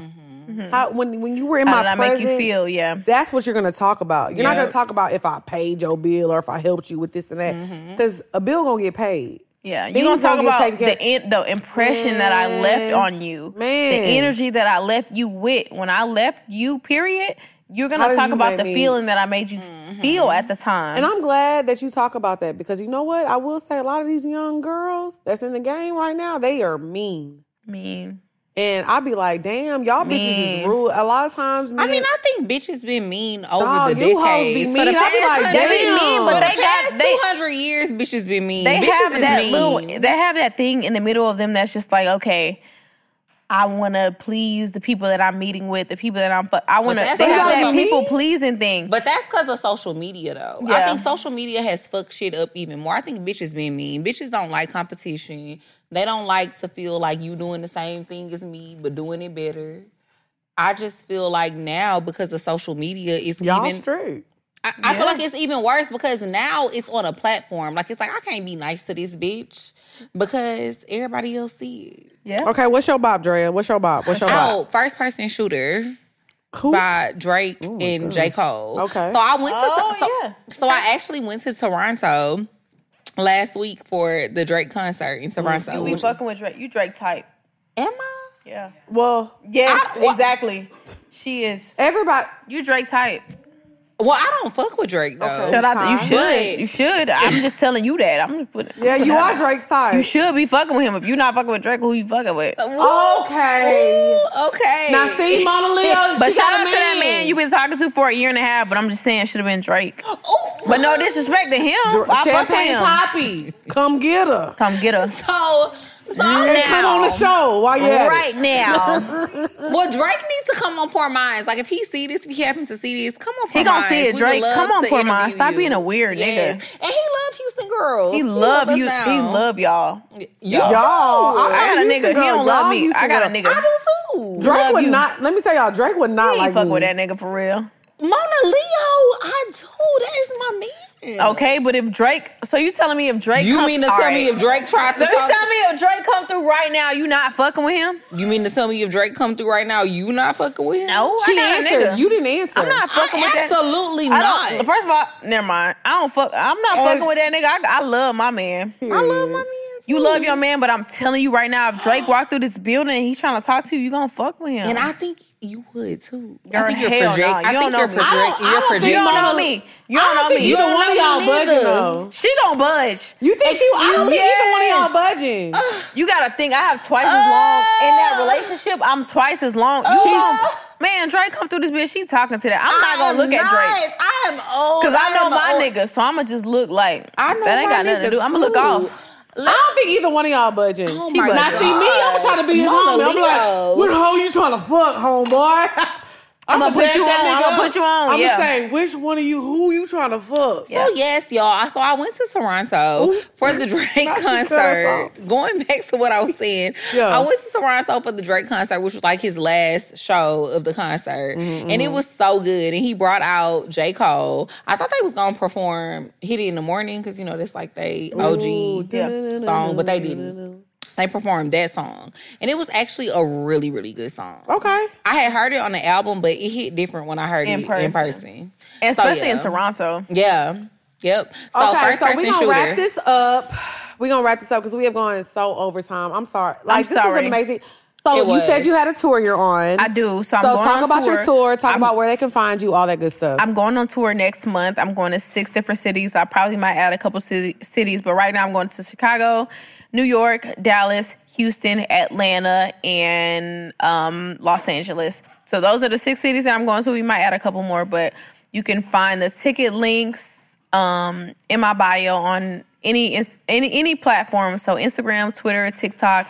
How when when you were in
How
Mm-hmm. my
did I make you
presence,
feel? Yeah.
that's what you're gonna talk about. You're not
Yep.
gonna talk about if I paid your bill or if I helped you with this and that because a bill gonna get paid.
Yeah, you
Things
gonna talk
gonna get
about
taken care-
the in, the impression that I left on you,
Man.
the energy that I left you with when I left you. Period. You're
How
gonna
did
talk
you
about
make
the
me-
feeling that I made you feel at the time.
And I'm glad that you talk about that because you know what? I will say a lot of these young girls that's in the game right now, they are mean.
I mean,
And I be like, damn, y'all bitches is
Mean.
rude. A lot of times,
I
men-
mean, I think bitches been mean over
Dog,
the
you hoes be
decades. For the
mean. I be
past
like,
hundred-
they be mean, but
for the
they got-
past
they-
200 years, bitches been mean.
they
bitches
have
is
that
mean.
little, they have that thing in the middle of them that's just like, okay, I want to please the people that I'm meeting with, the people that I'm, fu- I want to.
that's
They
what
have
I
that
mean.
people pleasing thing.
But that's because of social media, though. I
Yeah.
think social media has fucked shit up even more. I think bitches being mean. Bitches don't like competition. They don't like to feel like you doing the same thing as me, but doing it better. I just feel like now because of social media, it's
y'all
even.
straight.
I, I feel like it's even worse because now it's on a platform. Like it's like I can't be nice to this bitch because everybody else sees.
yeah,
Okay, what's your bob, Drea? What's your bob? What's your bob?
Oh, first person shooter.
Who?
by Drake and J. Cole.
Okay.
So I went to
Oh,
so,
yeah.
so I actually went to Toronto last week for the Drake concert in Toronto.
you be
which-
fucking with Drake. You Drake type.
Am I?
Yeah.
Well,
Yes,
I- wha-
exactly. She is.
everybody.
You Drake type.
Well, I don't fuck with Drake though.
Shout out to- you
But-
should. You should. I'm just telling you that. I'm just putting.
Yeah,
putting
you
that
are
out.
Drake's type.
You should be fucking with him. If you're not fucking with Drake, who you fucking with?
Oh, Ooh,
Okay.
ooh, okay.
Now see, Mona Leo.
But
she
shout
got a
out to that man you've been talking to for a year and a half. But I'm just saying, should have been Drake.
Ooh.
But no disrespect to him. I fuck with
Champagne
him.
Poppy, come get her.
Come get her
So, so I-
And come on the show while you're at it.
right now.
well, Drake needs to come on Poor Minds. Like, if he see this, if he happens to see this, come on. Poor
He gonna
Minds.
see it,
We would
Drake.
love
Come on,
to
Poor
interview
Minds. Stop
you.
being a weird
Yes. And he love Houston girls.
He
He
love
us
you. He
now.
love y'all.
Y'all,
Y'all.
Oh, I got a
used
nigga.
to
He
go-
don't love
y'all
me.
used to
I got a
go-
nigga.
I do too.
Drake
love
would
you.
not. Let me tell y'all, Drake would not
He ain't
like
fuck
me.
with that nigga for real.
Mona Leo, I do. That is my
Oh.
man.
Okay, but if Drake, so you telling me if Drake?
You
come-
mean to
all
tell
right.
me if Drake tries
So
to
you telling
talk?
me if Drake come through right now, you not fucking with him?
You mean to tell me if Drake come through right now, you not fucking with him?
No,
She
I got
answered.
a nigga.
You didn't answer.
I'm not fucking
I
with that.
absolutely
I
not.
don't. First of all, never mind. I don't fuck. I'm not
As-
fucking with that nigga. I, I love my man.
I love my man.
You love your man, but I'm telling you right now, if Drake walked through this building and he's trying to talk to you, you gonna fuck with him.
and I think you would too.
Girl,
I think you're
hell
project-
nah.
I
You
think
don't know
you're
me.
project-
I
don't- I
you're
don't think
you
projecting.
don't
Mona-
know me. You don't know me.
you don't
don't
one of
know
y'all
me
budging
neither.
though.
She gonna budge.
You think she? I don't think either one of y'all budging.
Uh,
You gotta think I have twice as long in that
Oh.
relationship. I'm twice as long. You
Uh.
gon- man, Drake come through this bitch. She talking to that. I'm not
I am
gonna look at Drake
not. I am old.
because I, know
am
my
old-
nigga, so I'ma just look like
I know
that ain't
my
got nothing to
nigga
do. I'ma look
too.
off.
I don't think either one of y'all budging.
Oh
She
my
budging.
Now
God.
see me, I'm trying to be his
Mona
homie. I'm like,
Leo.
what hoe you trying to fuck, homeboy? I'm
I'ma put you on. I'ma put you on,
I'm
yeah.
gonna say which one of you, who you trying to fuck?
So yes, y'all. So I went to Toronto
Ooh.
for the Drake
Now she cut us
concert. Going back to what I was saying,
Yeah.
I went to Toronto for the Drake concert, which was like his last show of the concert,
Mm-hmm,
and it was so good. And he brought out J Cole. I thought they was gonna perform "Hit It in the Morning" because you know that's like they OG song, but they didn't. They performed that song, and it was actually a really, really good song.
Okay.
I had heard it on the album, but it hit different when I heard
In
it in
person.
person,
And
Oh,
So,
especially in
yeah.
Toronto.
Yeah. Yep. So
okay,
first
so
person
we gonna
shooter.
wrap this up. We gonna wrap this up because we have gone so over time. I'm sorry. Like this
sorry.
is amazing. So
It
you said
was.
you had a tour you're on.
I do. So I'm
so
going
talk
on
about your tour. Talk
I'm-
about where they can find you. All that good stuff.
I'm going on tour next month. I'm going to six different cities. I probably might add a couple city, cities, but right now I'm going to Chicago, New York, Dallas, Houston, Atlanta, and um, Los Angeles. So those are the six cities that I'm going to. We might add a couple more, but you can find the ticket links um, in my bio on any ins- any any platform. So Instagram, Twitter, TikTok.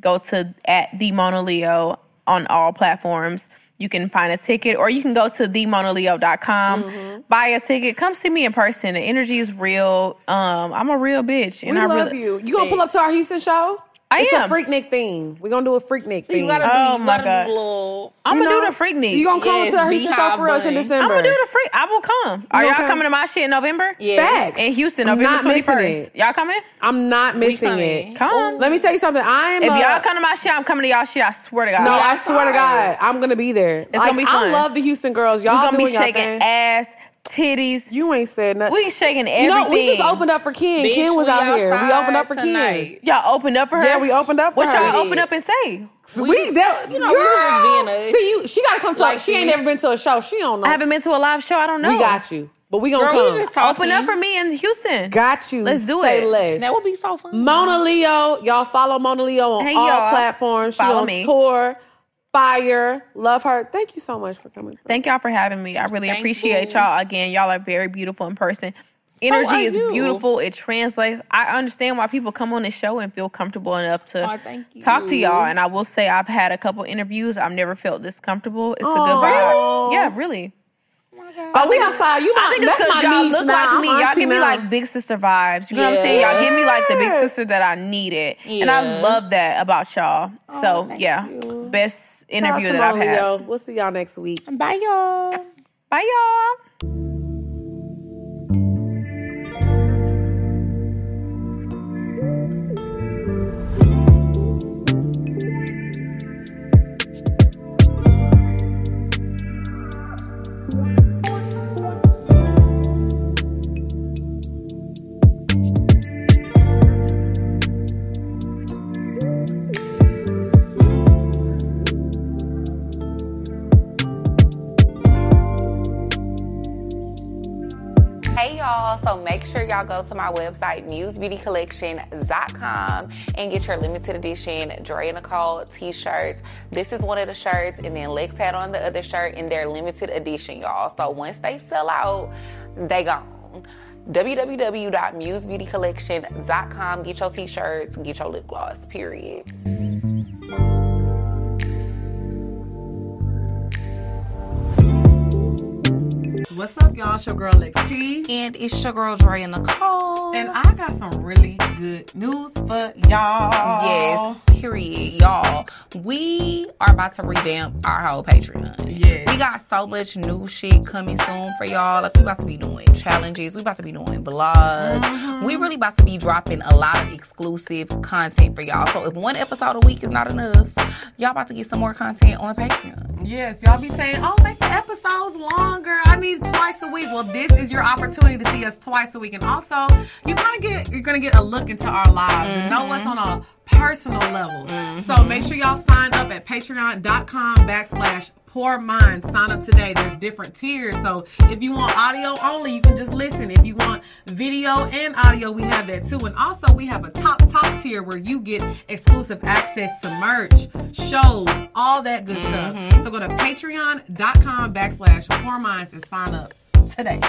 Go to at the Mona Leo on all platforms. You can find a ticket or you can go to themonaleo.com,
Mm-hmm.
buy a ticket, come see me in person. The energy is real. Um, I'm a real bitch. And
we
I
love
really,
you. You gonna pull up to our Houston show?
I
it's
am.
a Freaknik theme. We're gonna do a Freaknik
You
thing.
gotta do,
Oh
you
my
gotta
God.
do a little.
I'm
You
gonna do
know?
the freak knee.
You gonna come
Yes,
to her Houston
Beehive
show for us in
Bunny.
I'm
December?
gonna do the freak. I will come. Are
You
y'all
okay?
coming to my shit in November?
Yes.
Facts.
In Houston,
I'm
November
not
twenty
missing
first.
it.
Y'all coming?
I'm not
We
missing
coming.
it. Oh,
Come.
Let me tell you something. I am.
If
a-
y'all come to my shit, I'm coming to y'all shit. I swear to God.
no, I swear to God, I'm gonna be there. It's
gonna be fun.
I love the Houston girls. Y'all
we gonna be
doing y'all
shaking
thing.
ass, titties.
You ain't said nothing.
We shaking everything.
you know, we just opened up for Ken.
Bitch,
Ken was
we
out here. We
outside
opened up for
tonight.
Y'all opened up for her.
Yeah, we opened up for
what
her.
y'all
We
open up and say?
Ken. We, that,
you know, we
girl.
were in Vienna.
See, you, she gotta come to.
Like
Like, she ain't
she-
never been to a show. She don't know.
I haven't been to a live show. I don't know.
We got you, but we gonna
Girl,
come.
we just talking.
Open up for me in Houston.
got you.
Let's do
Say
it.
Less.
That would be so fun.
Mona Leo, y'all follow Mona Leo on
Hey,
all
y'all.
platforms. She
Follow
on
me.
tour, fire, love her. Thank you so much for coming. through.
Thank y'all for having me. I really
Thanks,
appreciate
boo.
y'all. Again, y'all are very beautiful in person. Energy
are
is
you.
beautiful. It translates. I understand why people come on this show and feel comfortable enough to
Aw, thank you.
talk to y'all. And I will say, I've had a couple interviews. I've never felt this comfortable. It's a good vibe. Yeah, really.
Oh, we outside. You my,
I think it's
that's
because
my
y'all
niece
look
now.
like me. Y'all
Auntie
give me
now.
like big sister vibes. You know what I'm saying? Y'all give me like the big sister that I needed. And I
Yeah.
love that about y'all. So, yeah, best
Oh, Shout out
interview
to
that I've
Mona
had.
Leo. We'll see y'all next week.
Um,
Bye, y'all.
Bye, y'all.
Hey y'all, so make sure y'all go to my website, musebeautycollection.com, and get your limited edition Dre Nicole t shirts. This is one of the shirts, and then Lex had on the other shirt, and they're limited edition, y'all. So once they sell out, they gone. www.musebeautycollection.com. Get your t shirts, get your lip gloss, period.
What's up, y'all? It's your girl XT.
And it's your girl Dre Nicole.
And I got some really good news for y'all.
Yes, period, y'all. We are about to revamp our whole Patreon.
Yes.
We got so much new shit coming soon for y'all. Like, we about to be doing challenges. We about to be doing vlogs.
Mm-hmm.
We really about to be dropping a lot of exclusive content for y'all. So if one episode a week is not enough, y'all about to get some more content on Patreon.
Yes, y'all be saying, oh, make the episodes longer. I need twice a week. Well, this is your opportunity to see us twice a week. And also, you kind of get you're gonna get a look into our lives and know what's on a personal level. So make sure y'all sign up at patreon.com backslash poor mind. Sign up today. There's different tiers. So if you want audio only, you can just listen. If you want video and audio, we have that too. And also we have a top top tier where you get exclusive access to merch, shows, all that good stuff. So go to patreon.com backslash poor minds and sign up today.